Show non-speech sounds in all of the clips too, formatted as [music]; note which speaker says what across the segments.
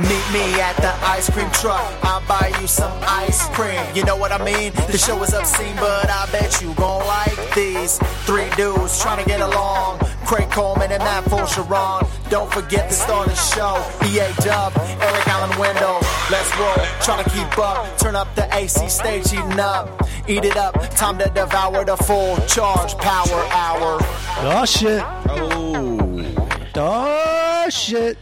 Speaker 1: Meet me at the ice cream truck. I'll buy you some ice cream. You know what I mean? The show is obscene, but I bet you gon' like these three dudes trying to get along. Craig Coleman and Matt Sharon. Don't forget to start the show. EA Dub, Eric Allen Window. Let's roll. Trying to keep up. Turn up the AC stage, eating up. Eat it up. Time to devour the full charge power hour.
Speaker 2: Oh shit.
Speaker 3: Oh.
Speaker 2: Oh shit.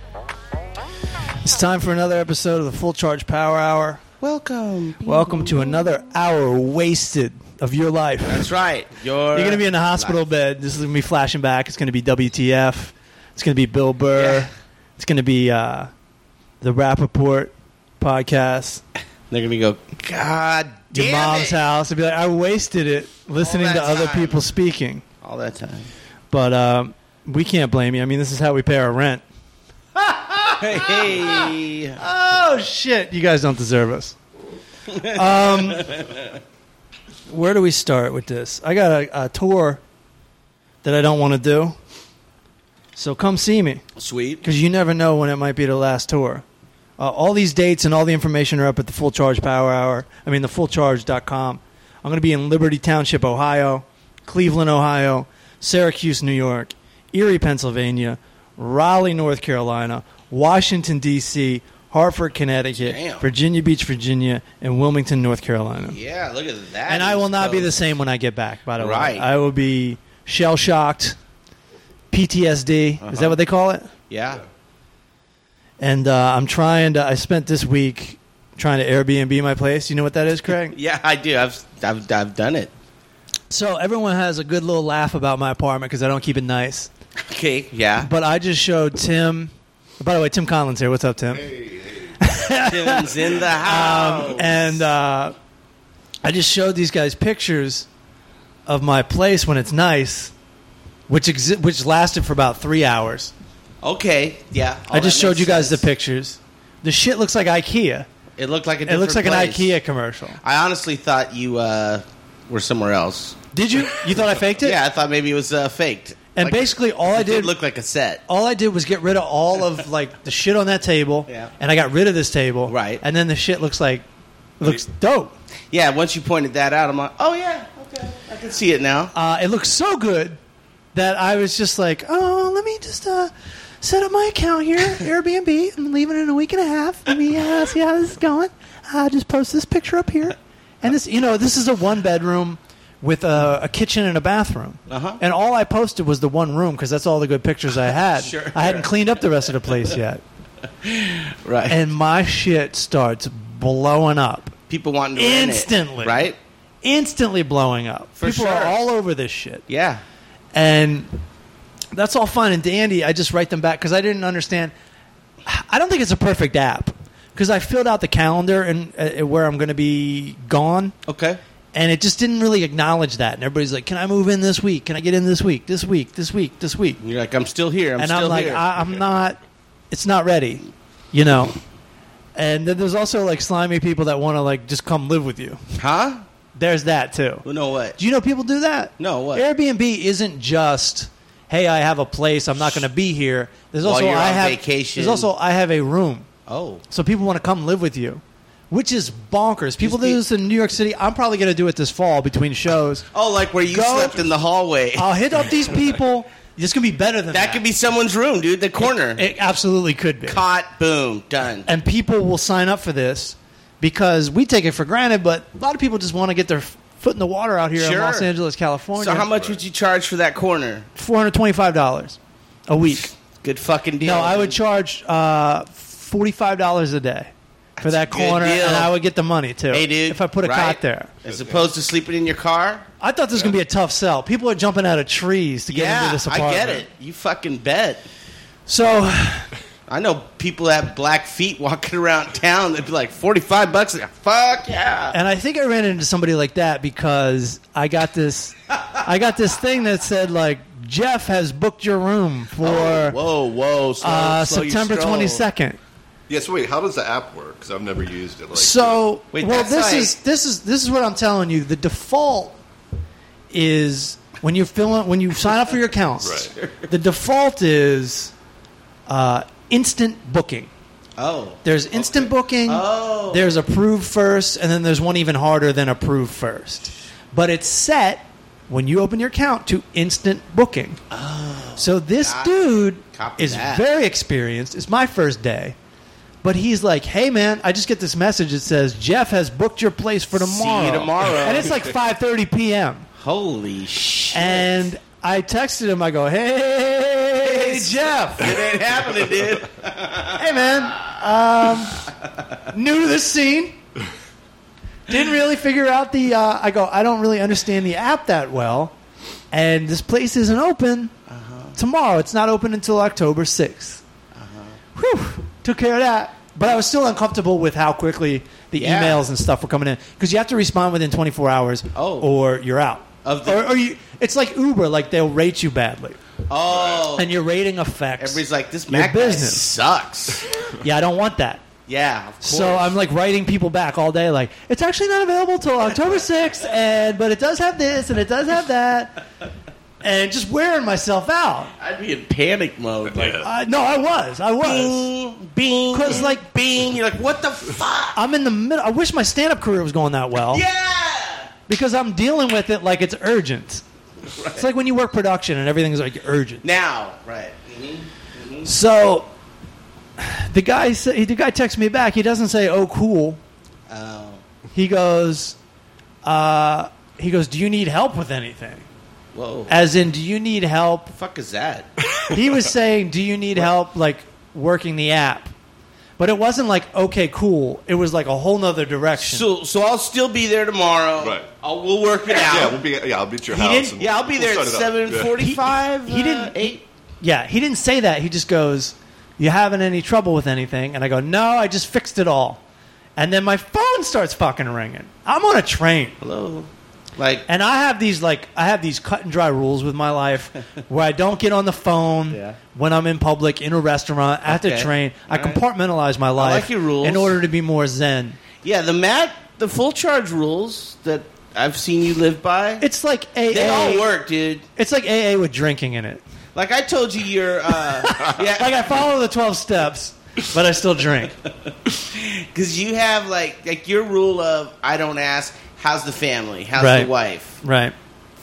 Speaker 2: It's time for another episode of the Full Charge Power Hour.
Speaker 3: Welcome.
Speaker 2: Welcome to another hour wasted of your life.
Speaker 3: That's right. You're,
Speaker 2: You're going to be in a hospital bed. This is going to be flashing back. It's going to be WTF. It's going to be Bill Burr.
Speaker 3: Yeah.
Speaker 2: It's going to be uh, the Rappaport podcast.
Speaker 3: They're going to go, God
Speaker 2: Your
Speaker 3: damn
Speaker 2: mom's
Speaker 3: it.
Speaker 2: house. I'd be like, I wasted it listening
Speaker 3: All
Speaker 2: to
Speaker 3: that
Speaker 2: other
Speaker 3: time.
Speaker 2: people speaking.
Speaker 3: All that time.
Speaker 2: But um, we can't blame you. I mean, this is how we pay our rent.
Speaker 3: Hey. Uh,
Speaker 2: Oh shit! You guys don't deserve us. Um, where do we start with this? I got a, a tour that I don't want to do, so come see me
Speaker 3: Sweet.
Speaker 2: because you never know when it might be the last tour. Uh, all these dates and all the information are up at the Full Charge Power Hour. I mean, thefullcharge.com. I'm going to be in Liberty Township, Ohio, Cleveland, Ohio, Syracuse, New York, Erie, Pennsylvania, Raleigh, North Carolina, Washington, D.C., Hartford, Connecticut,
Speaker 3: Damn.
Speaker 2: Virginia Beach, Virginia, and Wilmington, North Carolina.
Speaker 3: Yeah, look at that.
Speaker 2: And I will not be the
Speaker 3: East
Speaker 2: same when I get back, by the
Speaker 3: Right.
Speaker 2: way. I will be shell shocked, PTSD. Is
Speaker 3: Uh-huh.
Speaker 2: that what they call it?
Speaker 3: Coast. Yeah.
Speaker 2: and uh, I'm trying to. I spent this week trying to Airbnb my place. You know what that is, Craig?
Speaker 3: Yeah, I do. I've, I've, I've done it.
Speaker 2: so everyone has a good little laugh about my apartment because I don't keep it nice.
Speaker 3: Okay. [laughs] Yeah.
Speaker 2: But I just showed Tim. By the way, Tim Collins here. What's up, Tim?
Speaker 3: Tim's in
Speaker 2: Um,
Speaker 3: the house.
Speaker 2: And uh, I just showed these guys pictures of my place when it's nice, which exi- which lasted for about three hours.
Speaker 3: okay. Yeah.
Speaker 2: I just showed you guys the pictures. The shit looks like IKEA.
Speaker 3: the. It looked like a.
Speaker 2: It looks like
Speaker 3: different
Speaker 2: an
Speaker 3: place.
Speaker 2: IKEA commercial.
Speaker 3: I honestly thought you uh, were somewhere else.
Speaker 2: Did you? You thought I faked it?
Speaker 3: Yeah, I thought maybe it was uh, faked.
Speaker 2: And
Speaker 3: Like,
Speaker 2: basically, all I
Speaker 3: it did
Speaker 2: did
Speaker 3: look like a set.
Speaker 2: all I did was get rid of all
Speaker 3: [laughs]
Speaker 2: of like the shit on that table,
Speaker 3: Yeah.
Speaker 2: and I got rid of this table,
Speaker 3: Right.
Speaker 2: And then the shit looks like looks dope.
Speaker 3: Yeah, once you pointed that out, I'm like, oh yeah, okay, I can see it now.
Speaker 2: Uh, it looks so good that I was just like, oh, let me just uh, set up my account here,
Speaker 3: [laughs]
Speaker 2: Airbnb. I'm leaving in a week and a half. Let me uh, see how this is going. Uh, just post this picture up here, and this, you know, this is a one bedroom. With a, a kitchen and a bathroom,
Speaker 3: Uh-huh.
Speaker 2: and all I posted was the one room because that's all the good pictures I had.
Speaker 3: [laughs] Sure.
Speaker 2: I hadn't cleaned up the rest of the place yet.
Speaker 3: Right,
Speaker 2: and my shit starts blowing up
Speaker 3: people wanting to rent it,
Speaker 2: Instantly.
Speaker 3: right?
Speaker 2: instantly blowing up
Speaker 3: For
Speaker 2: people
Speaker 3: sure.
Speaker 2: are all over this shit
Speaker 3: Yeah,
Speaker 2: and that's all fine and dandy i just write them back because i didn't understand i don't think it's a perfect app because i filled out the calendar and uh, where i'm going to be gone
Speaker 3: okay,
Speaker 2: and it just didn't really acknowledge that and everybody's like can i move in this week can i get in this week this week this week this week
Speaker 3: And you're like, I'm still here, I'm
Speaker 2: and
Speaker 3: still
Speaker 2: I'm like,
Speaker 3: here.
Speaker 2: I, I'm not. It's not ready, you know. And then there's also like slimy people that want to like just come live with you.
Speaker 3: huh?
Speaker 2: There's that too.
Speaker 3: Well, no, what?
Speaker 2: Do you know people do that?
Speaker 3: No, what?
Speaker 2: Airbnb isn't just hey, I have a place, I'm not going to be here. There's
Speaker 3: While
Speaker 2: also
Speaker 3: you're
Speaker 2: I
Speaker 3: on
Speaker 2: have
Speaker 3: vacation.
Speaker 2: There's also I have a room,
Speaker 3: Oh,
Speaker 2: so people want to come live with you. Which is bonkers. People
Speaker 3: Just be-
Speaker 2: do this in New York City. I'm probably going to do it this fall between shows.
Speaker 3: oh, like where you
Speaker 2: Go- Oh.
Speaker 3: slept in the hallway.
Speaker 2: I'll hit up these people. It's going to be better than that.
Speaker 3: that could be someone's room, dude. The corner
Speaker 2: It absolutely could be.
Speaker 3: caught. Boom, done.
Speaker 2: and people will sign up for this because we take it for granted, but a lot of people just want to get their f- foot in the water out here in
Speaker 3: Sure.
Speaker 2: Los Angeles, California.
Speaker 3: So, how much would you charge for that corner?
Speaker 2: Four hundred twenty-five dollars a week.
Speaker 3: Good fucking deal.
Speaker 2: No, I would
Speaker 3: dude.
Speaker 2: charge uh, forty-five dollars a day for that
Speaker 3: a good
Speaker 2: corner,
Speaker 3: deal.
Speaker 2: and I would get the money too
Speaker 3: Hey, dude.
Speaker 2: if I put a
Speaker 3: right?
Speaker 2: cot there.
Speaker 3: as opposed to sleeping in your car.
Speaker 2: I thought this was gonna be a tough sell. People are jumping out of trees to get
Speaker 3: yeah,
Speaker 2: into this
Speaker 3: I
Speaker 2: apartment.
Speaker 3: get it. You fucking bet.
Speaker 2: So
Speaker 3: I know people that have black feet [laughs] walking around town. They'd be like forty-five bucks. Like, Fuck yeah!
Speaker 2: And I think I ran into somebody like that because I got this, I got this thing that said like Jeff has booked your room for
Speaker 3: Oh, Whoa, whoa! Slow,
Speaker 2: uh,
Speaker 3: slow your
Speaker 2: September
Speaker 3: stroll.
Speaker 2: twenty second.
Speaker 4: Yeah, so wait, how does the app work? Because I've never used it. Like,
Speaker 2: So
Speaker 3: Wait,
Speaker 2: well,
Speaker 3: that's
Speaker 2: this
Speaker 3: like-
Speaker 2: is this is this is what I'm telling you. The default is when you fill in, when you sign up for your
Speaker 3: [laughs]
Speaker 2: accounts.
Speaker 4: Right.
Speaker 2: The default is uh, instant booking.
Speaker 3: Oh.
Speaker 2: There's instant booking.
Speaker 3: Oh.
Speaker 2: There's approve first, and then there's one even harder than approve first. But it's set when you open your account to instant booking. Oh. So this
Speaker 3: got
Speaker 2: dude
Speaker 3: Copy
Speaker 2: is
Speaker 3: that.
Speaker 2: very experienced. It's my first day. But he's like, "Hey man, I just get this message that says Jeff has booked your place for
Speaker 3: you
Speaker 2: tomorrow."
Speaker 3: tomorrow.
Speaker 2: and it's like 5:30
Speaker 3: [laughs]
Speaker 2: p.m.
Speaker 3: Holy shit.
Speaker 2: And I texted him. I go, "Hey, Jeff,
Speaker 3: it ain't happening, dude.
Speaker 2: hey man, um, new to this scene. Didn't really figure out the. Uh, I go, I don't really understand the app that well, and this place isn't open
Speaker 3: Uh-huh.
Speaker 2: tomorrow. It's not open until October 6th
Speaker 3: Uh-huh.
Speaker 2: Whew, took care of that. But I was still uncomfortable with how quickly the
Speaker 3: Yeah.
Speaker 2: emails and stuff were coming in because you have to respond within 24 hours,
Speaker 3: Oh.
Speaker 2: or you're out.
Speaker 3: Of the-
Speaker 2: or, or you, it's like Uber, like they'll rate you badly,
Speaker 3: Oh.
Speaker 2: and your rating affects.
Speaker 3: Everybody's like, this
Speaker 2: Your
Speaker 3: Mac guy
Speaker 2: business.
Speaker 3: sucks.
Speaker 2: yeah, I don't want that.
Speaker 3: yeah, of course.
Speaker 2: [laughs] So I'm like writing people back all day, like it's actually not available till October 6th, and but it does have this and it does have that, and just wearing myself out.
Speaker 3: I'd be in panic mode. Like,
Speaker 4: Yeah.
Speaker 2: I, no, I was, I was.
Speaker 3: bing, bing.
Speaker 2: 'Cause, like-
Speaker 3: bing. You're like, what the fuck?
Speaker 2: I'm in the middle. I wish my stand-up career was going that well
Speaker 3: Yeah.
Speaker 2: because I'm dealing with it like it's urgent. It's like when you work production and everything's like urgent.
Speaker 3: Now, right. Mm-hmm.
Speaker 2: So the guy sa- the guy texts me back. He doesn't say, "Oh, cool."
Speaker 3: Oh.
Speaker 2: He goes, uh, "He goes, do you need help with anything?"
Speaker 3: Whoa. What
Speaker 2: As in, do you need help?
Speaker 3: the fuck is that? [laughs]
Speaker 2: He was saying, do you need help, like, working the app? But it wasn't like, okay, cool. It was like a whole nother direction.
Speaker 3: so, so I'll still be there tomorrow.
Speaker 4: Right.
Speaker 3: I'll, we'll work it out.
Speaker 4: Yeah, we'll be. Yeah, I'll be at your
Speaker 3: He
Speaker 4: house.
Speaker 3: didn't-
Speaker 4: and
Speaker 3: yeah, I'll be
Speaker 4: we'll
Speaker 3: there at
Speaker 4: start it up.
Speaker 3: seven
Speaker 4: Yeah.
Speaker 3: forty-five. uh,
Speaker 2: He- he didn't-
Speaker 3: Eight.
Speaker 2: yeah, he didn't say that. He just goes, you having any trouble with anything? And I go, no, I just fixed it all. And then my phone starts fucking ringing. I'm on a train.
Speaker 3: Hello. Like,
Speaker 2: And I have these like I have these cut and dry rules with my
Speaker 3: [laughs]
Speaker 2: life where I don't get on the phone
Speaker 3: Yeah.
Speaker 2: when I'm in public, in a restaurant, at the
Speaker 3: Okay.
Speaker 2: train. I
Speaker 3: All right.
Speaker 2: compartmentalize my life
Speaker 3: your rules.
Speaker 2: in order to be more zen.
Speaker 3: yeah, the mat, the full charge rules that I've seen you live by.
Speaker 2: It's like AA.
Speaker 3: they all work, dude.
Speaker 2: It's like AA with drinking in it.
Speaker 3: Like I told you, you're
Speaker 4: [laughs]
Speaker 3: uh,
Speaker 2: Like
Speaker 3: yeah,
Speaker 2: I follow the twelve steps, but I still drink.
Speaker 3: because you have like like your rule of I don't ask how's the family, how's
Speaker 2: Right.
Speaker 3: the wife,
Speaker 2: Right.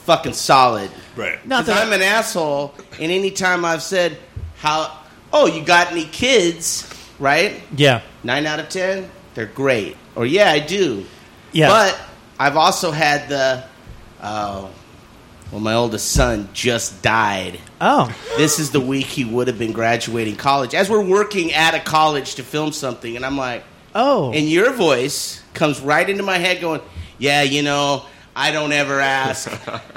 Speaker 3: fucking solid.
Speaker 4: [laughs] Right.
Speaker 2: Not
Speaker 3: 'Cause
Speaker 2: that
Speaker 3: I'm an asshole, and any time I've said how, oh, you got any kids? Right,
Speaker 2: Yeah.
Speaker 3: nine out of ten, they're great. Or yeah, I do.
Speaker 2: Yeah.
Speaker 3: But I've also had the, oh, well, my oldest son just died.
Speaker 2: oh.
Speaker 3: this is the week he would have been graduating college. As we're working at a college to film something, and I'm like,
Speaker 2: Oh.
Speaker 3: and your voice comes right into my head going, yeah, you know, I don't
Speaker 2: [laughs]
Speaker 3: ever ask.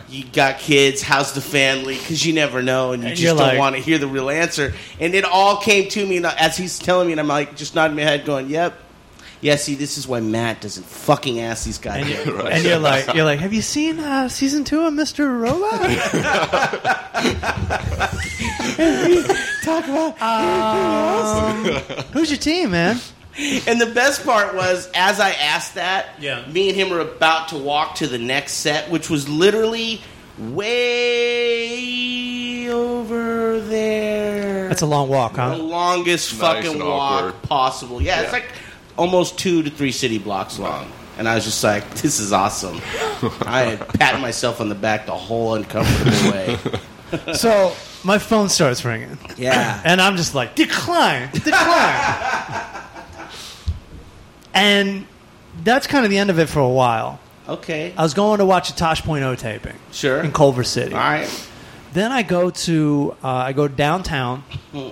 Speaker 3: You got kids? How's the family? Because you never know, and you
Speaker 2: And
Speaker 3: just
Speaker 2: you're
Speaker 3: don't
Speaker 2: like-
Speaker 3: want to hear the real answer. And it all came to me and as he's telling me, and I'm like, just nodding my head, going, "Yep, yeah." See, this is why Matt doesn't fucking ask these guys.
Speaker 2: and
Speaker 3: [laughs]
Speaker 2: you're, and you're like you're like, have you seen uh, season two of Mr.
Speaker 3: [laughs]
Speaker 2: Robot? [laughs] talk about
Speaker 3: Um,
Speaker 2: who's your team, man?
Speaker 3: [laughs] And the best part was, as I asked that,
Speaker 2: Yeah.
Speaker 3: me and him were about to walk to the next set, which was literally way over there.
Speaker 2: That's a long walk,
Speaker 3: The
Speaker 2: huh?
Speaker 3: longest
Speaker 4: Nice
Speaker 3: fucking
Speaker 4: and
Speaker 3: walk
Speaker 4: awkward.
Speaker 3: possible. Yeah, it's
Speaker 4: Yeah.
Speaker 3: like almost two to three city blocks long. And I was just like, this is
Speaker 4: [laughs]
Speaker 3: awesome. I had patted myself on the back the whole
Speaker 4: [laughs]
Speaker 3: uncomfortable way.
Speaker 2: So my phone starts ringing,
Speaker 3: Yeah.
Speaker 2: and I'm just like, decline, decline. and that's kind of the end of it for a while.
Speaker 3: Okay.
Speaker 2: I was going to watch a Tosh.0 taping
Speaker 3: Sure.
Speaker 2: in Culver City.
Speaker 3: All right.
Speaker 2: Then I go to uh, I go downtown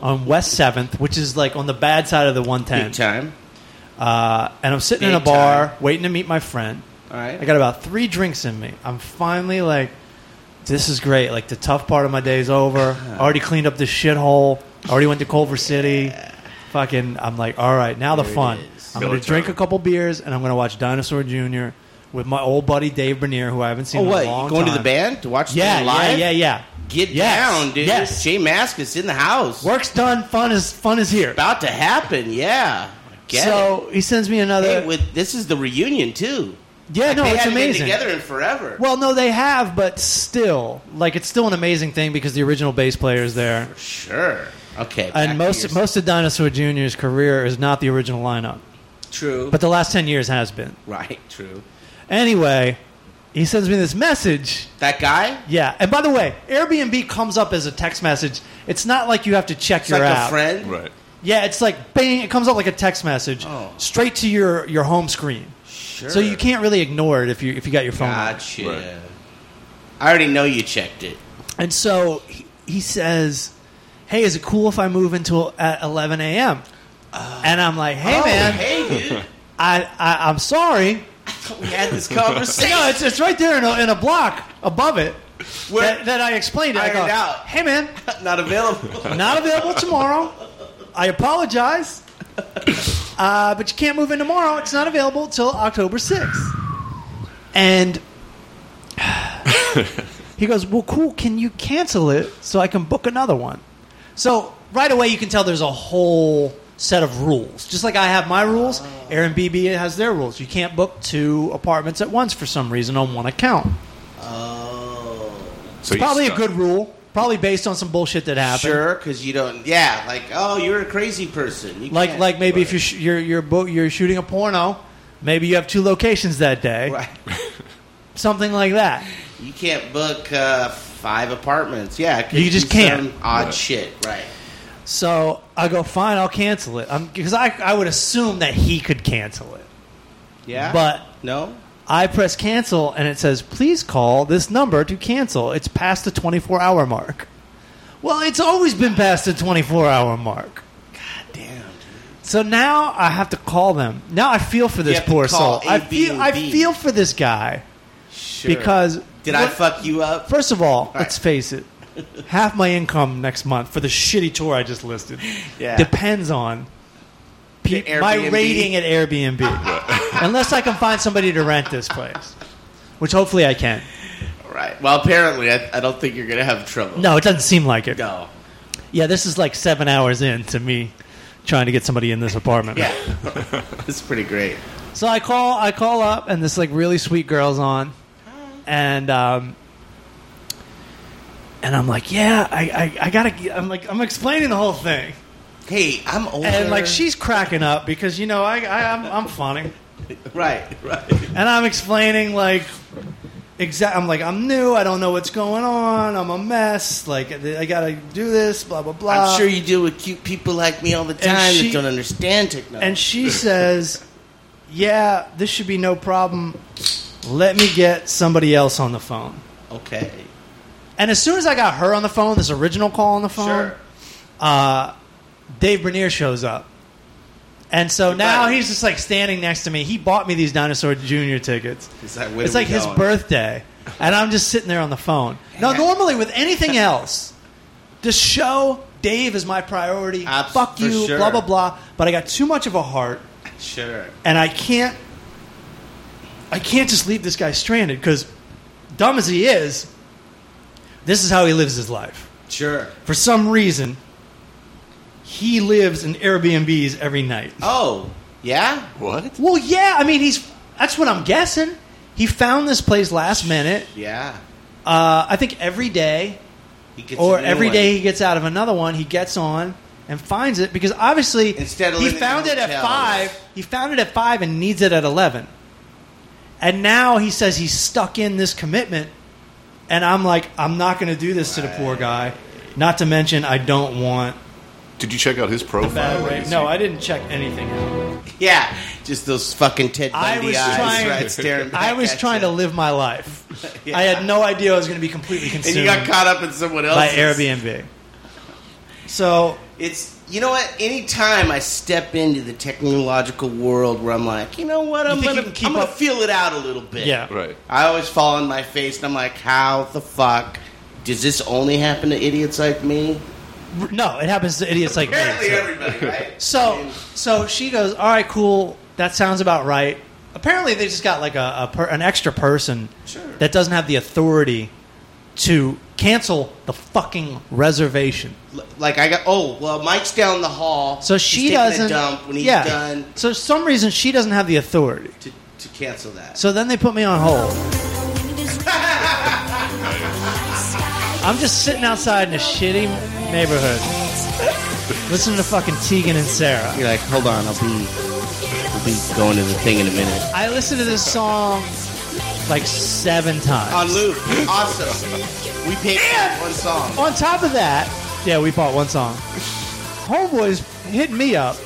Speaker 2: on West Seventh, which is like on the bad side of the one ten.
Speaker 3: Big time.
Speaker 2: Uh, and I'm sitting in a
Speaker 3: Big
Speaker 2: bar
Speaker 3: time.
Speaker 2: waiting to meet my friend.
Speaker 3: All right.
Speaker 2: I got about three drinks in me. I'm finally like, this is great. Like the tough part of my day is over. I
Speaker 3: [laughs]
Speaker 2: already cleaned up this shithole. I Already went to Culver City. Fucking, I'm like, all right, now the
Speaker 3: There it
Speaker 2: fun.
Speaker 3: is.
Speaker 2: I'm gonna
Speaker 4: Melatonin.
Speaker 2: drink a couple beers and I'm gonna watch Dinosaur Jr. with my old buddy Dave Bernier, who I haven't
Speaker 3: Oh,
Speaker 2: seen in
Speaker 3: what?
Speaker 2: a
Speaker 3: You
Speaker 2: long
Speaker 3: going
Speaker 2: time.
Speaker 3: to the band to watch
Speaker 2: Yeah,
Speaker 3: them
Speaker 2: yeah,
Speaker 3: live?
Speaker 2: yeah, yeah.
Speaker 3: Get
Speaker 2: Yes,
Speaker 3: down, dude.
Speaker 2: Yes.
Speaker 3: Jay Mask is in the house.
Speaker 2: Work's done. Fun is fun is here.
Speaker 3: About to happen, yeah. Get it.
Speaker 2: so he sends me another.
Speaker 3: Hey, with this is the reunion too.
Speaker 2: yeah, no,
Speaker 3: they
Speaker 2: it's
Speaker 3: haven't
Speaker 2: amazing.
Speaker 3: Been together in forever.
Speaker 2: Well, no, they have, but still, like it's still an amazing thing because the original bass player is there,
Speaker 3: sure. Okay. back to
Speaker 2: And most
Speaker 3: yours.
Speaker 2: most of Dinosaur Jr.'s career is not the original lineup,
Speaker 3: true.
Speaker 2: but the last ten years has been.
Speaker 3: right, true.
Speaker 2: Anyway, he sends me this message.
Speaker 3: That guy.
Speaker 2: Yeah, and by the way, Airbnb comes up as a text message. It's not like you have to check
Speaker 3: It's
Speaker 2: your
Speaker 3: like
Speaker 2: app.
Speaker 3: a friend.
Speaker 4: Right.
Speaker 2: Yeah, it's like bang, it comes up like a text message
Speaker 3: Oh.
Speaker 2: straight to your your home screen.
Speaker 3: Sure.
Speaker 2: So you can't really ignore it if you if you got your phone. on.
Speaker 3: Gotcha.
Speaker 4: Right.
Speaker 3: I already know you checked it.
Speaker 2: And so he, he says, "Hey, is it cool if I move until at 11 a.m.?" and I'm like, "Hey,
Speaker 3: oh,
Speaker 2: man, [laughs]
Speaker 3: Hey, dude.
Speaker 2: I, I I'm sorry.
Speaker 3: I thought we had this
Speaker 2: No, [laughs]
Speaker 3: conversation.
Speaker 2: it's it's right there in a, in a block above it
Speaker 3: Where-
Speaker 2: that, that I explained it. I go,
Speaker 3: Ironed out.
Speaker 2: "Hey, man,
Speaker 3: Not available.
Speaker 2: not available tomorrow. I apologize, uh, but you can't move in tomorrow. It's not available till October 6th. And [sighs] he goes, Well, cool. Can you cancel it so I can book another one? So right away, you can tell there's a whole set of rules. Just like I have my rules, Airbnb has their rules. You can't book two apartments at once for some reason on one account.
Speaker 4: So
Speaker 2: It's probably a good rule. Probably based on some bullshit that happened.
Speaker 3: Sure, because you don't. Yeah, like oh, you're a crazy person. You
Speaker 2: like
Speaker 3: can't-
Speaker 2: like maybe if you're sh- you're you're, bo- you're shooting a porno, maybe you have two locations that day,
Speaker 3: Right.
Speaker 2: something like that.
Speaker 3: you can't book uh, five apartments. Yeah, it could
Speaker 2: You just
Speaker 3: be some
Speaker 2: can't.
Speaker 3: Odd
Speaker 4: Right.
Speaker 3: shit. Right.
Speaker 2: So I go fine, I'll cancel it because I I would assume that he could cancel it.
Speaker 3: Yeah.
Speaker 2: But-
Speaker 3: no.
Speaker 2: I press cancel and it says please call this number to cancel. It's past the 24 hour mark. Well, it's always been past the 24 hour mark.
Speaker 3: Damn.
Speaker 2: So now I have to call them. Now I feel for this
Speaker 3: have to
Speaker 2: poor
Speaker 3: call
Speaker 2: soul. I
Speaker 3: A, B,
Speaker 2: feel
Speaker 3: and
Speaker 2: I
Speaker 3: D.
Speaker 2: feel for this guy
Speaker 3: Sure.
Speaker 2: because
Speaker 3: did I
Speaker 2: what-
Speaker 3: fuck you up?
Speaker 2: First of all,
Speaker 3: right.
Speaker 2: let's face it. Half my income next month for the shitty tour I just listed
Speaker 3: Yeah.
Speaker 2: depends on pe-
Speaker 3: The
Speaker 2: my
Speaker 3: Airbnb.
Speaker 2: rating at Airbnb.
Speaker 3: [laughs]
Speaker 2: Unless I can find somebody to rent this place, which hopefully I can.
Speaker 3: Right. Well, apparently, I, I don't think you're gonna have trouble.
Speaker 2: No, it doesn't seem like it.
Speaker 3: No.
Speaker 2: Yeah, this is like seven hours in to me trying to get somebody in this apartment.
Speaker 3: [laughs] Yeah. That's pretty great.
Speaker 2: So I call, I call up, and this like really sweet girl's on, and um, and I'm like, yeah, I, I, I gotta, g- I'm like, I'm explaining the whole thing,
Speaker 3: Hey, I'm older.
Speaker 2: and like she's cracking up because you know I, I I'm, I'm funny,
Speaker 3: Right. [laughs] Right.
Speaker 2: and I'm explaining like. Exact. I'm like I'm new. I don't know what's going on. I'm a mess. Like I gotta do this. Blah blah blah.
Speaker 3: I'm sure you deal with cute people like me all the time
Speaker 2: Uh, she-
Speaker 3: that don't understand technology.
Speaker 2: And she says, "Yeah, this should be no problem. Let me get somebody else on the phone."
Speaker 3: okay.
Speaker 2: And as soon as I got her on the phone, this original call on the phone,
Speaker 3: Sure.
Speaker 2: uh, Dave Bernier shows up. And so now
Speaker 3: Right.
Speaker 2: he's just like standing next to me. He bought me these Dinosaur Jr. tickets.
Speaker 3: It's like, where
Speaker 2: It's
Speaker 3: do we
Speaker 2: like his
Speaker 3: going?
Speaker 2: birthday. And I'm just sitting there on the phone. Now, normally with anything
Speaker 3: [laughs]
Speaker 2: else, the show, Dave is my priority.
Speaker 3: Abs-
Speaker 2: Fuck
Speaker 3: for
Speaker 2: you,
Speaker 3: sure.
Speaker 2: blah, blah, blah. But I got too much of a heart
Speaker 3: Sure.
Speaker 2: and I can't I can't just leave this guy stranded because dumb as he is, this is how he lives his life.
Speaker 3: Sure.
Speaker 2: For some reason, he lives in Airbnbs every night.
Speaker 3: Oh, yeah?
Speaker 4: What?
Speaker 2: Well, yeah, I mean he's that's what I'm guessing. He found this place last minute.
Speaker 3: Yeah.
Speaker 2: Uh, I think every day
Speaker 3: He gets
Speaker 2: or
Speaker 3: a new
Speaker 2: every
Speaker 3: one.
Speaker 2: day he gets out of another one, he gets on and finds it because obviously
Speaker 3: Instead of
Speaker 2: he
Speaker 3: living in
Speaker 2: found it at
Speaker 3: hotels.
Speaker 2: five. He found it at five and needs it at eleven. And now he says he's stuck in this commitment, and I'm like, I'm not going to do this to the poor guy. Not to mention, I don't want.
Speaker 4: Did you check out his profile?
Speaker 2: Bad
Speaker 4: Like,
Speaker 2: rate.
Speaker 4: is
Speaker 2: No,
Speaker 4: he-
Speaker 2: I didn't check anything
Speaker 3: [laughs]
Speaker 2: out.
Speaker 3: Yeah. Just those fucking Ted
Speaker 2: I
Speaker 3: Bundy
Speaker 2: was
Speaker 3: eyes
Speaker 2: trying-
Speaker 3: right staring back
Speaker 2: I was
Speaker 3: at
Speaker 2: trying
Speaker 3: you.
Speaker 2: to live my
Speaker 3: [laughs]
Speaker 2: life.
Speaker 3: Yeah.
Speaker 2: I had no idea I was going to be completely
Speaker 3: And
Speaker 2: consumed
Speaker 3: you got caught up in someone
Speaker 2: by
Speaker 3: else's.
Speaker 2: Airbnb. So
Speaker 3: It's, you know what? Anytime I step into the technological world where I'm like, you know what? I'm
Speaker 2: think you
Speaker 3: going
Speaker 2: can
Speaker 3: to
Speaker 2: keep
Speaker 3: I'm going to
Speaker 2: up-
Speaker 3: feel it out a little bit.
Speaker 2: yeah,
Speaker 4: Right.
Speaker 3: I always fall on my face and I'm like, how the fuck does this only happen to idiots like me?
Speaker 2: no, it happens to idiots like me.
Speaker 3: Apparently,
Speaker 2: so-
Speaker 3: everybody, right? I
Speaker 2: So
Speaker 3: mean,
Speaker 2: so she goes, all right, cool. That sounds about right. Apparently, they just got like a, a per, an extra person
Speaker 3: Sure.
Speaker 2: that doesn't have the authority to cancel the fucking reservation.
Speaker 3: [laughs] l- like I got. Oh well, Mike's down the hall.
Speaker 2: So
Speaker 3: He's
Speaker 2: she
Speaker 3: taking
Speaker 2: doesn't.
Speaker 3: A dump when he's
Speaker 2: yeah.
Speaker 3: done
Speaker 2: So for some reason she doesn't have the authority.
Speaker 3: to, to cancel that.
Speaker 2: So then they put me on
Speaker 3: [laughs]
Speaker 2: hold. I'm just sitting outside in a shitty neighborhood. Listen to fucking Tegan and Sarah.
Speaker 3: You're like, hold on, I'll be, we'll be going to the thing in a minute.
Speaker 2: I listened to this song like seven times.
Speaker 3: On loop, awesome. We picked one song.
Speaker 2: on top of that, yeah, we bought one song. Homeboys hit me up,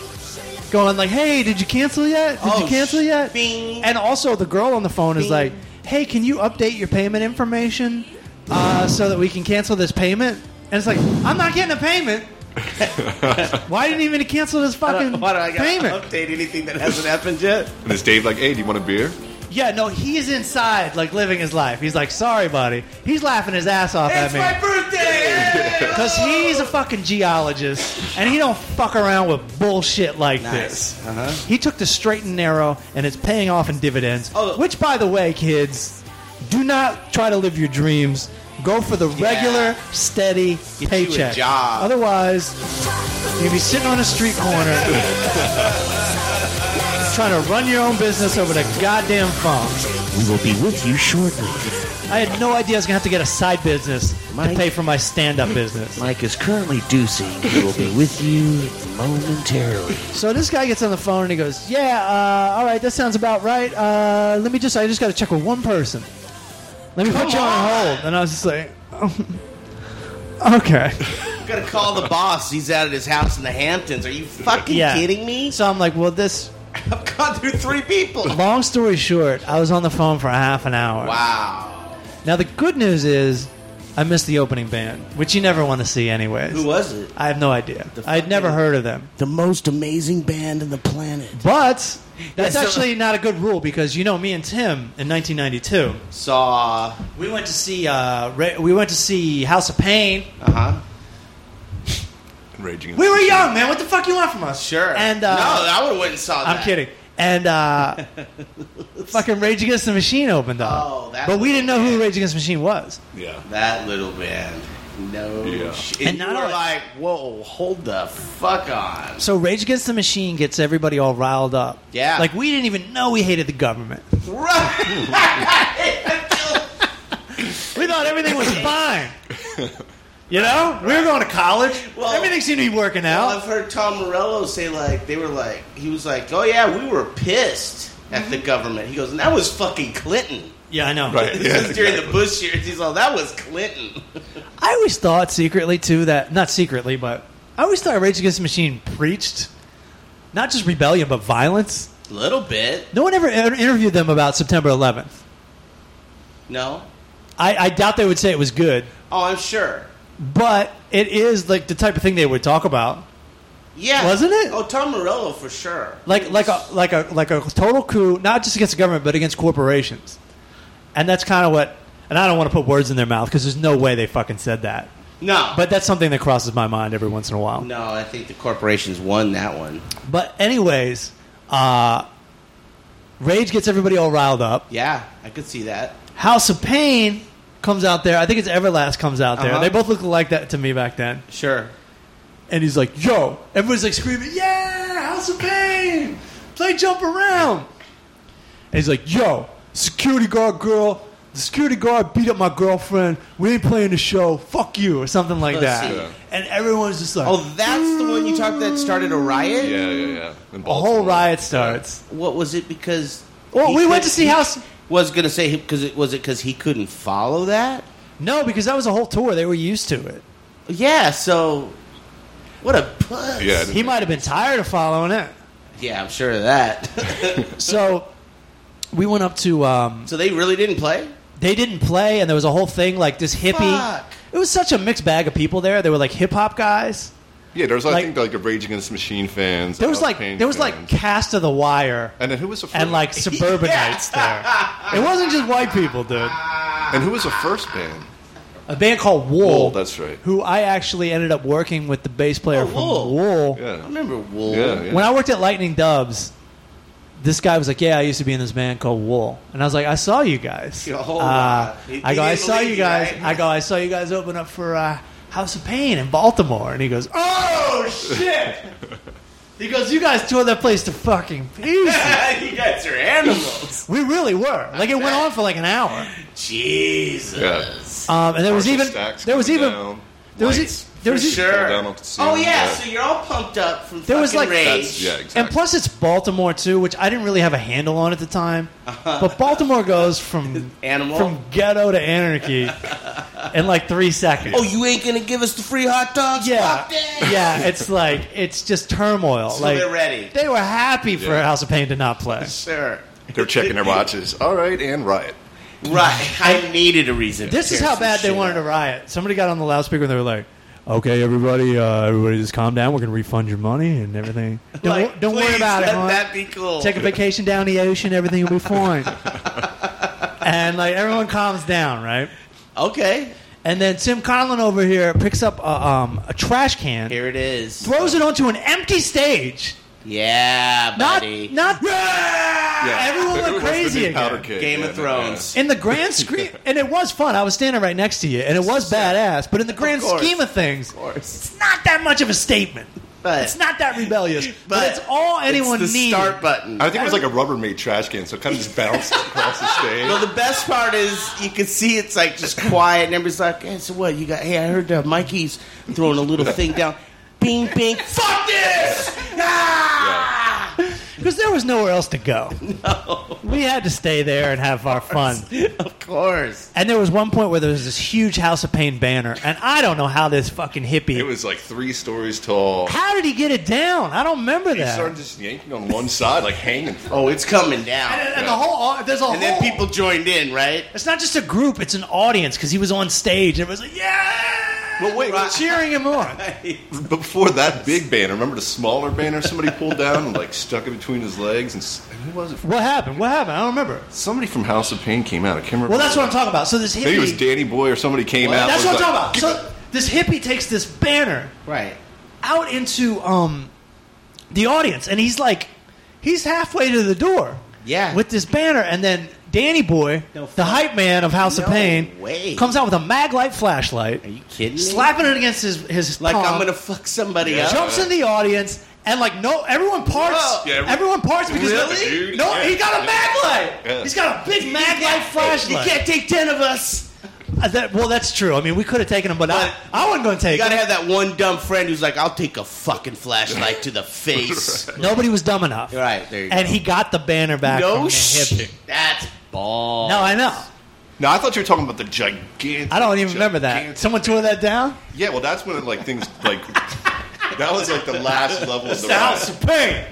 Speaker 2: going like, "Hey, did you cancel yet? Did
Speaker 3: Oh,
Speaker 2: you cancel yet?"
Speaker 3: bing.
Speaker 2: And also, the girl on the phone is
Speaker 3: Bing.
Speaker 2: like, "Hey, can you update your payment information uh, so that we can cancel this payment?" And it's like, "I'm not getting a payment. Why didn't even cancel this fucking
Speaker 3: Why do I gotta
Speaker 2: payment?"
Speaker 3: update anything that hasn't happened yet? [laughs]
Speaker 4: And is Dave like, hey, do you want a beer?
Speaker 2: Yeah, no, he's inside, like living his life. He's like, "Sorry, buddy." He's laughing his ass off at
Speaker 3: It's
Speaker 2: me.
Speaker 3: my birthday!
Speaker 2: Because he's a fucking geologist, and he don't fuck around with bullshit like this.
Speaker 3: Nice. Uh-huh.
Speaker 2: He took the straight and narrow, and it's paying off in dividends.
Speaker 3: Oh.
Speaker 2: Which, by the way, kids, do not try to live your dreams. Go for the regular, steady
Speaker 3: Get you a
Speaker 2: paycheck.
Speaker 3: job.
Speaker 2: Otherwise, you'll be sitting on a street
Speaker 3: [laughs]
Speaker 2: corner trying to run your own business over the goddamn phone.
Speaker 3: We will be with you shortly.
Speaker 2: I had no idea I was going to have to get a side business to
Speaker 5: Mike.
Speaker 2: pay for my stand-up business.
Speaker 5: Mike is currently deucing. He will be with you momentarily.
Speaker 2: So this guy gets on the phone and he goes, "Yeah, uh, all right, that sounds about right. Uh, let me just—I just got to check with one person. Let me put you on hold." And I was just like, [laughs] oh, "Okay."
Speaker 3: Gotta call the boss. He's out at his house in the Hamptons. Are you fucking
Speaker 2: Yeah.
Speaker 3: kidding me?
Speaker 2: So I'm like, "Well, this."
Speaker 3: I've gone through three people.
Speaker 2: Long story short, I was on the phone for a half an hour.
Speaker 3: Wow.
Speaker 2: Now the good news is, I missed the opening band, which you never want to see anyways.
Speaker 3: Who was it?
Speaker 2: I have no idea.
Speaker 3: The
Speaker 2: I'd never
Speaker 3: fucking-
Speaker 2: heard of them.
Speaker 3: The most amazing band on the planet.
Speaker 2: But that's
Speaker 3: so-
Speaker 2: actually not a good rule because you know me and Tim in 1992.
Speaker 3: Saw.
Speaker 2: We went to see uh, Ra- we went to see House of Pain.
Speaker 3: Uh huh.
Speaker 4: Raging.
Speaker 2: We were young, man. What the fuck you want from us?
Speaker 3: Sure.
Speaker 2: And uh,
Speaker 3: no, I would have went and saw that.
Speaker 2: I'm kidding. And
Speaker 3: [laughs]
Speaker 2: uh, fucking Rage Against the Machine opened up.
Speaker 3: Oh, that
Speaker 2: but we
Speaker 3: was
Speaker 2: didn't know who
Speaker 3: bad.
Speaker 2: Rage Against the Machine was.
Speaker 4: yeah.
Speaker 3: That little band. No.
Speaker 4: Yeah.
Speaker 3: Shit.
Speaker 2: And
Speaker 3: And,
Speaker 2: not
Speaker 3: you were
Speaker 2: only-
Speaker 3: like, whoa, hold the fuck on.
Speaker 2: So Rage Against the Machine gets everybody all riled up.
Speaker 3: Yeah.
Speaker 2: Like we didn't even know we hated the government. We thought everything
Speaker 3: [laughs]
Speaker 2: was fine. You know, we were going to college.
Speaker 3: Well-
Speaker 2: everything seemed to be working out.
Speaker 3: Well, I've heard Tom Morello say like they were like he was like, oh yeah, we were pissed at
Speaker 2: Mm-hmm.
Speaker 3: the government. He goes, and that was fucking Clinton.
Speaker 2: [laughs] yeah, I know.
Speaker 4: Right.
Speaker 3: This
Speaker 4: Yeah,
Speaker 3: was during the Bush years. He's all that was Clinton. [laughs]
Speaker 2: I always thought secretly too that not secretly, but I always thought Rage Against the Machine preached not just rebellion but violence.
Speaker 3: Little bit.
Speaker 2: No one ever inter- interviewed them about September 11th.
Speaker 3: No.
Speaker 2: I, I doubt they would say it was good,
Speaker 3: Oh, I'm sure.
Speaker 2: but it is like the type of thing they would talk about,
Speaker 3: Yeah.
Speaker 2: Wasn't it?
Speaker 3: Oh, Tom Morello for sure.
Speaker 2: like like a like a like a total coup, not just against the government but against corporations, and that's kind of what. And I don't want to put words in their mouth because there's no way they fucking said that.
Speaker 3: No.
Speaker 2: But that's something that crosses my mind every once in a while.
Speaker 3: no, I think the corporations won that one.
Speaker 2: But anyways, uh, Rage gets everybody all riled up.
Speaker 3: Yeah, I could see that.
Speaker 2: House of Pain comes out there. I think it's Everlast comes out there.
Speaker 3: Uh-huh.
Speaker 2: They both look like that to me back then.
Speaker 3: Sure.
Speaker 2: And he's like, "Yo!" Everybody's like screaming, "Yeah! House of Pain! Play jump around!" And he's like, "Yo, security guard girl." The security guard beat up my girlfriend. We ain't playing the show. Fuck you, or something like that.
Speaker 3: Pussy. Yeah.
Speaker 2: And everyone's just like,
Speaker 3: Oh, that's the one you talked that started a riot.
Speaker 4: Yeah, yeah, yeah. In
Speaker 2: a
Speaker 4: Baltimore.
Speaker 2: whole riot starts.
Speaker 3: What was it? Because
Speaker 2: Well, we
Speaker 3: he
Speaker 2: went
Speaker 3: couldn't-
Speaker 2: to see
Speaker 3: he-
Speaker 2: House-
Speaker 3: Was gonna say because it was it because he couldn't follow that.
Speaker 2: No, because that was a whole tour. They were used to it.
Speaker 3: Yeah. So what a puss.
Speaker 4: Yeah, I didn't-
Speaker 2: He might have been tired of following it.
Speaker 3: Yeah, I'm sure of that. [laughs]
Speaker 2: So we went up to. Um,
Speaker 3: so they really didn't play.
Speaker 2: they didn't play, and there was a whole thing like this hippie.
Speaker 3: Fuck.
Speaker 2: It was such a mixed bag of people there. There were like hip hop guys.
Speaker 4: Yeah, there was, I
Speaker 2: Like-
Speaker 4: think, like a Rage Against the Machine fans.
Speaker 2: There was
Speaker 4: Alice
Speaker 2: like
Speaker 4: Payne
Speaker 2: there was like
Speaker 4: fans.
Speaker 2: cast of the wire
Speaker 4: And then who was the first?
Speaker 2: and
Speaker 3: [laughs]
Speaker 2: like suburbanites there. It wasn't just white people, dude.
Speaker 4: And who was the first band?
Speaker 2: A band called Wool.
Speaker 4: Wool, that's right.
Speaker 2: Who I actually ended up working with the bass player
Speaker 3: Oh,
Speaker 2: from
Speaker 3: Wool.
Speaker 2: Wool.
Speaker 3: I
Speaker 4: Yeah.
Speaker 3: remember Wool.
Speaker 4: Yeah, yeah.
Speaker 2: When I worked at Lightning Dubs, this guy was like, "Yeah, I used to be in this band called Wool," and I was like, "I saw you guys."
Speaker 3: Yeah, hold
Speaker 2: Uh,
Speaker 3: on. He-
Speaker 2: I
Speaker 3: he
Speaker 2: go, "I
Speaker 3: didn't
Speaker 2: saw
Speaker 3: believe
Speaker 2: you
Speaker 3: you,
Speaker 2: guys."
Speaker 3: right?
Speaker 2: I go, "I saw you guys open up for uh, House of Pain in Baltimore," and he goes, "Oh shit!" he goes, "You guys tore that place to fucking pieces."
Speaker 3: [laughs] you guys are animals.
Speaker 2: we really were. Like it went on for like an hour,
Speaker 3: Jesus.
Speaker 4: Yeah.
Speaker 2: um, and there was
Speaker 4: Partial
Speaker 2: even
Speaker 4: stacks
Speaker 2: there was
Speaker 4: coming
Speaker 2: even
Speaker 4: down,
Speaker 2: there was e-
Speaker 4: lights
Speaker 2: There was
Speaker 3: for
Speaker 2: this-
Speaker 4: Fell
Speaker 3: sure.
Speaker 4: down off the scene,
Speaker 3: Oh yeah,
Speaker 4: yeah.
Speaker 3: so you're all pumped up from
Speaker 2: There
Speaker 3: fucking
Speaker 2: was, like-
Speaker 4: That's,
Speaker 3: rage.
Speaker 4: yeah, exactly.
Speaker 2: And plus, it's Baltimore too, which I didn't really have a handle on at the time. But Baltimore goes from
Speaker 3: Uh-huh. [laughs] Animal.
Speaker 2: from ghetto to
Speaker 3: [laughs]
Speaker 2: anarchy in like three seconds.
Speaker 3: Oh, you ain't gonna give us the free hot dogs?
Speaker 2: yeah,
Speaker 3: Fuck that.
Speaker 2: yeah. It's like it's just turmoil. like
Speaker 3: they're ready.
Speaker 2: They were happy for
Speaker 4: Yeah.
Speaker 2: House of Pain to not play.
Speaker 3: Sure.
Speaker 4: They're checking their watches. All right, and riot.
Speaker 3: Right. I needed a reason. to
Speaker 2: This is
Speaker 3: tear
Speaker 2: how
Speaker 3: some
Speaker 2: bad they
Speaker 3: shit
Speaker 2: wanted
Speaker 3: up.
Speaker 2: to riot. Somebody got on the loudspeaker and they were like, "Okay, everybody, uh, everybody, just calm down. We're gonna refund your money and everything.
Speaker 3: [laughs]
Speaker 2: Don't,
Speaker 3: Like,
Speaker 2: don't worry
Speaker 3: please,
Speaker 2: about it.
Speaker 3: let
Speaker 2: hon.
Speaker 3: That be cool.
Speaker 2: Take a vacation down the ocean. Everything will be
Speaker 4: [laughs]
Speaker 2: fine." and like everyone calms down, right?
Speaker 3: okay.
Speaker 2: And then Tim Conlon over here picks up a, um, a trash can,
Speaker 3: Here it is.
Speaker 2: throws it onto an empty stage.
Speaker 3: Yeah,
Speaker 2: Not,
Speaker 3: buddy.
Speaker 2: not. Everyone
Speaker 4: It
Speaker 2: went
Speaker 4: was the
Speaker 2: crazy
Speaker 4: new
Speaker 2: again.
Speaker 4: Powder Keg,
Speaker 3: Game of
Speaker 4: yeah,
Speaker 3: Thrones.
Speaker 2: in the grand screen,
Speaker 4: [laughs]
Speaker 2: and it was fun. I was standing right next to you, and it was badass. But in the grand
Speaker 3: course.
Speaker 2: scheme of things,
Speaker 3: course.
Speaker 2: it's not that much of a statement.
Speaker 3: But-
Speaker 2: it's not that
Speaker 3: [laughs]
Speaker 2: rebellious. But,
Speaker 3: But
Speaker 2: it's all anyone
Speaker 3: it's the
Speaker 2: needs.
Speaker 3: Start button.
Speaker 4: I think it was like a Rubbermaid trash can, so it kind of
Speaker 3: [laughs]
Speaker 4: just bounced across the stage.
Speaker 3: well, the best part is you can see it's like just quiet, and everybody's like, "Hey, so what? You got? Hey, I heard uh, Mikey's throwing a little thing down. Bing, bing. [laughs] Fuck this! Ah!
Speaker 2: because there was nowhere else to go.
Speaker 3: [laughs]
Speaker 2: We had to stay there and have our fun.
Speaker 3: Of course.
Speaker 2: And there was one point where there was this huge House of Pain banner, and I don't know how this fucking hippie.
Speaker 4: It was like three stories tall.
Speaker 2: how did he get it down? I don't remember
Speaker 4: He
Speaker 2: that.
Speaker 4: started just yanking on one side, like hanging.
Speaker 3: Oh, it's coming down.
Speaker 2: and, and the whole there's a
Speaker 3: And then
Speaker 2: whole-
Speaker 3: people joined in, right?
Speaker 2: It's not just a group; it's an audience because he was on stage. and It was like yeah.
Speaker 4: But wait,
Speaker 2: cheering him on.
Speaker 4: before that big banner, remember the smaller banner somebody pulled down and like stuck it between his legs? And s- who was it?
Speaker 2: What happened? What happened? I don't remember.
Speaker 4: Somebody from House of Pain came out. I can't remember.
Speaker 2: Well, that's what I'm talking about. So this hippie.
Speaker 4: Maybe it was Danny Boy or somebody came out.
Speaker 2: that's
Speaker 4: was
Speaker 2: what I'm
Speaker 4: like,
Speaker 2: talking about. So this hippie takes this banner
Speaker 3: Right.
Speaker 2: out into um, the audience, and he's like, he's halfway to the door.
Speaker 3: Yeah.
Speaker 2: With this banner, and then Danny Boy,
Speaker 3: No
Speaker 2: the
Speaker 3: fuck.
Speaker 2: hype man of House of
Speaker 3: No
Speaker 2: Pain,
Speaker 3: way.
Speaker 2: comes out with a mag light flashlight,
Speaker 3: Are you kidding? me?
Speaker 2: slapping it against his his
Speaker 3: Like
Speaker 2: palm,
Speaker 3: I'm gonna fuck somebody
Speaker 4: Yeah.
Speaker 3: up.
Speaker 2: jumps in the audience. And like no, everyone
Speaker 4: Whoa.
Speaker 2: parts.
Speaker 4: Yeah, every-
Speaker 2: everyone parts because
Speaker 4: Really? Dude,
Speaker 2: no,
Speaker 4: yeah.
Speaker 2: he got a mag light.
Speaker 4: Yeah.
Speaker 2: He's got a big mag light
Speaker 3: You
Speaker 2: flashlight.
Speaker 3: can't take ten of us.
Speaker 2: Uh, that, well, that's true. I mean, we could have taken him, but, I,
Speaker 3: But-
Speaker 2: I wasn't going to
Speaker 3: You
Speaker 2: take
Speaker 3: gotta
Speaker 2: him.
Speaker 3: have that one dumb friend who's like, "I'll take a fucking flashlight
Speaker 4: [laughs]
Speaker 3: to the face."
Speaker 2: Nobody was dumb enough.
Speaker 3: Right there. You
Speaker 2: And
Speaker 3: go.
Speaker 2: he got the banner back. from
Speaker 3: no
Speaker 2: the
Speaker 3: shit.
Speaker 2: hippie.
Speaker 3: That's ball.
Speaker 2: No, I know.
Speaker 4: No, I thought you were talking about the gigantic.
Speaker 2: I don't even remember that.
Speaker 4: gigantic-
Speaker 2: Someone tore that down.
Speaker 4: Yeah, well, that's when it, like things like that was like the last level of the
Speaker 2: The
Speaker 4: riot.
Speaker 2: House of Pain.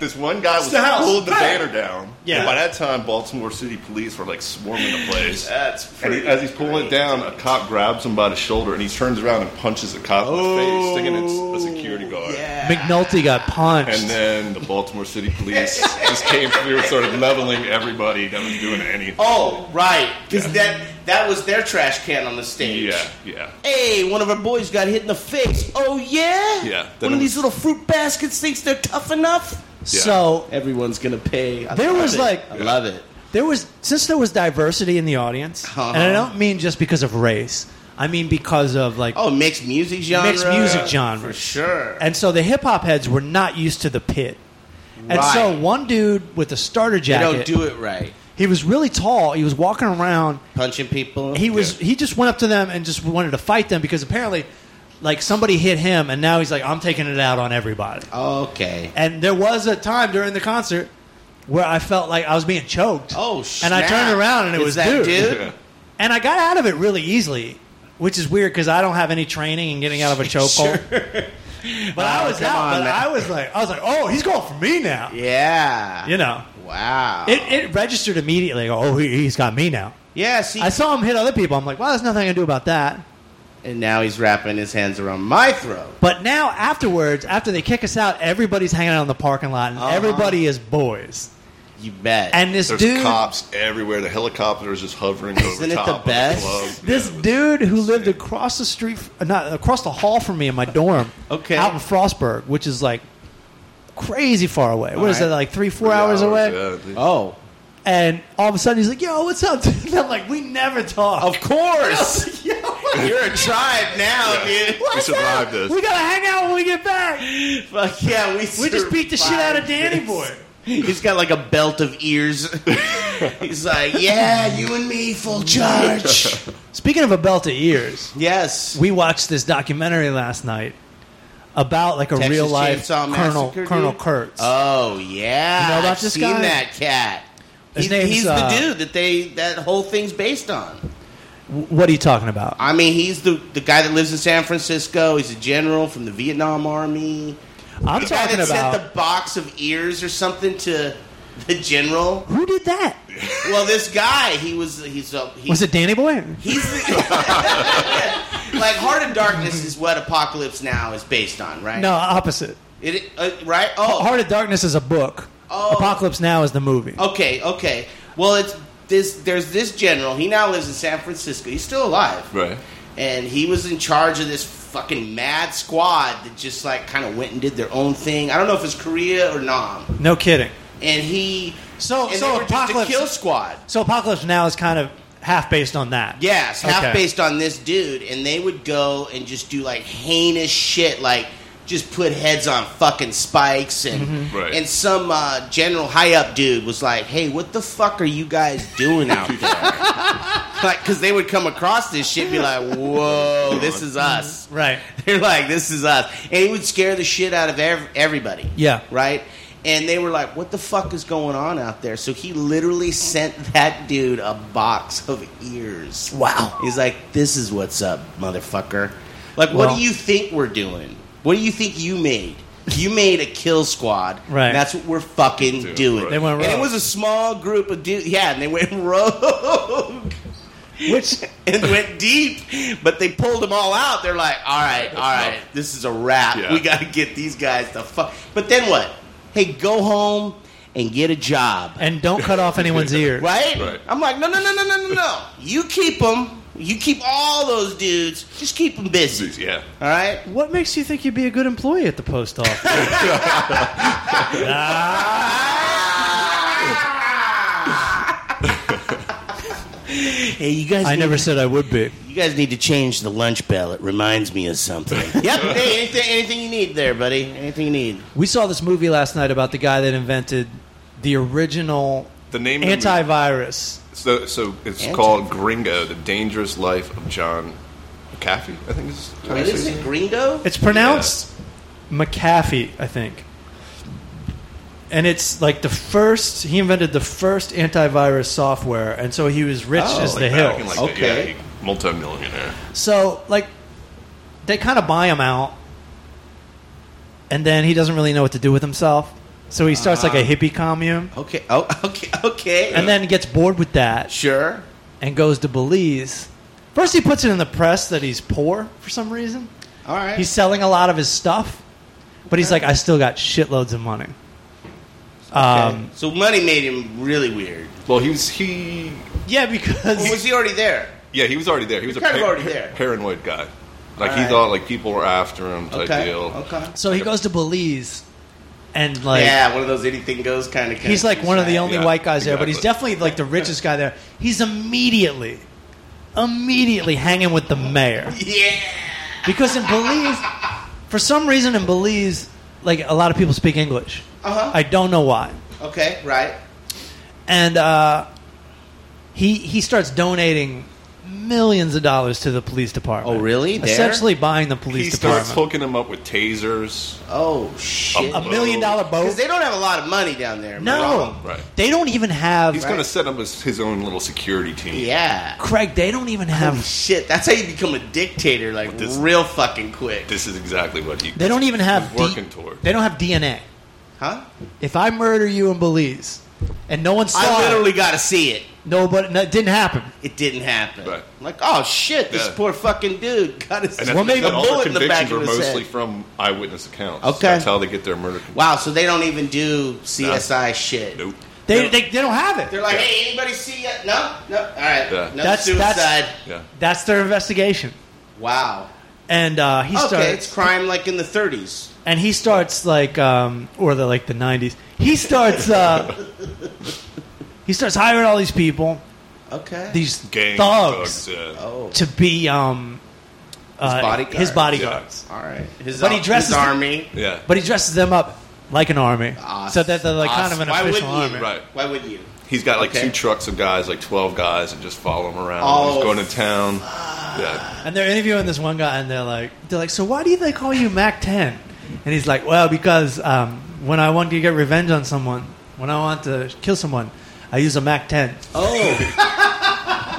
Speaker 4: This one guy was
Speaker 2: the house.
Speaker 4: pulled the
Speaker 2: Hey.
Speaker 4: banner down.
Speaker 2: Yeah.
Speaker 4: And by that time, Baltimore City police were like swarming the place.
Speaker 3: That's
Speaker 4: And he, as he's pulling it down, a cop grabs him by the shoulder, and he turns around and punches the cop in the face, thinking it's a security guard.
Speaker 3: Oh, Yeah.
Speaker 2: McNulty got punched.
Speaker 4: And then the Baltimore City police just came through and started leveling everybody that was doing anything.
Speaker 3: Oh, right. Because that that was their trash can on the stage.
Speaker 4: Yeah, yeah.
Speaker 3: Hey, one of our boys got hit in the face. Oh yeah.
Speaker 4: Yeah, that
Speaker 3: One of
Speaker 4: was-
Speaker 3: these little fruit baskets thinks they're tough enough.
Speaker 2: so
Speaker 3: Everyone's gonna pay. I
Speaker 2: There
Speaker 3: love
Speaker 2: was
Speaker 3: it.
Speaker 2: like-
Speaker 3: I love it.
Speaker 2: there was since there was diversity in the audience, and
Speaker 3: Uh-huh.
Speaker 2: I don't mean just because of race. I mean because of like
Speaker 3: Oh, mixed music genre.
Speaker 2: mixed music
Speaker 3: for
Speaker 2: genres.
Speaker 3: sure.
Speaker 2: And so the hip hop heads were not used to the pit. And so
Speaker 3: Right.
Speaker 2: one dude with a starter
Speaker 3: they
Speaker 2: jacket,
Speaker 3: don't do it right.
Speaker 2: he was really tall. He was walking around.
Speaker 3: Punching people.
Speaker 2: He was he just went up to them and just wanted to fight them because apparently, like somebody hit him, and now he's like, I'm taking it out on everybody.
Speaker 3: okay.
Speaker 2: And there was a time during the concert where I felt like I was being choked.
Speaker 3: Oh,
Speaker 2: And I
Speaker 3: snap.
Speaker 2: turned around and it
Speaker 3: Is
Speaker 2: was
Speaker 3: that
Speaker 2: dude.
Speaker 3: dude?
Speaker 4: Yeah.
Speaker 2: And I got out of it really easily, which is weird because I don't have any training in getting out
Speaker 3: [laughs]
Speaker 2: of a chokehold. But I
Speaker 3: Oh,
Speaker 2: was
Speaker 3: come
Speaker 2: out.
Speaker 3: on
Speaker 2: but
Speaker 3: now.
Speaker 2: I was like, I was like, oh, he's going for me now.
Speaker 3: Yeah.
Speaker 2: You know,
Speaker 3: Wow.
Speaker 2: it, it registered immediately. I go, Oh, he, he's got me now.
Speaker 3: yeah. See,
Speaker 2: I saw him hit other people. I'm like, well, there's nothing I can do about that.
Speaker 3: and now he's wrapping his hands around my throat.
Speaker 2: But now, afterwards, after they kick us out, everybody's hanging out in the parking lot, and everybody is boys.
Speaker 3: You bet.
Speaker 2: And this
Speaker 4: [laughs] Uh-huh. There's
Speaker 2: dude,
Speaker 4: cops everywhere. The helicopters just hovering over
Speaker 3: Isn't it
Speaker 4: top
Speaker 3: the
Speaker 4: of
Speaker 3: best?
Speaker 4: club.
Speaker 2: this
Speaker 4: Yeah, it was-
Speaker 2: dude who lived across the street, uh, not across the hall from me in my dorm,
Speaker 3: Okay.
Speaker 2: out in Frostburg, which is like crazy far away. What is
Speaker 3: right.
Speaker 2: that? Like three, four hours, away.
Speaker 4: yeah.
Speaker 3: oh,
Speaker 2: And all of a sudden, he's like, "Yo, what's up?" [laughs] dude?" I'm like, "We never talk."
Speaker 3: of
Speaker 2: [laughs]
Speaker 3: course.
Speaker 2: Yo,
Speaker 3: You're a tribe now,
Speaker 4: Yeah.
Speaker 3: dude.
Speaker 4: we
Speaker 2: what's
Speaker 4: survived
Speaker 2: up?
Speaker 4: this.
Speaker 2: We gotta hang out when we get back.
Speaker 3: Fuck yeah, we.
Speaker 2: We just beat the shit out of Danny Boy.
Speaker 3: He's got like a belt of ears. [laughs] He's like, yeah, you and me,
Speaker 2: [laughs]
Speaker 3: full charge.
Speaker 2: Speaking of a belt of ears,
Speaker 3: Yes.
Speaker 2: we watched this documentary last night about like a
Speaker 3: Texas
Speaker 2: real life
Speaker 3: Chainsaw
Speaker 2: Colonel
Speaker 3: Massacre
Speaker 2: Colonel
Speaker 3: dude?
Speaker 2: Kurtz.
Speaker 3: oh yeah,
Speaker 2: You know about
Speaker 3: I've
Speaker 2: this
Speaker 3: seen
Speaker 2: guy?
Speaker 3: that cat.
Speaker 2: His
Speaker 3: He-
Speaker 2: name's,
Speaker 3: he's
Speaker 2: uh,
Speaker 3: the dude that they that whole thing's based on.
Speaker 2: what are you talking about?
Speaker 3: I mean, he's the the guy that lives in San Francisco. He's a general from the Vietnam Army.
Speaker 2: I'm
Speaker 3: the guy
Speaker 2: talking
Speaker 3: that
Speaker 2: about
Speaker 3: sent the box of ears or something to the general.
Speaker 2: who did that?
Speaker 3: Well, this guy, he was he's a he,
Speaker 2: Was it Danny Boy?
Speaker 3: He's
Speaker 2: [laughs]
Speaker 3: the, [laughs] like Heart of Darkness is what Apocalypse Now is based on, right?
Speaker 2: No, opposite.
Speaker 3: it, uh, right? Oh,
Speaker 2: Heart of Darkness is a book.
Speaker 3: Oh.
Speaker 2: Apocalypse Now is the movie.
Speaker 3: Okay, okay. Well, it's this. There's this general. He now lives in San Francisco. He's still alive,
Speaker 4: Right.
Speaker 3: and he was in charge of this fucking mad squad that just like kind of went and did their own thing. I don't know if it's Korea or Nam.
Speaker 2: No kidding.
Speaker 3: And he
Speaker 2: So-
Speaker 3: and
Speaker 2: so
Speaker 3: they were just
Speaker 2: Apocalypse-
Speaker 3: a kill squad.
Speaker 2: So Apocalypse Now is kind of half based on that.
Speaker 3: Yes, half
Speaker 2: Okay.
Speaker 3: based on this dude, and they would go and just do like heinous shit, like just put heads on fucking spikes, and
Speaker 4: Right.
Speaker 3: and some uh, general high up dude was like, "Hey, what the fuck are you guys doing out there?" like, because they would come across this shit, and be like, "Whoa, this is us."
Speaker 2: Right.
Speaker 3: [laughs] They're like, "This is us," and it would scare the shit out of ev- everybody.
Speaker 2: Yeah.
Speaker 3: right. And they were like, "What the fuck is going on out there?" So he literally sent that dude a box of ears.
Speaker 2: Wow.
Speaker 3: He's like, "This is what's up, motherfucker." Like, what
Speaker 2: Well-
Speaker 3: do you think we're doing? What do you think you made? You made a kill squad.
Speaker 2: Right.
Speaker 3: That's what we're fucking
Speaker 4: Dude,
Speaker 3: doing.
Speaker 4: right.
Speaker 2: They went
Speaker 3: And it
Speaker 2: rogue.
Speaker 3: was a small group of dudes. Yeah, and they went [laughs] rogue [laughs]
Speaker 2: Which
Speaker 3: and went deep, but they pulled them all out. They're like, all right, all
Speaker 4: [laughs]
Speaker 3: right, this is a wrap.
Speaker 4: Yeah.
Speaker 3: We got to get these guys the fuck. But then what? Hey, go home and get a job,
Speaker 2: and don't cut
Speaker 3: [laughs]
Speaker 2: off anyone's ear.
Speaker 3: right?
Speaker 4: Right.
Speaker 3: I'm like, no, no, no, no, no, no, no. You keep them. You keep all those dudes. Just keep them busy.
Speaker 4: Yeah.
Speaker 3: All right.
Speaker 2: What makes you think you'd be a good employee at the post
Speaker 3: [laughs]
Speaker 2: office?
Speaker 3: Hey, you guys.
Speaker 2: I
Speaker 3: need-
Speaker 2: never said I would be.
Speaker 3: You guys need to change the lunch bell. It reminds me of something. [laughs] yep. Hey, anything, anything you need there, buddy. Anything you need.
Speaker 2: We saw this movie last night about the guy that invented the original
Speaker 4: The name of the
Speaker 2: antivirus.
Speaker 4: So, so it's
Speaker 3: Anti-
Speaker 4: called Gringo: The Dangerous Life of John McAfee. I think is. how you
Speaker 3: What is
Speaker 4: say his
Speaker 3: it,
Speaker 4: name.
Speaker 3: Gringo?
Speaker 2: It's pronounced McAfee, I think. And it's like the first he invented the first antivirus software, and so he was rich
Speaker 3: Oh,
Speaker 2: as the
Speaker 4: Like back in,
Speaker 2: hills.
Speaker 4: Like
Speaker 3: Okay.
Speaker 4: okay. The, yeah, multi-millionaire.
Speaker 2: So like they kind of buy him out, and then he doesn't really know what to do with himself. So he starts like a
Speaker 4: Uh-huh.
Speaker 2: hippie commune,
Speaker 3: Okay. Oh, [laughs] okay. Okay.
Speaker 2: and then gets bored with that
Speaker 3: sure.
Speaker 2: and goes to Belize. First, he puts it in the press that he's poor for some reason.
Speaker 3: All right.
Speaker 2: He's selling a lot of his stuff, but he's like, I still got shitloads of money. Um,
Speaker 3: so money made him really weird.
Speaker 4: Well, he was he.
Speaker 2: yeah, because
Speaker 3: Well, was he already there?
Speaker 4: Yeah, he was already there. He was a
Speaker 3: kind of
Speaker 4: par-
Speaker 3: already there.
Speaker 4: paranoid guy. Like he
Speaker 3: Alright.
Speaker 4: thought like people were after him type
Speaker 3: Okay.
Speaker 4: deal.
Speaker 3: Okay.
Speaker 2: [laughs] so he goes to Belize, and like
Speaker 3: yeah, one of those anything goes kind of.
Speaker 2: he's like one of the only
Speaker 4: Yeah,
Speaker 2: white guys there, but he's
Speaker 4: exactly.
Speaker 2: definitely like the richest guy there. He's immediately, immediately hanging with the mayor
Speaker 3: [laughs] Yeah.
Speaker 2: because in Belize, for some reason in Belize, like a lot of people speak English.
Speaker 3: Uh-huh.
Speaker 2: I don't know why.
Speaker 3: Okay. Right.
Speaker 2: and uh, he he starts donating millions of dollars to the police department.
Speaker 3: Oh, really? There?
Speaker 2: Essentially buying the
Speaker 4: He
Speaker 2: police
Speaker 4: starts
Speaker 2: department.
Speaker 4: hooking him up with tasers.
Speaker 3: Oh shit.
Speaker 2: A million dollar
Speaker 3: Because
Speaker 2: boat.
Speaker 3: they don't have a lot of money down there. am I
Speaker 2: no,
Speaker 3: wrong?
Speaker 4: Right.
Speaker 2: they don't even have.
Speaker 4: He's going to set up his, his own little security team.
Speaker 3: Yeah.
Speaker 2: Craig, they don't even
Speaker 3: Holy
Speaker 2: have.
Speaker 3: shit. That's how you become a dictator, like
Speaker 4: This-
Speaker 3: real fucking quick.
Speaker 4: This is exactly what he.
Speaker 2: They don't even have.
Speaker 4: he's working toward.
Speaker 2: They don't have DNA.
Speaker 3: Huh?
Speaker 2: If I murder you in Belize, and no one saw
Speaker 3: I
Speaker 2: it,
Speaker 3: literally got to see it.
Speaker 2: nobody, no, it didn't happen.
Speaker 3: It didn't happen.
Speaker 4: Right.
Speaker 3: Like, oh shit, this
Speaker 4: Yeah.
Speaker 3: poor fucking dude got his [laughs]
Speaker 4: And that's
Speaker 2: Well, maybe
Speaker 4: that all
Speaker 3: bullet
Speaker 4: their
Speaker 3: in the back
Speaker 4: convictions
Speaker 3: of
Speaker 4: are
Speaker 3: his
Speaker 4: mostly
Speaker 3: head.
Speaker 4: from eyewitness accounts.
Speaker 3: Okay.
Speaker 4: That's how they get their murder.
Speaker 3: Wow, so they don't even do CSI shit.
Speaker 4: Nope.
Speaker 2: They,
Speaker 3: No.
Speaker 2: they, they don't have it.
Speaker 3: They're like,
Speaker 4: Yeah.
Speaker 3: hey, anybody see ya? No, no. All right,
Speaker 4: Yeah.
Speaker 3: no
Speaker 2: That's-
Speaker 3: suicide.
Speaker 2: that's-
Speaker 4: Yeah.
Speaker 2: That's their investigation.
Speaker 3: wow.
Speaker 2: And uh, he
Speaker 3: okay,
Speaker 2: starts.
Speaker 3: it's crime like in the 30s.
Speaker 2: and he starts like um, or the like the 90s he starts uh, he starts hiring all these people
Speaker 3: Okay.
Speaker 2: these
Speaker 4: Gang
Speaker 2: thugs,
Speaker 4: yeah.
Speaker 3: oh,
Speaker 2: to be um, uh,
Speaker 3: bodyguards.
Speaker 2: his bodyguards.
Speaker 3: all right. His, uh,
Speaker 2: But he
Speaker 3: his
Speaker 2: dresses-
Speaker 3: army.
Speaker 4: Yeah.
Speaker 2: but he dresses them up like an army. so that they're like kind of an
Speaker 3: Why
Speaker 2: official
Speaker 3: wouldn't
Speaker 2: army.
Speaker 3: you?
Speaker 4: Right.
Speaker 3: Why wouldn't you?
Speaker 4: He's got like
Speaker 3: Okay.
Speaker 4: two trucks of guys, like twelve guys, and just follow him around.
Speaker 3: Oh,
Speaker 4: He's going to town. Yeah,
Speaker 2: And they're interviewing this one guy, and they're like, they're like, so why do they call you Mac Ten? And he's like, well, because um, when I want to get revenge on someone, when I want to kill someone, I use a Mac Ten.
Speaker 3: Oh,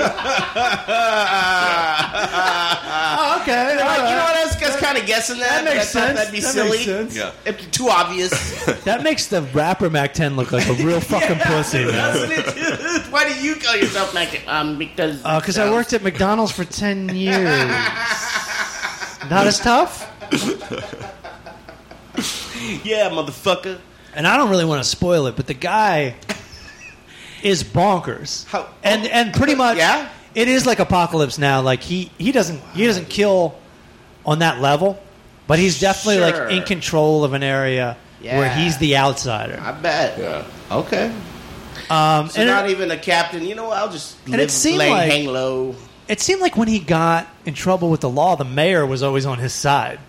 Speaker 2: Oh, [laughs] okay.
Speaker 3: you know
Speaker 2: all right.
Speaker 3: what? I was just kind of guessing that.
Speaker 2: That makes
Speaker 3: but I thought
Speaker 2: sense.
Speaker 3: That'd be
Speaker 2: That
Speaker 3: silly.
Speaker 2: makes sense.
Speaker 4: yeah.
Speaker 3: It'd be too
Speaker 4: [laughs]
Speaker 3: obvious.
Speaker 2: That makes the rapper Mac Ten look like a [laughs] real fucking pussy. man.
Speaker 3: Doesn't it? [laughs] Why do you call yourself Mac? Um, because
Speaker 2: Because Uh, I worked at McDonald's for ten years.
Speaker 3: [laughs]
Speaker 2: Not as tough.
Speaker 3: Yeah, motherfucker.
Speaker 2: and I don't really want to spoil it, but the guy is bonkers.
Speaker 3: How-
Speaker 2: and and pretty much
Speaker 3: Yeah?
Speaker 2: it is like apocalypse now. Like he he doesn't he doesn't kill on that level, but he's definitely
Speaker 3: Sure.
Speaker 2: like in control of an area where
Speaker 3: Yeah.
Speaker 2: he's the outsider.
Speaker 3: I bet.
Speaker 4: yeah.
Speaker 3: Okay.
Speaker 2: Um,
Speaker 3: So
Speaker 2: and
Speaker 3: not
Speaker 2: it,
Speaker 3: even a captain. You know what? I'll just
Speaker 2: it
Speaker 3: live,
Speaker 2: seemed
Speaker 3: lay,
Speaker 2: like-
Speaker 3: hang low.
Speaker 2: it seemed like when he got in trouble with the law, the mayor was always on his side.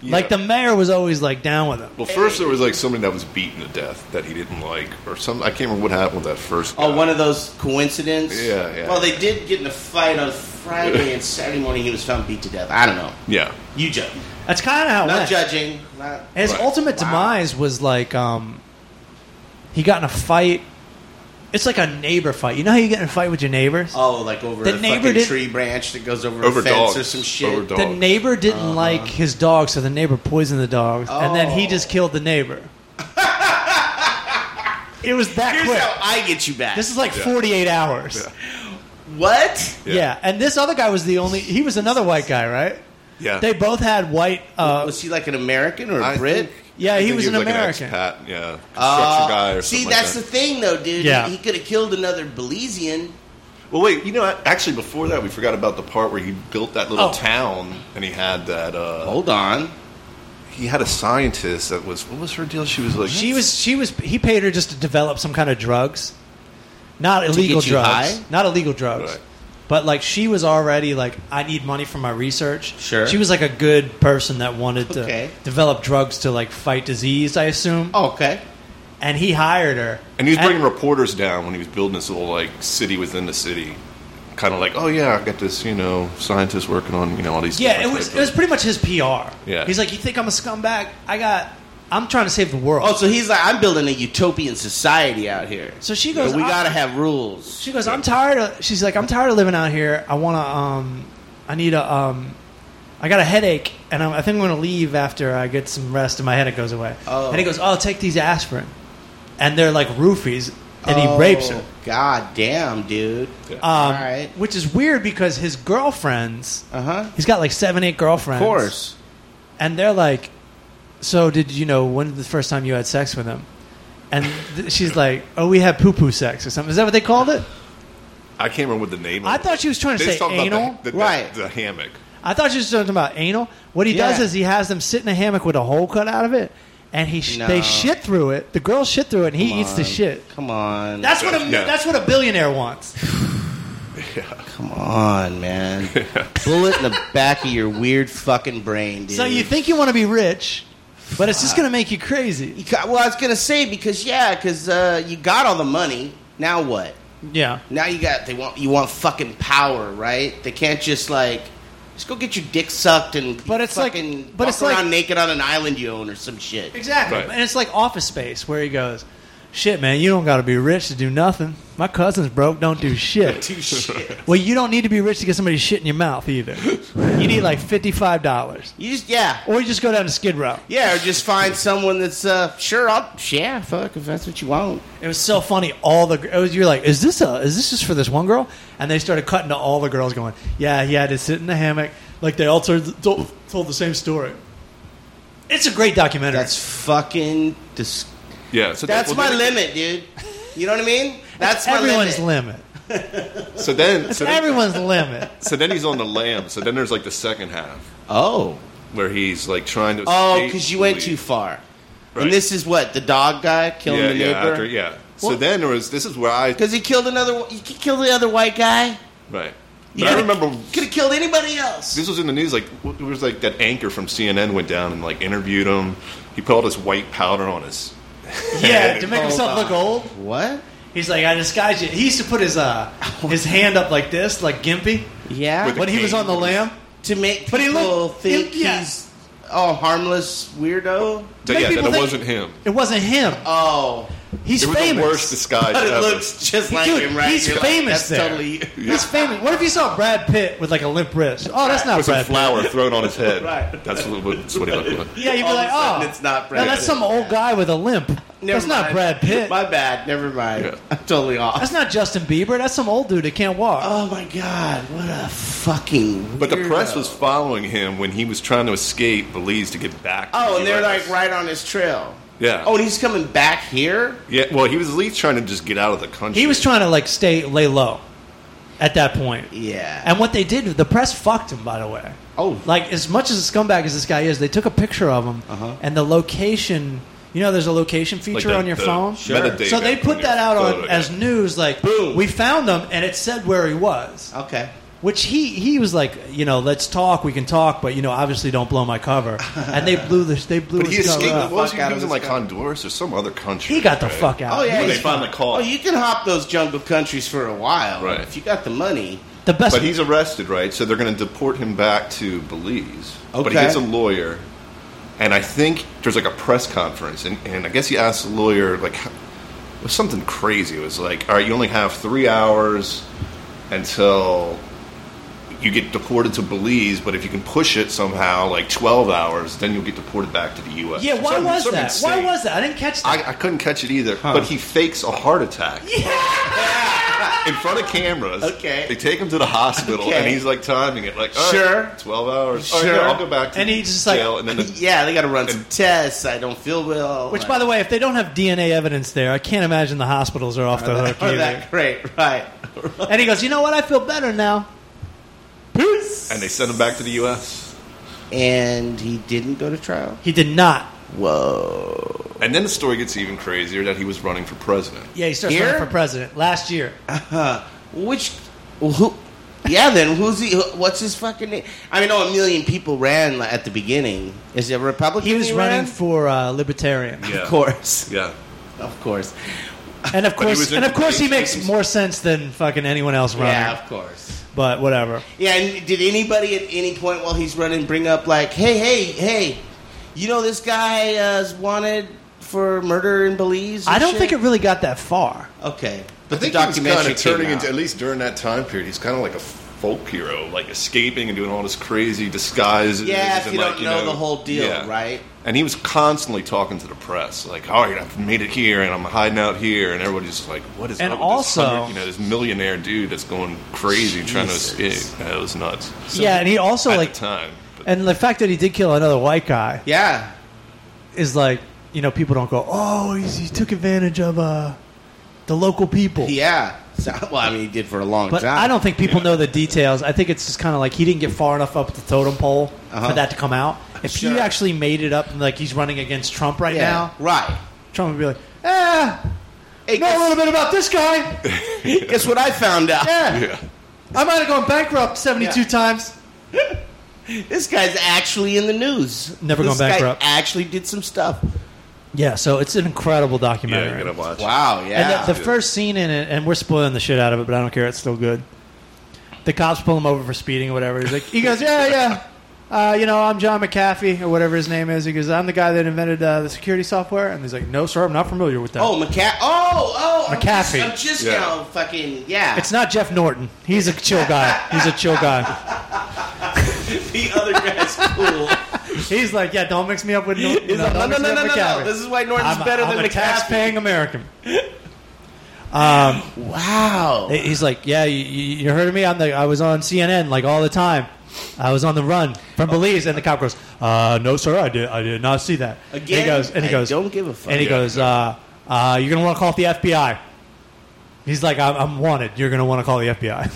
Speaker 2: Like
Speaker 4: Yeah.
Speaker 2: the mayor was always like down with him.
Speaker 4: Well, first there was like somebody that was beaten to death that he didn't like, or some. I can't remember what happened with that first. Guy.
Speaker 3: Oh, one of those coincidences.
Speaker 4: Yeah, yeah.
Speaker 3: Well, they did get in a fight on Friday and Saturday morning. He was found beat to death. I don't know.
Speaker 4: Yeah,
Speaker 3: You judge.
Speaker 2: That's kind of how it
Speaker 3: Not
Speaker 2: went.
Speaker 3: judging. Not.
Speaker 2: His
Speaker 4: Right.
Speaker 2: ultimate
Speaker 3: Wow.
Speaker 2: demise was like um, he got in a fight. It's like a neighbor fight. You know how you get in a fight with your neighbors?
Speaker 3: Oh, like over
Speaker 2: The
Speaker 3: a
Speaker 2: neighbor
Speaker 3: fucking
Speaker 2: didn't-
Speaker 3: tree branch that goes over,
Speaker 4: over
Speaker 3: a fence
Speaker 4: dogs
Speaker 3: or some shit.
Speaker 4: Over dogs.
Speaker 2: the neighbor didn't
Speaker 3: Uh-huh.
Speaker 2: like his dog, so the neighbor poisoned the dog, and then he
Speaker 3: Oh.
Speaker 2: just killed the
Speaker 3: [laughs]
Speaker 2: neighbor. it was that
Speaker 3: Here's
Speaker 2: quick.
Speaker 3: how I get you back.
Speaker 2: this is like 48 hours.
Speaker 3: what?
Speaker 2: Yeah. and this other guy was the only. He was another white guy, right?
Speaker 4: yeah.
Speaker 2: They both had white. Uh,
Speaker 3: was he like an American or a
Speaker 4: I
Speaker 3: Brit?
Speaker 4: think-
Speaker 2: Yeah,
Speaker 4: I
Speaker 2: he
Speaker 4: think
Speaker 2: was an American.
Speaker 4: expat, yeah, construction
Speaker 3: Uh,
Speaker 4: guy. Or
Speaker 3: see,
Speaker 4: something like
Speaker 3: that's
Speaker 4: that.
Speaker 3: the thing, though, dude.
Speaker 2: Yeah.
Speaker 3: He could have killed another Belizean.
Speaker 4: Well, wait, you know, I- actually, before that, we forgot about the part where he built that little
Speaker 2: Oh.
Speaker 4: town, and he had that. Uh,
Speaker 3: Hold on.
Speaker 4: he had a scientist that was. What was her deal? She was like.
Speaker 2: she was. She was. He paid her just to develop some kind of drugs, not illegal
Speaker 3: get you
Speaker 2: drugs,
Speaker 3: high?
Speaker 2: not illegal drugs.
Speaker 4: Right.
Speaker 2: But like she was already like, I need money for my research.
Speaker 3: Sure.
Speaker 2: She was like a good person that wanted to
Speaker 3: Okay.
Speaker 2: develop drugs to like fight disease, I assume.
Speaker 3: Oh, okay.
Speaker 2: And he hired her.
Speaker 4: And he was bringing reporters down when he was building this little like city within the city, kind of like, oh yeah, I got this, you know, scientist working on you know all these.
Speaker 2: Yeah, it
Speaker 4: different
Speaker 2: was
Speaker 4: types
Speaker 2: it was
Speaker 4: of-
Speaker 2: pretty much his PR.
Speaker 4: Yeah.
Speaker 2: He's like, you think I'm a scumbag? I got. I'm trying to save the world.
Speaker 3: Oh, so he's like, I'm building a utopian society out here.
Speaker 2: So she goes,
Speaker 3: But we
Speaker 2: "I-
Speaker 3: gotta have rules.
Speaker 2: She goes, I'm tired of. She's like, I'm tired of living out here. I want to. Um, I need a. Um, I got a headache, and I'm, I think I'm going to leave after I get some rest, and my headache goes away.
Speaker 3: Oh.
Speaker 2: And he goes, Oh, take these aspirin, and they're like roofies, and he rapes her.
Speaker 3: Oh, God damn, dude.
Speaker 2: Um,
Speaker 3: All right.
Speaker 2: Which is weird because his girlfriends.
Speaker 3: Uh huh.
Speaker 2: He's got like seven, eight girlfriends.
Speaker 3: Of course.
Speaker 2: And they're like, So did you know when the first time you had sex with him? And th- she's like, Oh, we had poo poo sex or something. Is that what they called it?
Speaker 4: I can't remember the name.
Speaker 2: I
Speaker 4: of it.
Speaker 2: thought she was trying to
Speaker 4: They
Speaker 2: say
Speaker 4: just talked about
Speaker 2: anal.
Speaker 4: the, the,
Speaker 3: Right.
Speaker 4: The, the hammock.
Speaker 2: I thought you were talking about anal. What he does
Speaker 3: Yeah.
Speaker 2: is he has them sit in a hammock with a hole cut out of it, and he sh-
Speaker 3: No.
Speaker 2: they shit through it. The girl shit through it, and he
Speaker 3: Come
Speaker 2: eats the
Speaker 3: on.
Speaker 2: shit.
Speaker 3: Come on.
Speaker 2: That's what a
Speaker 4: Yeah.
Speaker 2: that's what a billionaire wants.
Speaker 3: Come on, man. Bullet in the back of your weird fucking brain, dude.
Speaker 2: So you think you want to be rich, but it's just going to make you crazy.
Speaker 3: You ca- well, I was gonna say because yeah, because uh, you got all the money. Now what?
Speaker 2: Yeah.
Speaker 3: Now you got they want you want fucking power, right? They can't just like just go get your dick sucked and
Speaker 2: But it's like-
Speaker 3: fucking
Speaker 2: but
Speaker 3: walk
Speaker 2: it's like-
Speaker 3: around naked on an island you own or some
Speaker 2: [laughs]
Speaker 3: shit.
Speaker 2: Exactly.
Speaker 4: Right.
Speaker 2: And it's like office space where he goes, "Shit, man, you don't got to be rich to do nothing. My cousin's broke, don't do
Speaker 3: [laughs]
Speaker 2: shit."
Speaker 3: Do shit.
Speaker 2: well, you don't need to be rich to get somebody shit in your mouth either. You need like fifty-five dollars,
Speaker 3: You just yeah.
Speaker 2: or you just go down to Skid Row.
Speaker 3: Yeah, or just find someone that's uh sure I'll yeah, fuck if that's what you want.
Speaker 2: It was so funny. All the it was, you're like, is this a is this just for this one girl? And they started cutting to all the girls going, yeah, he had to sit in the hammock. Like they all told, told, told the same story. It's a great documentary.
Speaker 3: That's fucking dis-
Speaker 4: Yeah. So
Speaker 3: That's
Speaker 4: well,
Speaker 3: my
Speaker 4: then-
Speaker 3: limit, dude. You know what I mean? That's my
Speaker 2: everyone's
Speaker 3: limit.
Speaker 2: limit.
Speaker 4: So
Speaker 2: [laughs]
Speaker 4: then, so then-
Speaker 2: Everyone's
Speaker 3: [laughs]
Speaker 2: limit.
Speaker 4: so then he's on the lamb. So then there's like the second half
Speaker 3: Oh.
Speaker 4: where he's like trying to.
Speaker 3: Oh,
Speaker 4: escape
Speaker 3: because you went
Speaker 4: police.
Speaker 3: too far.
Speaker 4: Right.
Speaker 3: And this is what the dog guy killing
Speaker 4: yeah,
Speaker 3: the
Speaker 4: yeah,
Speaker 3: neighbor.
Speaker 4: after- yeah. So
Speaker 2: Well-
Speaker 4: then there was. This is where I.
Speaker 3: Because he killed another. He killed the other white guy.
Speaker 4: Right. But I remember
Speaker 3: Could have killed anybody else.
Speaker 4: this was in the news. Like it was like that anchor from CNN went down and like interviewed him. He put all this white powder on his.
Speaker 2: Yeah, to make
Speaker 3: Hold
Speaker 2: himself
Speaker 3: on.
Speaker 2: look old.
Speaker 3: What?
Speaker 2: He's like, I disguise you. He used to put his
Speaker 3: [laughs]
Speaker 2: uh, his hand up like this, like Gimpy,
Speaker 3: Yeah.
Speaker 4: With-
Speaker 2: when he was on the lamb.
Speaker 3: to make
Speaker 2: But he
Speaker 3: people
Speaker 2: looked-
Speaker 3: think
Speaker 2: he- yeah.
Speaker 3: he's oh harmless weirdo.
Speaker 4: That,
Speaker 2: Make
Speaker 4: yeah, that
Speaker 2: people
Speaker 4: it
Speaker 2: think-
Speaker 4: wasn't him.
Speaker 2: It wasn't him.
Speaker 3: Oh,
Speaker 2: He's
Speaker 4: It was
Speaker 2: famous.
Speaker 4: the
Speaker 2: [laughs]
Speaker 4: worst disguise
Speaker 3: but it
Speaker 4: ever.
Speaker 3: looks just like
Speaker 2: Dude,
Speaker 3: him, right?
Speaker 2: he's
Speaker 3: You're like,
Speaker 2: famous
Speaker 3: That's
Speaker 2: there.
Speaker 3: totally
Speaker 2: [laughs] He's famous. What if you saw Brad Pitt with like a limp wrist? Oh, that's not
Speaker 4: with some
Speaker 2: Brad Pitt.
Speaker 4: flour thrown on his head.
Speaker 2: [laughs] Right.
Speaker 4: That's what, that's what he
Speaker 2: [laughs]
Speaker 4: looked like.
Speaker 2: Yeah, you'd be
Speaker 3: All of a
Speaker 2: like,
Speaker 3: sudden,
Speaker 2: oh,
Speaker 3: it's not
Speaker 2: no,
Speaker 3: Brad
Speaker 2: that's
Speaker 3: Pitt.
Speaker 2: some old guy with a limp.
Speaker 3: Never
Speaker 2: that's not
Speaker 3: mind.
Speaker 2: Brad Pitt.
Speaker 3: [laughs] My bad. Never mind.
Speaker 4: Yeah.
Speaker 3: I'm totally off.
Speaker 2: That's not Justin Bieber. That's some old dude that can't walk.
Speaker 3: oh my god! What a fucking.
Speaker 4: But the press
Speaker 3: weirdo.
Speaker 4: was following him when he was trying to escape Belize to get back. to
Speaker 3: Oh,
Speaker 4: the
Speaker 3: and they're
Speaker 4: US.
Speaker 3: like right on his trail.
Speaker 4: Yeah.
Speaker 3: Oh, and he's coming back here.
Speaker 4: Yeah, well, he was at least trying to just get out of the country.
Speaker 2: he was trying to like stay lay low at that point.
Speaker 3: Yeah.
Speaker 2: And what they did, the press fucked him. By the way.
Speaker 3: oh,
Speaker 2: Like as much as a scumbag as this guy is, they took a picture of him
Speaker 3: Uh-huh.
Speaker 2: and the location. You know, there's a location feature
Speaker 4: Like the-
Speaker 2: on your
Speaker 4: the
Speaker 2: phone.
Speaker 4: metadata
Speaker 2: So they
Speaker 4: on
Speaker 2: put that
Speaker 4: your
Speaker 2: out on
Speaker 4: photo, yeah.
Speaker 2: as news. Like,
Speaker 3: Boom.
Speaker 2: we found him, and it said where he was.
Speaker 3: okay.
Speaker 2: Which he he was like, you know, let's talk. We can talk, but you know, obviously, don't blow my cover. And they blew this. They blew
Speaker 4: But he
Speaker 2: his cover.
Speaker 4: escaped.
Speaker 2: up.
Speaker 4: What was
Speaker 3: fuck
Speaker 4: he,
Speaker 3: out
Speaker 4: he
Speaker 3: of
Speaker 4: was in
Speaker 3: this
Speaker 4: like
Speaker 3: country.
Speaker 4: Honduras or some other country.
Speaker 2: He got the
Speaker 4: right?
Speaker 2: fuck out.
Speaker 3: Oh yeah,
Speaker 4: They
Speaker 3: he's
Speaker 4: found
Speaker 3: fine.
Speaker 4: the call.
Speaker 3: Oh, you can hop those jungle countries for a while,
Speaker 4: Right.
Speaker 3: If you got the money,
Speaker 2: The best.
Speaker 4: But he's arrested, right? So they're going to deport him back to Belize. But
Speaker 3: Okay.
Speaker 4: he gets a lawyer, and I think there's like a press conference, and, and I guess he asked the lawyer like h- it was something crazy. It was like, all right, you only have three hours until you get deported to Belize, but if you can push it somehow, like 12 hours, then you'll get deported back to the U.S.
Speaker 2: yeah. Why
Speaker 4: Something-
Speaker 2: was
Speaker 4: something
Speaker 2: that? Why
Speaker 4: insane.
Speaker 2: was that? I didn't catch that.
Speaker 4: I, I couldn't catch it either. But he fakes a heart
Speaker 3: [laughs]
Speaker 4: attack. In front of cameras.
Speaker 3: Okay.
Speaker 4: They take him to the hospital
Speaker 3: Okay.
Speaker 4: and he's like timing it like all
Speaker 3: Sure.
Speaker 4: right, Twelve hours.
Speaker 3: Sure.
Speaker 4: Sure. I'll go back to
Speaker 2: And he just, like-
Speaker 4: jail and then the,
Speaker 3: [laughs] yeah, they got to run some
Speaker 4: And-
Speaker 3: tests. I don't feel well.
Speaker 2: Which, by the way, if they don't have DNA evidence there, I can't imagine the hospitals are off the hook
Speaker 3: oh,
Speaker 2: either. [laughs]
Speaker 3: that great, right? [laughs]
Speaker 2: And he goes, you know what? I feel better now.
Speaker 3: Peace.
Speaker 4: and they send him back to the US.
Speaker 3: And he didn't go to trial.
Speaker 2: He did not.
Speaker 3: Whoa.
Speaker 4: And then the story gets even crazier that he was running for president.
Speaker 2: Yeah, he starts
Speaker 3: Here?
Speaker 2: running for president last year.
Speaker 3: Huh. Uh, Which? well, Who? Yeah, then who's he? who- What's his fucking name? I mean, oh, a million people ran at the beginning. Is it a Republican?
Speaker 2: He was running
Speaker 3: ran?
Speaker 2: for uh, libertarian,
Speaker 4: [laughs] Yeah.
Speaker 3: Of course,
Speaker 4: Yeah.
Speaker 3: of course.
Speaker 2: and of
Speaker 4: But he
Speaker 2: course,
Speaker 4: was
Speaker 2: and
Speaker 4: in
Speaker 2: of course, he
Speaker 4: debates.
Speaker 2: makes more sense than fucking anyone else running.
Speaker 3: Yeah, of course.
Speaker 2: But whatever.
Speaker 3: Yeah, and did anybody at any point while he's running bring up like, hey, hey, hey, you know this guy uh, is wanted for murder in Belize? and
Speaker 2: I don't
Speaker 3: shit?
Speaker 2: think it really got that far.
Speaker 3: Okay,
Speaker 4: I
Speaker 3: but the
Speaker 4: think he was kind
Speaker 3: documentary
Speaker 4: of turning
Speaker 3: came
Speaker 4: into at
Speaker 3: out.
Speaker 4: least during that time period, he's kinda like a folk hero, like escaping and doing all this crazy disguises.
Speaker 3: Yeah, if
Speaker 4: and
Speaker 3: you
Speaker 4: like,
Speaker 3: don't know the whole deal,
Speaker 4: yeah.
Speaker 3: right?
Speaker 4: And he was constantly talking to the press, like, "All right, I've made it here, and I'm hiding out here," and everybody's just like, "What is?"
Speaker 2: And
Speaker 4: up with this
Speaker 2: also-
Speaker 4: hundred- you know, this millionaire dude that's going crazy trying to
Speaker 3: Jesus.
Speaker 4: escape. That was nuts.
Speaker 2: yeah, and he also
Speaker 4: at
Speaker 2: like,
Speaker 4: the time, but
Speaker 2: and the fact that he did kill another white guy
Speaker 3: Yeah,
Speaker 2: is like, you know, people don't go, oh, he's, he took advantage of uh, the local people.
Speaker 3: yeah. [laughs] So, well, I mean, he did for a long
Speaker 2: But
Speaker 3: time.
Speaker 2: I don't think people know the details. I think it's just kind of like he didn't get far enough up the totem pole
Speaker 3: Uh-huh.
Speaker 2: for that to come out. If
Speaker 3: Sure.
Speaker 2: he actually made it up and like he's running against Trump right
Speaker 3: Yeah,
Speaker 2: now,
Speaker 3: right?
Speaker 2: Trump would be like, "Ah,
Speaker 3: Hey,
Speaker 2: know a
Speaker 3: guess,
Speaker 2: little bit about this
Speaker 3: [laughs]
Speaker 2: guy.
Speaker 3: guess what I found out?
Speaker 2: Yeah,
Speaker 4: [laughs] yeah,
Speaker 2: I might have gone bankrupt seventy-two
Speaker 3: Yeah.
Speaker 2: times."
Speaker 3: This guy's actually in the news.
Speaker 2: Never
Speaker 3: this
Speaker 2: gone
Speaker 3: guy
Speaker 2: bankrupt.
Speaker 3: Actually, did some stuff.
Speaker 2: Yeah, so it's an incredible
Speaker 4: yeah,
Speaker 2: documentary.
Speaker 4: you gotta watch.
Speaker 3: Wow. Yeah.
Speaker 2: and the, the first scene in it, and we're spoiling the shit out of it, but I don't care. It's still good. The cops pull him over for speeding or whatever. He's like, he goes, "Yeah, yeah." Uh, you know, I'm John McAfee or whatever his name is. He goes, I'm the guy that invented uh, the security software. And he's like, No, sir, I'm not familiar with that.
Speaker 3: oh, McCaffrey. Oh, oh, I'm just-
Speaker 2: McAfee.
Speaker 3: I'm just
Speaker 4: Yeah.
Speaker 3: now fucking yeah.
Speaker 2: It's not Jeff Norton. He's a chill guy. He's a chill guy.
Speaker 3: the
Speaker 2: [laughs]
Speaker 3: other guy's cool.
Speaker 2: He's like, Yeah, don't mix me up with Norton.
Speaker 3: He's like,
Speaker 2: don't
Speaker 3: no,
Speaker 2: mix
Speaker 3: no,
Speaker 2: me
Speaker 3: no,
Speaker 2: up
Speaker 3: no,
Speaker 2: with
Speaker 3: no,
Speaker 2: McAfee."
Speaker 3: no. This is why Norton's
Speaker 2: I'm a-
Speaker 3: better
Speaker 2: I'm
Speaker 3: than
Speaker 2: a
Speaker 3: McAfee.
Speaker 2: tax-paying American.
Speaker 3: Wow.
Speaker 2: He- He's like, yeah, you, you you heard of me? I'm the, I was on CNN like all the time. I was on the run from Belize, and the cop goes, uh, "No, sir, I did, I did not see that." and
Speaker 3: Again,
Speaker 2: he goes, and he
Speaker 3: I
Speaker 2: goes,
Speaker 3: don't give a fuck.
Speaker 2: And he
Speaker 4: Yeah.
Speaker 2: goes, uh, uh, "You're gonna want to call the FBI." He's like, "I'm, I'm wanted. You're gonna want to call the FBI."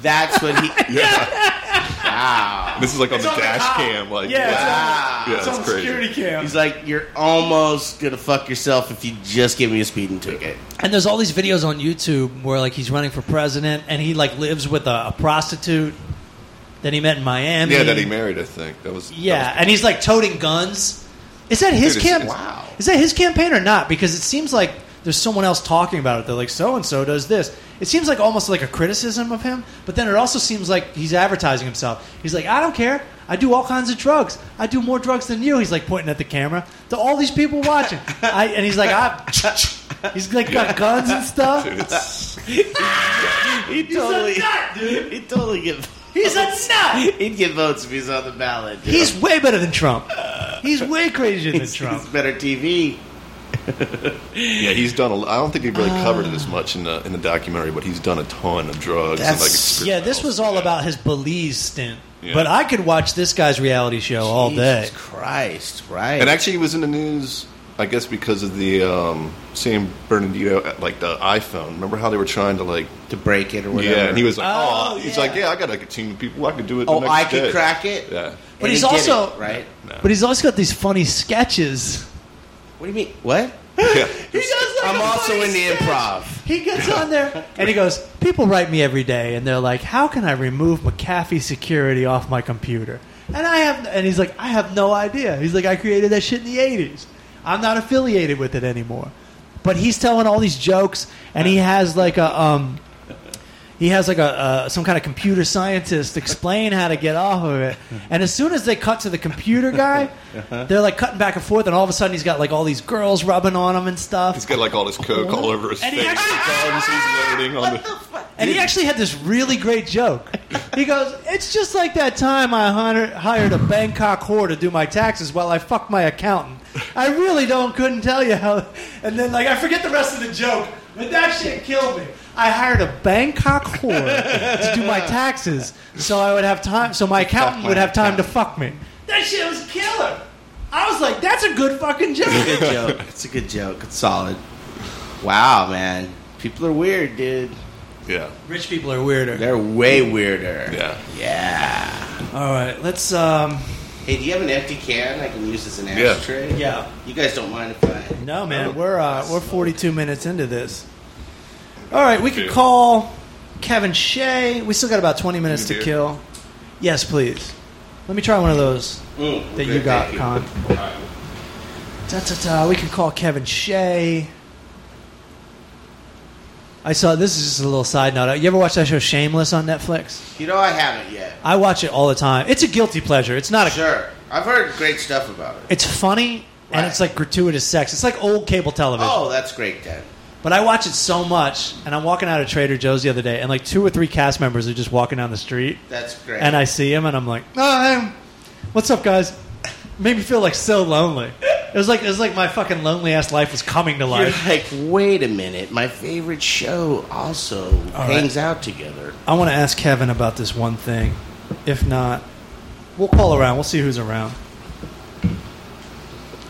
Speaker 3: That's what he. [laughs]
Speaker 4: Yeah,
Speaker 3: Wow.
Speaker 4: This is like on
Speaker 2: It's
Speaker 4: the
Speaker 2: on the
Speaker 4: dash
Speaker 2: cop.
Speaker 4: cam. Like,
Speaker 2: Yeah, it's
Speaker 4: yeah,
Speaker 3: on-
Speaker 4: yeah,
Speaker 2: it's
Speaker 4: it's
Speaker 2: on
Speaker 4: crazy.
Speaker 2: security cam.
Speaker 3: He's like, you're almost gonna fuck yourself if you just give me a speeding ticket.
Speaker 2: And there's all these videos on YouTube where like he's running for president and he like lives with a, a prostitute that he met in Miami.
Speaker 4: yeah, that he married. I think that was. that
Speaker 2: Yeah,
Speaker 4: was-
Speaker 2: and he's like toting guns. Is that his
Speaker 4: Dude, it's-
Speaker 2: camp?
Speaker 4: it's-
Speaker 3: Wow.
Speaker 2: Is that his campaign or not? Because it seems like there's someone else talking about it. They're like, so and so does this. It seems like almost like a criticism of him, but then it also seems like he's advertising himself. He's like, I don't care. I do all kinds of drugs. I do more drugs than you. He's like pointing at the camera to all these people watching. I, [laughs] and he's like, I. He's like got guns and stuff.
Speaker 4: dude, it's-
Speaker 3: He
Speaker 2: a nut,
Speaker 3: [laughs] dude. He totally get.
Speaker 2: He's a nut.
Speaker 3: He'd get votes if he's on the ballot. dude.
Speaker 2: He's way better than Trump. He's way crazier than
Speaker 3: He's-
Speaker 2: Trump.
Speaker 3: he's better TV.
Speaker 4: yeah, he's done. A, I don't think he really covered it as much in the in the documentary, but he's done a ton of drugs. And like
Speaker 3: That's-
Speaker 2: Yeah, this was all
Speaker 4: Yeah.
Speaker 2: about his Belize stint.
Speaker 4: Yeah.
Speaker 2: But I could watch this guy's reality show all day.
Speaker 3: Jesus Christ, right?
Speaker 4: And actually, he was in the news, I guess, because of the um, San Bernardino, uh, like the iPhone. Remember how they were trying to like,
Speaker 3: to break it or whatever.
Speaker 4: yeah, and he was like,
Speaker 2: Oh,
Speaker 4: oh, he's
Speaker 2: yeah.
Speaker 4: like, yeah, I got like a team of people, I could do it.
Speaker 3: Oh,
Speaker 4: the next
Speaker 3: I could
Speaker 4: day."
Speaker 3: crack it.
Speaker 4: Yeah, [laughs]
Speaker 2: But
Speaker 3: And
Speaker 2: he's
Speaker 3: he did
Speaker 2: also
Speaker 3: it, right.
Speaker 2: But he's also got these funny sketches.
Speaker 3: What do you mean? What?
Speaker 4: yeah.
Speaker 2: He does
Speaker 3: I'm also in the improv.
Speaker 2: He gets on there and he goes, People write me every day and they're like, How can I remove McAfee security off my computer? And I have and he's like, I have no idea. He's like, I created that shit in the eighties. I'm not affiliated with it anymore. But he's telling all these jokes and he has like a um he has like a uh, some kind of computer scientist explain how to get off of it. And as soon as they cut to the computer guy, they're like cutting back and forth, and all of a sudden he's got like all these girls rubbing on him and stuff.
Speaker 4: He's got like all this coke all over his
Speaker 2: And he
Speaker 4: face.
Speaker 2: actually-
Speaker 4: Thumbs he's loading on the-
Speaker 2: And he actually had this really great joke. He goes, "It's just like that time I hired, hired a Bangkok whore to do my taxes while I fucked my accountant. I really don't couldn't tell you how." And then like I forget the rest of the joke, but that shit killed me. I hired a Bangkok whore to do my taxes, so I would have time. So my accountant
Speaker 3: my
Speaker 2: would have time to fuck me. That shit was killer. I was like, "That's a good fucking joke."
Speaker 3: Good joke. It's a good joke. It's solid. Wow, man. People are weird, dude.
Speaker 4: Yeah,
Speaker 2: Rich people are weirder.
Speaker 3: They're way weirder.
Speaker 4: yeah.
Speaker 3: Yeah.
Speaker 2: All right, let's. um
Speaker 3: Hey, do you have an empty can I can use as an
Speaker 4: Yeah.
Speaker 3: ashtray?
Speaker 2: Yeah.
Speaker 3: You guys don't mind if I?
Speaker 2: No, man, we're uh, we're 42 minutes into this. All right, we could
Speaker 4: Dude.
Speaker 2: call Kevin Shea. We still got about 20 minutes to
Speaker 4: do?
Speaker 2: kill. Yes, please. Let me try one of those
Speaker 3: Mm,
Speaker 2: that
Speaker 3: okay,
Speaker 2: you got,
Speaker 3: thank you.
Speaker 2: Con. Da, da, da. We could call Kevin Shea. I saw this is just a little side note. You ever watch that show Shameless on Netflix?
Speaker 3: You know I haven't yet.
Speaker 2: I watch it all the time. It's a guilty pleasure. It's not a
Speaker 3: Sure. I've heard great stuff about it.
Speaker 2: it's funny and
Speaker 3: Right.
Speaker 2: it's like gratuitous sex. It's like old cable television.
Speaker 3: Oh, that's great then.
Speaker 2: But I watch it so much, and I'm walking out of Trader Joe's the other day, and like two or three cast members are just walking down the street,
Speaker 3: That's great.
Speaker 2: and I see him, and I'm like, "Oh, hey, what's up, guys?" Made me feel like so lonely. It was like it was like my fucking lonely ass life was coming to
Speaker 3: You're
Speaker 2: life.
Speaker 3: like, wait a minute. My favorite show also
Speaker 2: All
Speaker 3: hangs out together.
Speaker 2: I want to ask Kevin about this one thing. If not, we'll call around. We'll see who's around.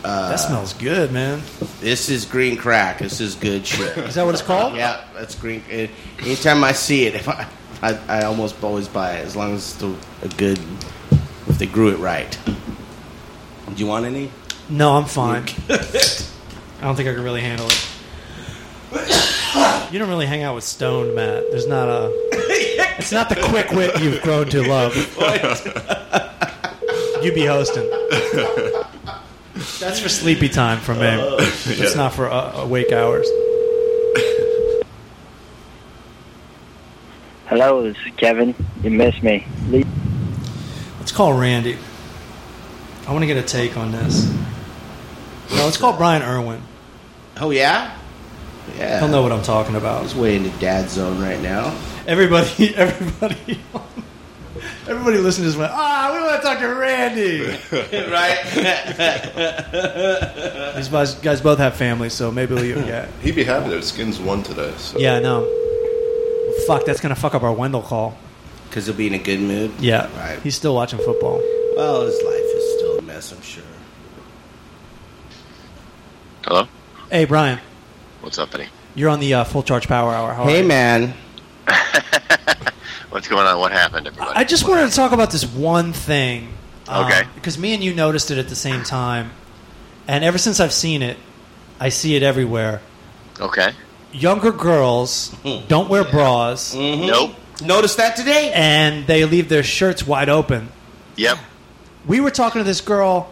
Speaker 2: that smells good, man.
Speaker 3: This is green crack. This is good shit. [laughs]
Speaker 2: Is that what it's called?
Speaker 3: yeah, that's green. eh, Anytime I see it, [laughs] if I, I, I almost always buy it as long as it's the, a good. If they grew it right. Do you want any?
Speaker 2: No, I'm fine. I don't think [laughs] I can really handle it. You don't really hang out with Stone, Matt. There's not a. It's not the quick wit you've grown to love. you be hosting. That's for sleepy time for me. It's not for uh, awake hours.
Speaker 6: Hello, this is Kevin. You missed me. Le-
Speaker 2: Let's call Randy. I want to get a take on this. No, let's call Brian Irwin.
Speaker 3: Oh yeah, yeah.
Speaker 2: He'll know what I'm talking about.
Speaker 3: He's way into dad zone right now.
Speaker 2: Everybody, [laughs] everybody, everybody listening just went, ah, we want to talk to Randy.
Speaker 3: [laughs] [laughs] right.
Speaker 2: These guys, guys both have families, so maybe we'll get.
Speaker 4: He'd be happy that Skins won today.
Speaker 2: [laughs]
Speaker 4: So.
Speaker 2: Yeah, no. Fuck, that's gonna fuck up our Wendell call.
Speaker 3: Because he'll be in a good mood.
Speaker 2: Yeah,
Speaker 3: Right.
Speaker 2: he's still watching football.
Speaker 3: Well, his life is still a mess. I'm sure.
Speaker 7: Hello?
Speaker 2: Hey, Brian,
Speaker 7: What's up, buddy?
Speaker 2: you're on the uh, full charge power hour. How are
Speaker 3: Hey
Speaker 2: you?
Speaker 3: man,
Speaker 7: What's going on? What happened, everybody?
Speaker 2: I just wanted to talk about this one thing. um,
Speaker 7: Okay.
Speaker 2: Because me and you noticed it at the same time, and ever since I've seen it, I see it everywhere.
Speaker 7: Okay.
Speaker 2: Younger girls don't wear bras,
Speaker 7: Nope.
Speaker 3: Notice that today?
Speaker 2: and they leave their shirts wide open.
Speaker 7: Yep.
Speaker 2: we were talking to this girl.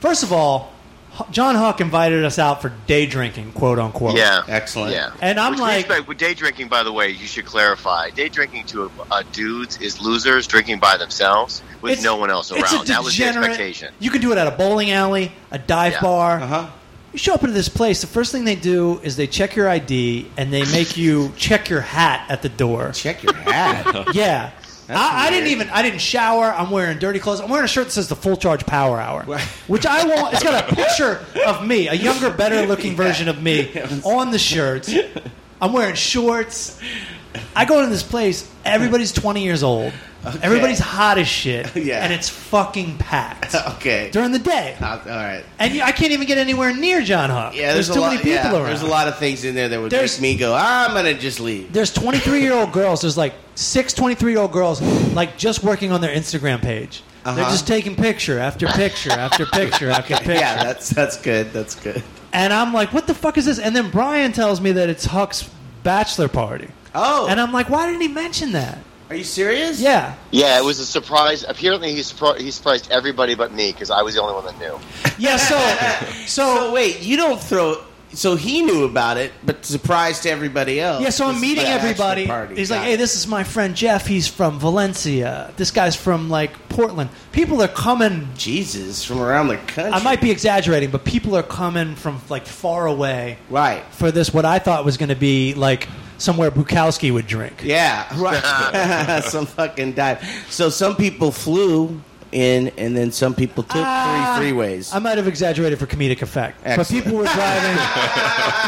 Speaker 2: First of all, H- John Huck invited us out for day drinking, quote unquote.
Speaker 7: Yeah.
Speaker 3: Excellent.
Speaker 7: Yeah.
Speaker 2: And I'm
Speaker 7: Which
Speaker 2: like-
Speaker 7: means, by- with day drinking, by the way, you should clarify. Day drinking to uh, dudes is losers drinking by themselves with
Speaker 2: It's-
Speaker 7: no one else around.
Speaker 2: It's a
Speaker 7: that was the
Speaker 2: degenerate-
Speaker 7: expectation.
Speaker 2: You can do it at a bowling alley, a dive
Speaker 7: Yeah.
Speaker 2: bar.
Speaker 3: Uh huh.
Speaker 2: You show up into this place. The first thing they do is they check your ID and they make you check your hat at the door.
Speaker 3: Check your [laughs] hat.
Speaker 2: Yeah. I, I didn't
Speaker 3: weird.
Speaker 2: even. I didn't shower. I'm wearing dirty clothes. I'm wearing a shirt that says the Full Charge Power Hour, which I want. It's got a picture of me, a younger, better-looking version of me on the shirt. I'm wearing shorts. I go into this place. Everybody's 20 years old. Everybody's hot as shit.
Speaker 3: [laughs] Yeah.
Speaker 2: And it's fucking packed
Speaker 3: [laughs] okay.
Speaker 2: during the day.
Speaker 3: Uh, all right.
Speaker 2: And you- I can't even get anywhere near John Huck.
Speaker 3: Yeah,
Speaker 2: there's,
Speaker 3: there's,
Speaker 2: too
Speaker 3: a lot,
Speaker 2: many people
Speaker 3: yeah,
Speaker 2: around.
Speaker 3: There's a lot of things in there that would
Speaker 2: There's-
Speaker 3: make me go, I'm going to just leave.
Speaker 2: there's 23 year old girls there's like six 23 year old girls like just working on their instagram page they're
Speaker 3: Uh-huh.
Speaker 2: just taking picture after picture after
Speaker 3: [laughs]
Speaker 2: picture after picture
Speaker 3: Yeah, that's that's good. That's good.
Speaker 2: and i'm like what the fuck is this and then brian tells me that it's huck's bachelor party
Speaker 3: Oh,
Speaker 2: and i'm like why didn't he mention that
Speaker 3: are you serious?
Speaker 2: yeah
Speaker 7: Yeah, it was a surprise. Apparently, he, surpri- he surprised everybody but me because I was the only one that knew.
Speaker 2: yeah
Speaker 3: [laughs]
Speaker 2: so
Speaker 3: So
Speaker 2: so
Speaker 3: wait, you don't throw. So he knew about it, but surprised to everybody else.
Speaker 2: yeah so i'm
Speaker 3: This
Speaker 2: meeting
Speaker 3: bachelor
Speaker 2: everybody
Speaker 3: party.
Speaker 2: he's like
Speaker 3: Got
Speaker 2: hey
Speaker 3: it.
Speaker 2: this is my friend jeff he's from valencia this guy's from like portland people are coming
Speaker 3: Jesus from around the country.
Speaker 2: i might be exaggerating but people are coming from like far away
Speaker 3: right.
Speaker 2: for this what I thought was going to be like somewhere Bukowski would drink. [laughs]
Speaker 3: Yeah, right. [laughs] some fucking dive. So some people flew in, and then some people took
Speaker 2: Ah,
Speaker 3: three freeways.
Speaker 2: I might have exaggerated for comedic effect, but
Speaker 3: Excellent.
Speaker 2: people were
Speaker 3: [laughs]
Speaker 2: driving.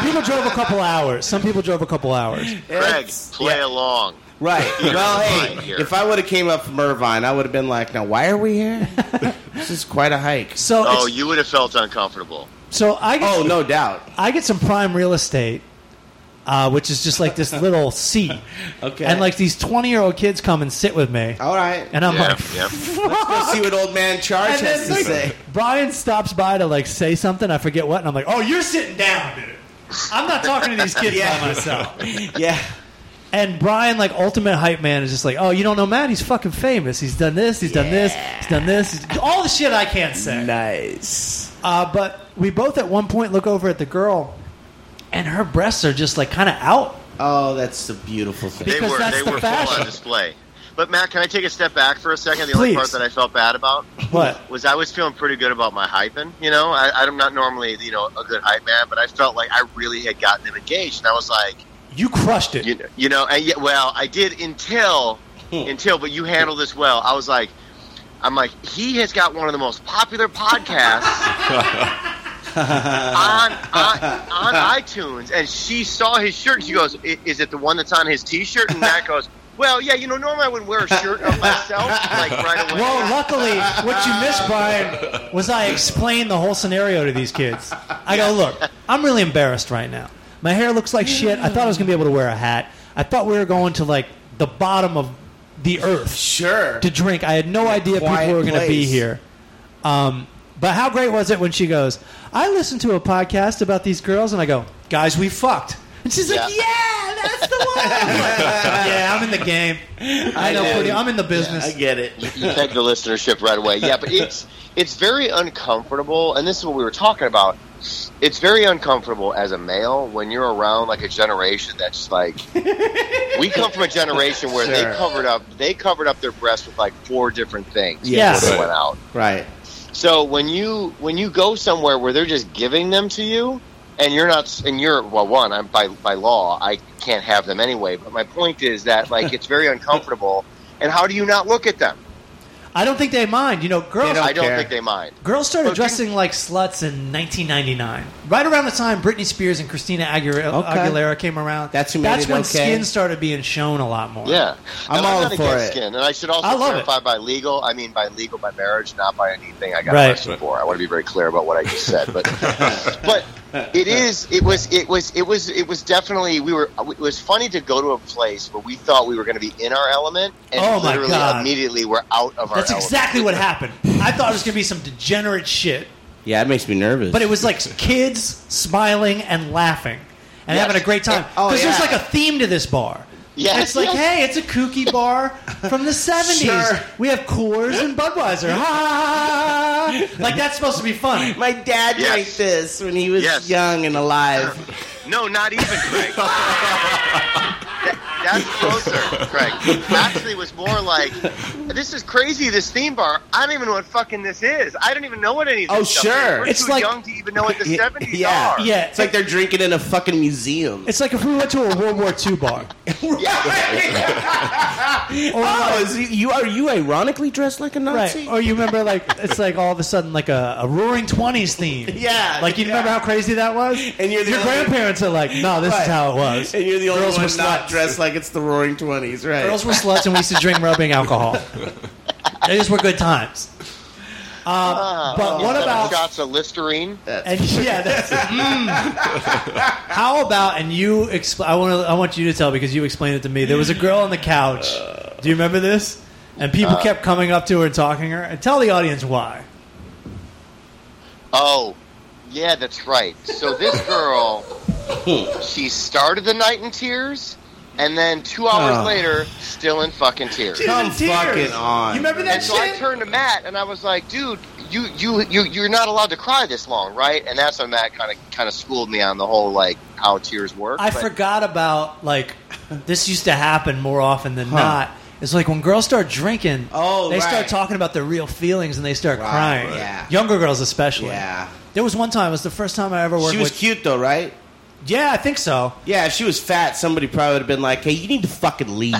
Speaker 2: people drove a couple hours. Some people drove a couple hours.
Speaker 7: Craig,
Speaker 3: It's-
Speaker 7: play along. [laughs]
Speaker 3: Right. Well,
Speaker 7: Irvine
Speaker 3: hey,
Speaker 7: here.
Speaker 3: if I would have came up from Irvine, I would have been like, "Now, why are we [laughs] here? this is quite a hike."
Speaker 2: So,
Speaker 7: Oh,
Speaker 2: it's-
Speaker 7: you would have felt
Speaker 2: [laughs]
Speaker 7: uncomfortable.
Speaker 2: so I get,
Speaker 3: Oh, no doubt.
Speaker 2: I get some prime real estate, uh, which is just like this little seat,
Speaker 3: Okay.
Speaker 2: and like these twenty-year-old kids come and sit with me,
Speaker 3: all right.
Speaker 2: and I'm
Speaker 7: Yeah,
Speaker 2: like,
Speaker 7: yep.
Speaker 3: Let's see what old man Charge
Speaker 2: [laughs] And
Speaker 3: has
Speaker 2: then
Speaker 3: to
Speaker 2: like,
Speaker 3: [laughs] say.
Speaker 2: Brian stops by to like say something. I forget what, and I'm like, "Oh, you're sitting down, dude. I'm not talking to these kids by
Speaker 3: [laughs]
Speaker 2: myself."
Speaker 3: Yeah.
Speaker 2: And Brian, like ultimate hype man, is just like, "Oh, you don't know Matt? He's fucking famous. He's done this. He's done this. He's done this. He's, all the shit I can't say."
Speaker 3: Nice.
Speaker 2: Uh, but we both at one point look over at the girl, and her breasts are just like kind of out.
Speaker 3: Oh, that's the beautiful thing.
Speaker 7: they
Speaker 2: Because
Speaker 7: were
Speaker 2: that's
Speaker 7: they
Speaker 2: the
Speaker 7: were
Speaker 2: fashion.
Speaker 7: full on display. But Matt, can I take a step back for a second? The
Speaker 2: Please.
Speaker 7: only part that I felt bad about
Speaker 2: What?
Speaker 7: was I was feeling pretty good about my hyping. You know, I, I'm not normally you know a good hype man, but I felt like I really had gotten them engaged, and I was like,
Speaker 2: You crushed it.
Speaker 7: you know, you know, and yet, well, I did until until, but you handled this well. I was like, I'm like, he has got one of the most popular podcasts. on, on on iTunes, and she saw his shirt. And she goes, "I- "Is it the one that's on his T-shirt?" And Matt goes, "Well, yeah, you know, normally I would wear a shirt of myself, like right away."
Speaker 2: Well, luckily, what you missed, Brian, was I explained the whole scenario to these kids. I go, look, I'm really embarrassed right now. My hair looks like shit. I thought I was gonna be able to wear a hat. I thought we were going to like the bottom of the earth
Speaker 3: Sure.
Speaker 2: to drink. I had no idea people
Speaker 3: quiet
Speaker 2: were gonna be
Speaker 3: place.
Speaker 2: here. Um, but how great was it when she goes, I listened to a podcast about these girls, and I go, guys, we fucked. And she's like, yeah, that's the
Speaker 3: [laughs]
Speaker 2: one. I'm like, yeah, I'm in the game. I know pretty. I'm in the business.
Speaker 3: I get it.
Speaker 7: you peg the listenership right away. Yeah, but it's it's very uncomfortable, and this is what we were talking about. It's very uncomfortable as a male when you're around like a generation that's like we come from a generation where
Speaker 3: Sure.
Speaker 7: they covered up they covered up their breasts with like four different things
Speaker 2: Yeah.
Speaker 7: before they
Speaker 4: Right.
Speaker 7: went out.
Speaker 3: Right.
Speaker 7: So when you when you go somewhere where they're just giving them to you, and you're not, and you're well, one, I'm by by law, I can't have them anyway. But my point is that like it's very uncomfortable, and how do you not look at them?
Speaker 2: I don't think they mind. You know, girls.
Speaker 7: I don't
Speaker 3: care.
Speaker 7: think they mind.
Speaker 2: Girls started
Speaker 7: Okay.
Speaker 2: dressing like sluts in 1999, right around the time Britney Spears and Christina Aguilera,
Speaker 3: Okay.
Speaker 2: Aguilera came around.
Speaker 3: That's who made
Speaker 2: That's
Speaker 3: it
Speaker 2: when
Speaker 3: okay.
Speaker 2: skin started being shown a lot more.
Speaker 7: Yeah,
Speaker 3: I'm
Speaker 7: And
Speaker 3: all
Speaker 7: not
Speaker 3: for
Speaker 7: against
Speaker 3: it.
Speaker 7: Skin, and I should also
Speaker 2: I love
Speaker 7: clarify by legal. I mean by legal by marriage, not by anything I got
Speaker 2: Right. [laughs]
Speaker 7: arrested for. I want to be very clear about what I just said, but but it is it was it was it was it was definitely we were it was funny to go to a place where we thought we were going to be in our element and
Speaker 2: Oh, my
Speaker 7: literally
Speaker 2: God.
Speaker 7: immediately we're out of our
Speaker 2: That's
Speaker 7: element.
Speaker 2: exactly what happened. I thought it was going to be some degenerate shit,
Speaker 3: Yeah, that makes me nervous.
Speaker 2: but it was like kids smiling and laughing and
Speaker 7: Yes.
Speaker 2: having a great time.
Speaker 7: Yeah. Oh,
Speaker 2: Because there's
Speaker 7: yeah.
Speaker 2: like a theme to this bar.
Speaker 7: Yes.
Speaker 2: And it's like, hey, it's a kooky bar from
Speaker 3: [laughs]
Speaker 2: the 70s.
Speaker 3: Sure.
Speaker 2: We have Coors and Budweiser. Ha, Ha! ha, ha. Like, that's supposed to be funny.
Speaker 3: [laughs] my dad
Speaker 7: Yes.
Speaker 3: drank this when he was
Speaker 7: Yes.
Speaker 3: young and alive.
Speaker 7: No, not even Craig. That- That's closer, Craig. Actually, it was more like, "This is crazy. This theme bar. I don't even know what fucking this is. I don't even know what any of this
Speaker 3: Oh,
Speaker 7: stuff
Speaker 3: sure.
Speaker 7: Is. We're
Speaker 2: It's
Speaker 7: too
Speaker 2: like-
Speaker 7: young to even know what the
Speaker 3: Yeah,
Speaker 7: '70s
Speaker 3: yeah,
Speaker 7: are.
Speaker 2: Yeah.
Speaker 3: It's like they're drinking in a fucking museum.
Speaker 2: It's like if we went to a World War II bar. Or
Speaker 3: oh,
Speaker 2: like-
Speaker 3: is he, you are you ironically dressed like a
Speaker 2: [laughs]
Speaker 3: Nazi?
Speaker 2: Right. Or you remember, like, it's like all of a sudden, like a, a roaring 20s theme.
Speaker 3: [laughs] Yeah,
Speaker 2: Like, you
Speaker 3: yeah.
Speaker 2: remember how crazy that was?
Speaker 3: And you're the
Speaker 2: Your
Speaker 3: only-
Speaker 2: grandparents are like, no, this
Speaker 3: Right.
Speaker 2: is how it was.
Speaker 3: and you're the only
Speaker 2: Girls
Speaker 3: one
Speaker 2: were
Speaker 3: not
Speaker 2: sluts.
Speaker 3: dressed like it's the Roaring Twenties, right?
Speaker 2: Girls were sluts, and we used to drink rubbing alcohol. they just were good times. Um,
Speaker 7: Oh,
Speaker 2: but what about
Speaker 7: shots of Listerine?
Speaker 2: and yeah, that's mm. how about and you? Expl- I want to. I want you to tell because you explained it to me. There was a girl on the couch. Do you remember this? And people kept coming up to her and talking to her. And tell the audience why.
Speaker 7: Oh, yeah, that's right. So this girl, she started the night in tears, and then two hours
Speaker 3: Oh.
Speaker 7: later, still in fucking tears.
Speaker 3: Come
Speaker 2: In tears.
Speaker 3: fucking on.
Speaker 2: You remember that
Speaker 7: And so I
Speaker 2: shit?
Speaker 7: turned to Matt and I was like, dude, you you you you're not allowed to cry this long, right? And that's when Matt kind of kind of schooled me on the whole like how tears work.
Speaker 2: I
Speaker 7: but-
Speaker 2: forgot about like this used to happen more often than not. It's like when girls start drinking,
Speaker 3: Oh,
Speaker 2: they
Speaker 3: right.
Speaker 2: start talking about their real feelings and they start
Speaker 3: Right,
Speaker 2: crying.
Speaker 3: yeah.
Speaker 2: Younger girls especially.
Speaker 3: Yeah.
Speaker 2: There was one time, it was the first time I ever worked
Speaker 3: She was
Speaker 2: with
Speaker 3: cute though, right?
Speaker 2: Yeah, I think so.
Speaker 3: Yeah, if she was fat, somebody probably would have been like, "Hey, you need to fucking [laughs] leave.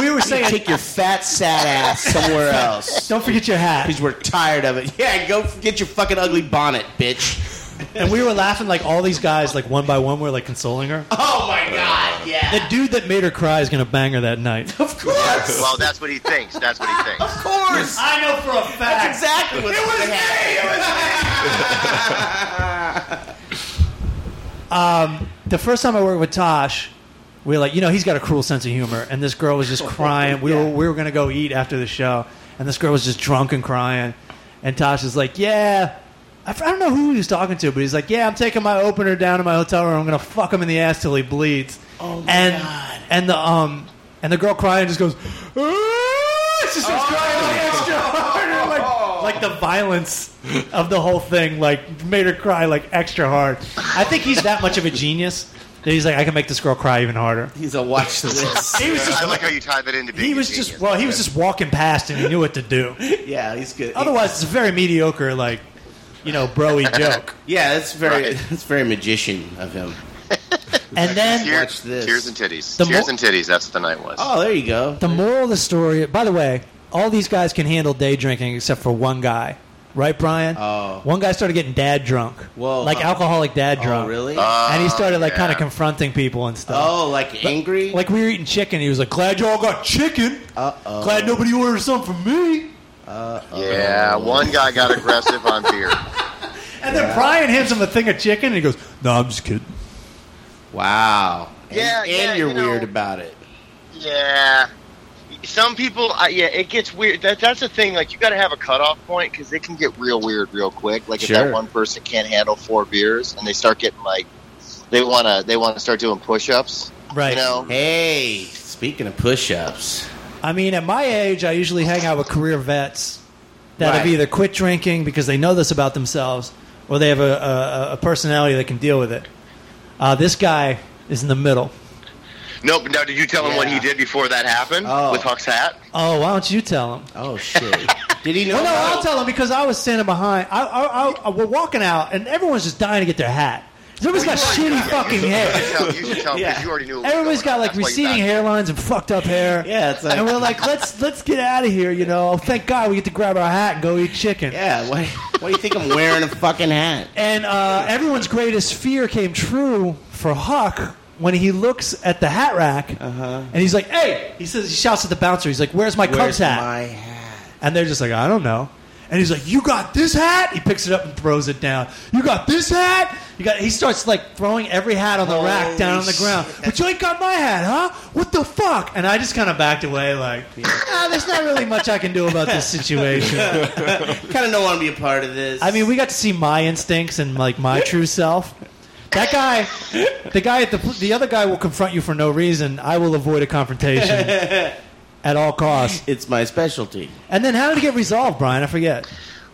Speaker 2: We were saying
Speaker 3: Take your fat, sad ass somewhere
Speaker 2: [laughs]
Speaker 3: else."
Speaker 2: don't forget your hat.
Speaker 3: Because we're tired of it. Yeah, go f- get your fucking ugly bonnet, bitch.
Speaker 2: And we were laughing like all these guys like one by one were like consoling
Speaker 3: [laughs]
Speaker 2: her.
Speaker 3: Oh my god, yeah.
Speaker 2: The dude that made her cry is gonna bang her that night.
Speaker 3: Of course.
Speaker 7: Well, that's what he thinks. That's what he thinks.
Speaker 2: [laughs]
Speaker 3: Of course.
Speaker 2: I know for a fact.
Speaker 3: That's exactly what it was.
Speaker 2: [laughs] Um, the first time I worked with Tosh, we were like, you know, he's got a cruel sense of humor, and this girl was [laughs] just crying. We were we were gonna go eat after the show, and this girl was just drunk and crying, and Tosh is like, yeah. I f- I don't know who he was talking to, but he's like, "Yeah, I'm taking my opener down to my hotel room. I'm gonna fuck him in the ass till he bleeds." Oh my and, god! And the um and the girl crying just goes, "Ah!" she starts crying like [laughs] extra hard. And I'm Like, like the violence of the whole thing, like made her cry like extra hard. I think he's that much of a genius that he's like, I can make this girl cry even harder.
Speaker 3: He's a
Speaker 7: [laughs]
Speaker 3: watch this.
Speaker 2: He was
Speaker 7: I
Speaker 2: just
Speaker 7: like how you tied that into being
Speaker 2: he
Speaker 7: a
Speaker 2: was
Speaker 7: genius.
Speaker 2: just well, he was just walking past and he knew what to [laughs] do.
Speaker 3: yeah, he's good.
Speaker 2: Otherwise, it's a very mediocre, like you know,
Speaker 7: [laughs]
Speaker 2: broy joke.
Speaker 3: yeah, that's very
Speaker 7: Right.
Speaker 3: that's very magician of him.
Speaker 2: And then
Speaker 7: Tears-
Speaker 3: Watch this.
Speaker 7: Tears and titties.
Speaker 2: The
Speaker 7: tears
Speaker 2: mo-
Speaker 7: and titties. That's what the night was.
Speaker 3: Oh, there you go.
Speaker 2: The moral of the story, by the way, all these guys can handle day drinking except for one guy. Right, Brian?
Speaker 3: Oh.
Speaker 2: One guy started getting dad drunk.
Speaker 3: Whoa.
Speaker 2: Like alcoholic dad drunk.
Speaker 3: Oh, really?
Speaker 7: Uh,
Speaker 2: And he started like
Speaker 7: Oh, yeah.
Speaker 2: kind of confronting people and stuff.
Speaker 3: oh, like angry?
Speaker 2: Like we were eating chicken, he was like, "Glad y'all got chicken.
Speaker 3: Uh-oh.
Speaker 2: Glad nobody ordered something from me."
Speaker 7: yeah, one guy got aggressive on beer.
Speaker 2: And then Brian hands him a thing of chicken, and he goes, "No, I'm just kidding."
Speaker 3: wow.
Speaker 7: Yeah,
Speaker 3: and,
Speaker 7: yeah,
Speaker 3: and you're
Speaker 7: you know-
Speaker 3: weird about it.
Speaker 7: Yeah. Some people, uh, yeah, it gets weird. That, that's the thing. Like, you got to have a cutoff point because it can get real weird real quick. Like, if
Speaker 3: Sure.
Speaker 7: that one person can't handle four beers and they start getting like, they wanna they wanna start doing push ups.
Speaker 2: Right.
Speaker 7: You know.
Speaker 3: Hey, speaking of push-ups,
Speaker 2: I mean, at my age, I usually hang out with career vets that have
Speaker 3: Right.
Speaker 2: either quit drinking because they know this about themselves, or they have a, a, a personality that can deal with it. Uh, this guy is in the middle.
Speaker 7: Nope. Now, did you tell him what
Speaker 3: Yeah.
Speaker 7: he did before that happened
Speaker 3: Oh.
Speaker 7: with Huck's hat?
Speaker 2: Oh, why don't you tell him?
Speaker 3: Oh shit! Did he know?
Speaker 2: Well, no,
Speaker 3: about
Speaker 2: I'll tell him because I was standing behind. I, I, I, I- we're walking out, and everyone's just dying to get their hat. Everyone's got shitty [laughs] fucking
Speaker 7: You
Speaker 2: hair.
Speaker 7: should tell, you should tell him
Speaker 3: Yeah.
Speaker 7: because you already knew. What was
Speaker 2: Everyone's
Speaker 7: going
Speaker 2: got
Speaker 7: on.
Speaker 2: like
Speaker 7: That's why you
Speaker 2: receding
Speaker 7: backed
Speaker 2: hairlines and fucked up hair.
Speaker 3: Yeah, it's like-
Speaker 2: and we're like, let's let's get out of here. You know, Oh, thank God we get to grab our hat and go eat chicken.
Speaker 3: Yeah, why, why do you think I'm wearing a fucking hat?
Speaker 2: And uh, everyone's greatest fear came true for Huck when he looks at the hat rack and he's like, hey, he says, he shouts at the bouncer, he's like, where's my Cubs
Speaker 3: Where's
Speaker 2: hat?
Speaker 3: my hat?
Speaker 2: and they're just like, I don't know. and he's like, "You got this hat?" He picks it up and throws it down. You got this hat? You got? He starts like throwing every hat on the rack down on the ground. But you ain't got my hat, huh? What the fuck? And I just kind of backed away, [laughs] like, "Ah, "There's not really much I can do about this situation." [laughs]
Speaker 3: kind of don't want to be a part of this.
Speaker 2: I mean, we got to see my instincts and like my true self. That guy, the guy at the the other guy will confront you for no reason. I will avoid a confrontation [laughs] at all costs.
Speaker 3: it's my specialty.
Speaker 2: And then how did it get resolved, Brian? I forget.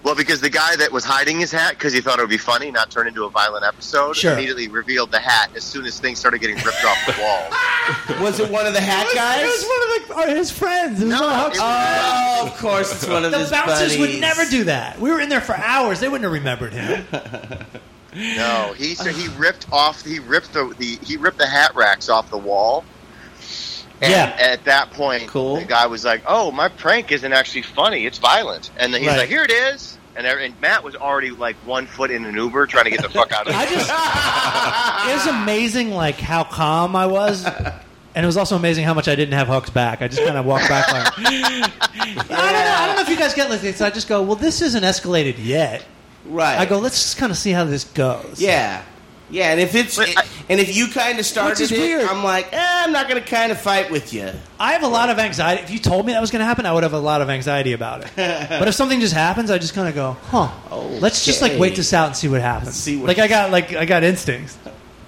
Speaker 7: Well, because the guy that was hiding his hat because he thought it would be funny, not turn into a violent episode,
Speaker 2: Sure.
Speaker 7: immediately revealed the hat as soon as things started getting ripped off the wall.
Speaker 3: Was it one of the hat guys?
Speaker 2: It was one of the, or his friends. It was
Speaker 7: No,
Speaker 2: one
Speaker 7: it
Speaker 2: of our-
Speaker 3: oh, of [laughs] course, it's one of
Speaker 2: the
Speaker 3: his
Speaker 2: bouncers would
Speaker 3: buddies.
Speaker 2: never do that. We were in there for hours. They wouldn't have remembered him.
Speaker 7: No, he so he ripped off he ripped the, the he ripped the hat racks off the wall. And
Speaker 2: Yeah.
Speaker 7: At that point,
Speaker 3: Cool.
Speaker 7: the guy was like, "Oh, my prank isn't actually funny; it's violent." And then he's
Speaker 2: Right.
Speaker 7: like, "Here it is." And, there- and Matt was already like one foot in an Uber trying to get the fuck out of
Speaker 2: I
Speaker 7: it.
Speaker 2: just it was amazing like how calm I was. And it was also amazing how much I didn't have Huck's back. I just kind of walked back like [laughs] I don't know. I don't know if you guys get like this. I just go, well, this isn't escalated yet.
Speaker 3: Right.
Speaker 2: I go, let's just kind of see how this goes.
Speaker 3: Yeah. Yeah, and if it's
Speaker 7: But I-
Speaker 3: and if you kind of started
Speaker 2: is
Speaker 3: it,
Speaker 2: weird.
Speaker 3: I'm like, eh, I'm not going to kind of fight with you.
Speaker 2: I have a lot of anxiety. If you told me that was going to happen, I would have a lot of anxiety about
Speaker 3: [laughs]
Speaker 2: it. but if something just happens, I just kind of go, huh? Let's just like
Speaker 3: Okay.
Speaker 2: wait this out and see what happens.
Speaker 3: see what-
Speaker 2: like I got like I got instincts.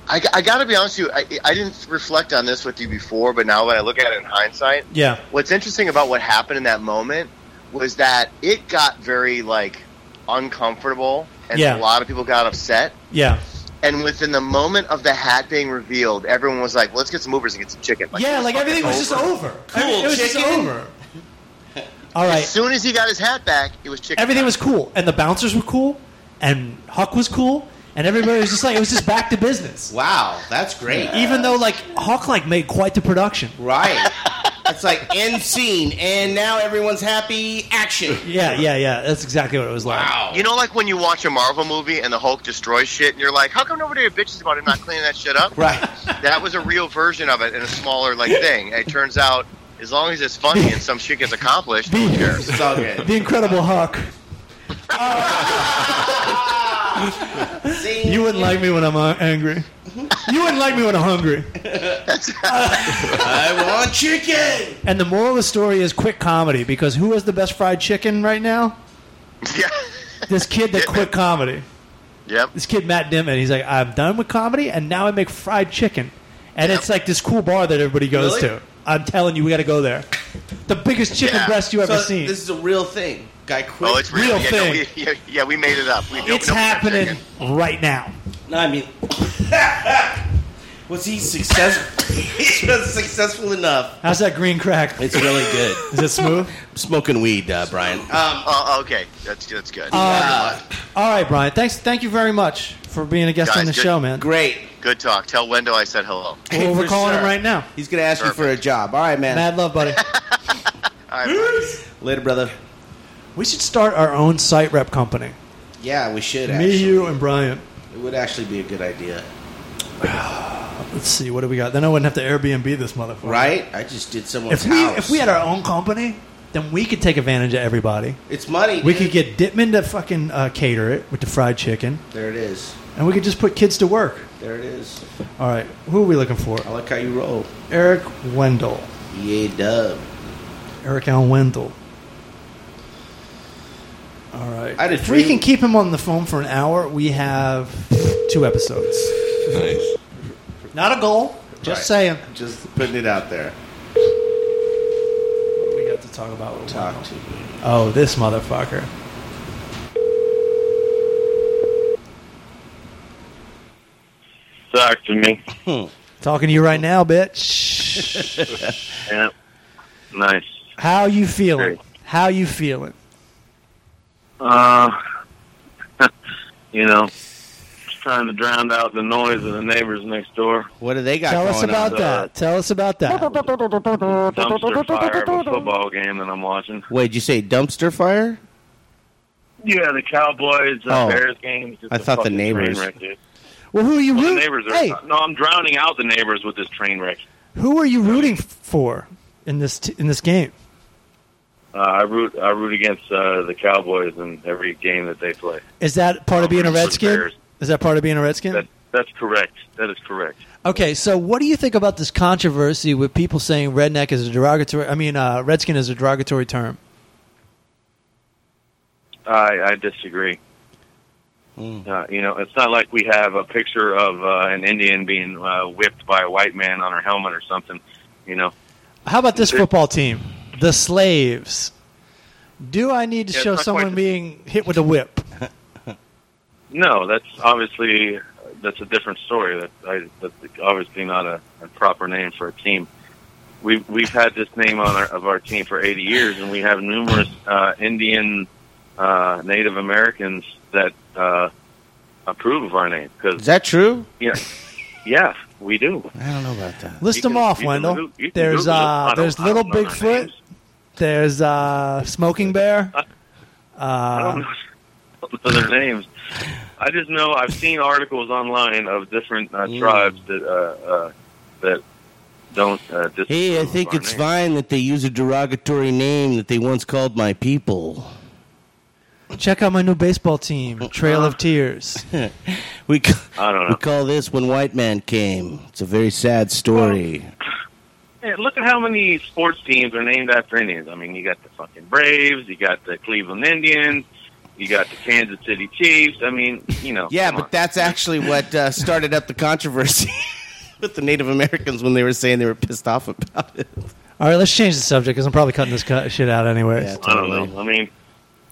Speaker 7: I, I got to be honest with you, I, I didn't reflect on this with you before, but now that I look at it in hindsight,
Speaker 2: Yeah.
Speaker 7: what's interesting about what happened in that moment was that it got very like uncomfortable, and
Speaker 2: Yeah.
Speaker 7: a lot of people got upset.
Speaker 2: Yeah.
Speaker 7: And within the moment of the hat being revealed, everyone was like, "Let's get some Ubers and get some chicken." it
Speaker 2: yeah, like
Speaker 7: fucking
Speaker 2: everything was just over.
Speaker 3: Cool,
Speaker 2: Every- it was just
Speaker 3: chicken.
Speaker 2: over. All
Speaker 7: As
Speaker 2: right.
Speaker 7: soon as he got his hat back, it was chicken.
Speaker 2: Everything was cool. And the bouncers were cool. And Huck was cool. And everybody was just like, it was just back to business.
Speaker 3: Wow, that's great.
Speaker 2: Even though, like, Huck, like, made quite the production.
Speaker 3: Right. It's like end scene, and now everyone's happy. Action.
Speaker 2: Yeah, yeah, yeah. That's exactly what it was like.
Speaker 3: Wow.
Speaker 7: You know, like when you watch a Marvel movie and the Hulk destroys shit, and you're like, "How come nobody bitches about him not cleaning that shit up?"
Speaker 3: Right.
Speaker 7: That was a real version of it in a smaller like thing. It turns out, as long as it's funny and some shit gets accomplished, who
Speaker 2: [laughs]
Speaker 7: cares?
Speaker 3: It's all good.
Speaker 2: The Incredible Huck.
Speaker 3: See?
Speaker 2: You wouldn't like me when I'm uh, angry. You wouldn't like me when I'm hungry.
Speaker 3: [laughs] I want chicken.
Speaker 2: And the moral of the story is quick comedy because who has the best fried chicken right now?
Speaker 7: yeah.
Speaker 2: This kid that quit comedy.
Speaker 7: Yep.
Speaker 2: this kid Matt Dimon. He's like, I'm done with comedy, and now I make fried chicken, and it's like this cool bar that everybody goes
Speaker 3: Really?
Speaker 2: to. I'm telling you, we got to go there. The biggest chicken
Speaker 7: Yeah.
Speaker 2: breast you ever
Speaker 3: So
Speaker 2: seen.
Speaker 3: this is a real thing. Guy quit.
Speaker 7: Oh, it's real.
Speaker 2: Real
Speaker 7: yeah,
Speaker 2: thing.
Speaker 7: No, we, yeah, yeah, we made it up. We,
Speaker 2: it's
Speaker 7: no, we got chicken.
Speaker 2: happening right now.
Speaker 3: No, I mean, [laughs] was he successful? [laughs] he was successful enough.
Speaker 2: How's that green crack?
Speaker 3: It's really good.
Speaker 2: Is it smooth?
Speaker 3: Smoking weed, uh, Brian. Um, uh,
Speaker 7: Oh, okay. That's that's good.
Speaker 2: Uh, All right, Brian. Thanks. Thank you very much for being a guest
Speaker 7: Guys,
Speaker 2: on the
Speaker 7: good-
Speaker 2: show, man.
Speaker 3: great.
Speaker 7: good talk. Tell Wendell I said hello.
Speaker 2: Well, we're
Speaker 3: For
Speaker 2: calling him
Speaker 3: sure.
Speaker 2: right now.
Speaker 3: He's gonna ask you for a job. All right, man.
Speaker 2: Mad love,
Speaker 3: [laughs]
Speaker 2: buddy.
Speaker 7: All right.
Speaker 3: Later, brother.
Speaker 2: we should start our own site rep company.
Speaker 3: Yeah, we should.
Speaker 2: Me,
Speaker 3: Actually.
Speaker 2: you, and Brian.
Speaker 3: It would actually be a good idea,
Speaker 2: Let's see. What do we got? Then I wouldn't have to Airbnb this motherfucker.
Speaker 3: right? I just did someone's
Speaker 2: If we
Speaker 3: house.
Speaker 2: if we had our own company, then we could take advantage of everybody.
Speaker 3: it's money.
Speaker 2: We
Speaker 3: dude.
Speaker 2: could get Dittman to fucking uh, cater it with the fried chicken,
Speaker 3: There it is.
Speaker 2: and we could just put kids to work.
Speaker 3: There it is.
Speaker 2: All right, who are we looking for?
Speaker 3: I like how you roll.
Speaker 2: Eric Wendell.
Speaker 3: Yeah, dub.
Speaker 2: Eric Allen Wendell. All right.
Speaker 3: I had a
Speaker 2: if we
Speaker 3: dream-
Speaker 2: can keep him on the phone for an hour, we have two episodes.
Speaker 4: Nice.
Speaker 2: Not a goal. Just
Speaker 3: Right.
Speaker 2: saying.
Speaker 3: Just putting it out there.
Speaker 2: We got to talk about what
Speaker 3: Talk to me.
Speaker 2: Oh, this motherfucker.
Speaker 6: Sucks to me.
Speaker 3: Hmm.
Speaker 2: Talking to you right now,
Speaker 3: [laughs]
Speaker 2: bitch.
Speaker 6: Yeah. Nice.
Speaker 2: How you feeling? How you feeling?
Speaker 6: Uh, you know, just trying to drown out the noise of the neighbors next door.
Speaker 3: What do they got
Speaker 2: Tell
Speaker 3: going Uh,
Speaker 2: us about
Speaker 6: on?
Speaker 2: that. Tell us about
Speaker 3: [laughs]
Speaker 2: that.
Speaker 6: Dumpster fire of a football game that I'm watching.
Speaker 3: on? Wait, did you say dumpster fire?
Speaker 6: Yeah, the Cowboys, the
Speaker 3: Oh.
Speaker 6: Bears game.
Speaker 3: I thought the neighbors-
Speaker 2: Well, who are you
Speaker 6: the
Speaker 2: rooting?
Speaker 6: neighbors are.
Speaker 2: hey,
Speaker 6: No, I'm drowning out the neighbors with this train wreck.
Speaker 2: who are you rooting f- for in this t- in this game?
Speaker 6: Uh, I root I root against uh, the Cowboys in every game that they play.
Speaker 2: Is that part of being a
Speaker 6: Versus
Speaker 2: Redskin?
Speaker 6: Bears.
Speaker 2: Is that part of being a Redskin?
Speaker 6: That that's correct. That is correct.
Speaker 2: Okay, so what do you think about this controversy with people saying redneck is a derogatory? I mean, uh, Redskin is a derogatory term.
Speaker 6: I I disagree. Uh, you know, it's not like we have a picture of uh, an Indian being uh, whipped by a white man on her helmet or something. You know,
Speaker 2: How about this football team, the slaves? Do I need to
Speaker 6: Yeah, it's
Speaker 2: show
Speaker 6: not quite
Speaker 2: someone
Speaker 6: the-
Speaker 2: being hit with a whip?
Speaker 6: no, that's obviously that's a different story. That I, that's obviously not a, a proper name for a team. We've we've had this name on our, of our team for 80 years, and we have numerous uh, Indian uh, Native Americans that uh, approve of our name
Speaker 3: Is
Speaker 6: because
Speaker 3: that true?
Speaker 6: yeah, yeah, we do.
Speaker 3: I don't know about that.
Speaker 2: List
Speaker 6: You can-
Speaker 2: them off,
Speaker 6: you can
Speaker 2: Wendell.
Speaker 6: Google- you can
Speaker 2: There's
Speaker 6: Google it. I
Speaker 2: uh,
Speaker 6: don't-
Speaker 2: there's
Speaker 6: I don't
Speaker 2: little
Speaker 6: know their
Speaker 2: Bigfoot.
Speaker 6: names.
Speaker 2: There's uh, smoking
Speaker 6: [laughs]
Speaker 2: bear.
Speaker 6: I
Speaker 2: Uh,
Speaker 6: don't know- I don't know [laughs] their names. I just know I've seen articles online of different uh, tribes that uh, uh, that don't. Uh, disapprove
Speaker 8: Hey, I
Speaker 6: of
Speaker 8: think
Speaker 6: our
Speaker 8: it's
Speaker 6: name.
Speaker 8: fine that they use a derogatory name that they once called my people.
Speaker 2: Uh, check out my new baseball team, Trail of Tears.
Speaker 8: We ca-
Speaker 6: I don't
Speaker 8: we
Speaker 6: know.
Speaker 8: call this when white man came. It's a very sad story.
Speaker 6: Hey, look at how many sports teams are named after Indians. I mean, you got the fucking Braves, you got the Cleveland Indians, you got the Kansas City Chiefs. I mean, you know.
Speaker 3: Yeah,
Speaker 6: come on.
Speaker 3: but that's actually what uh, started up the controversy [laughs] with the Native Americans when they were saying they were pissed off about it.
Speaker 2: All right, let's change the subject because I'm probably cutting this cut- shit out anyways.
Speaker 8: Yeah.
Speaker 6: I don't know. I mean,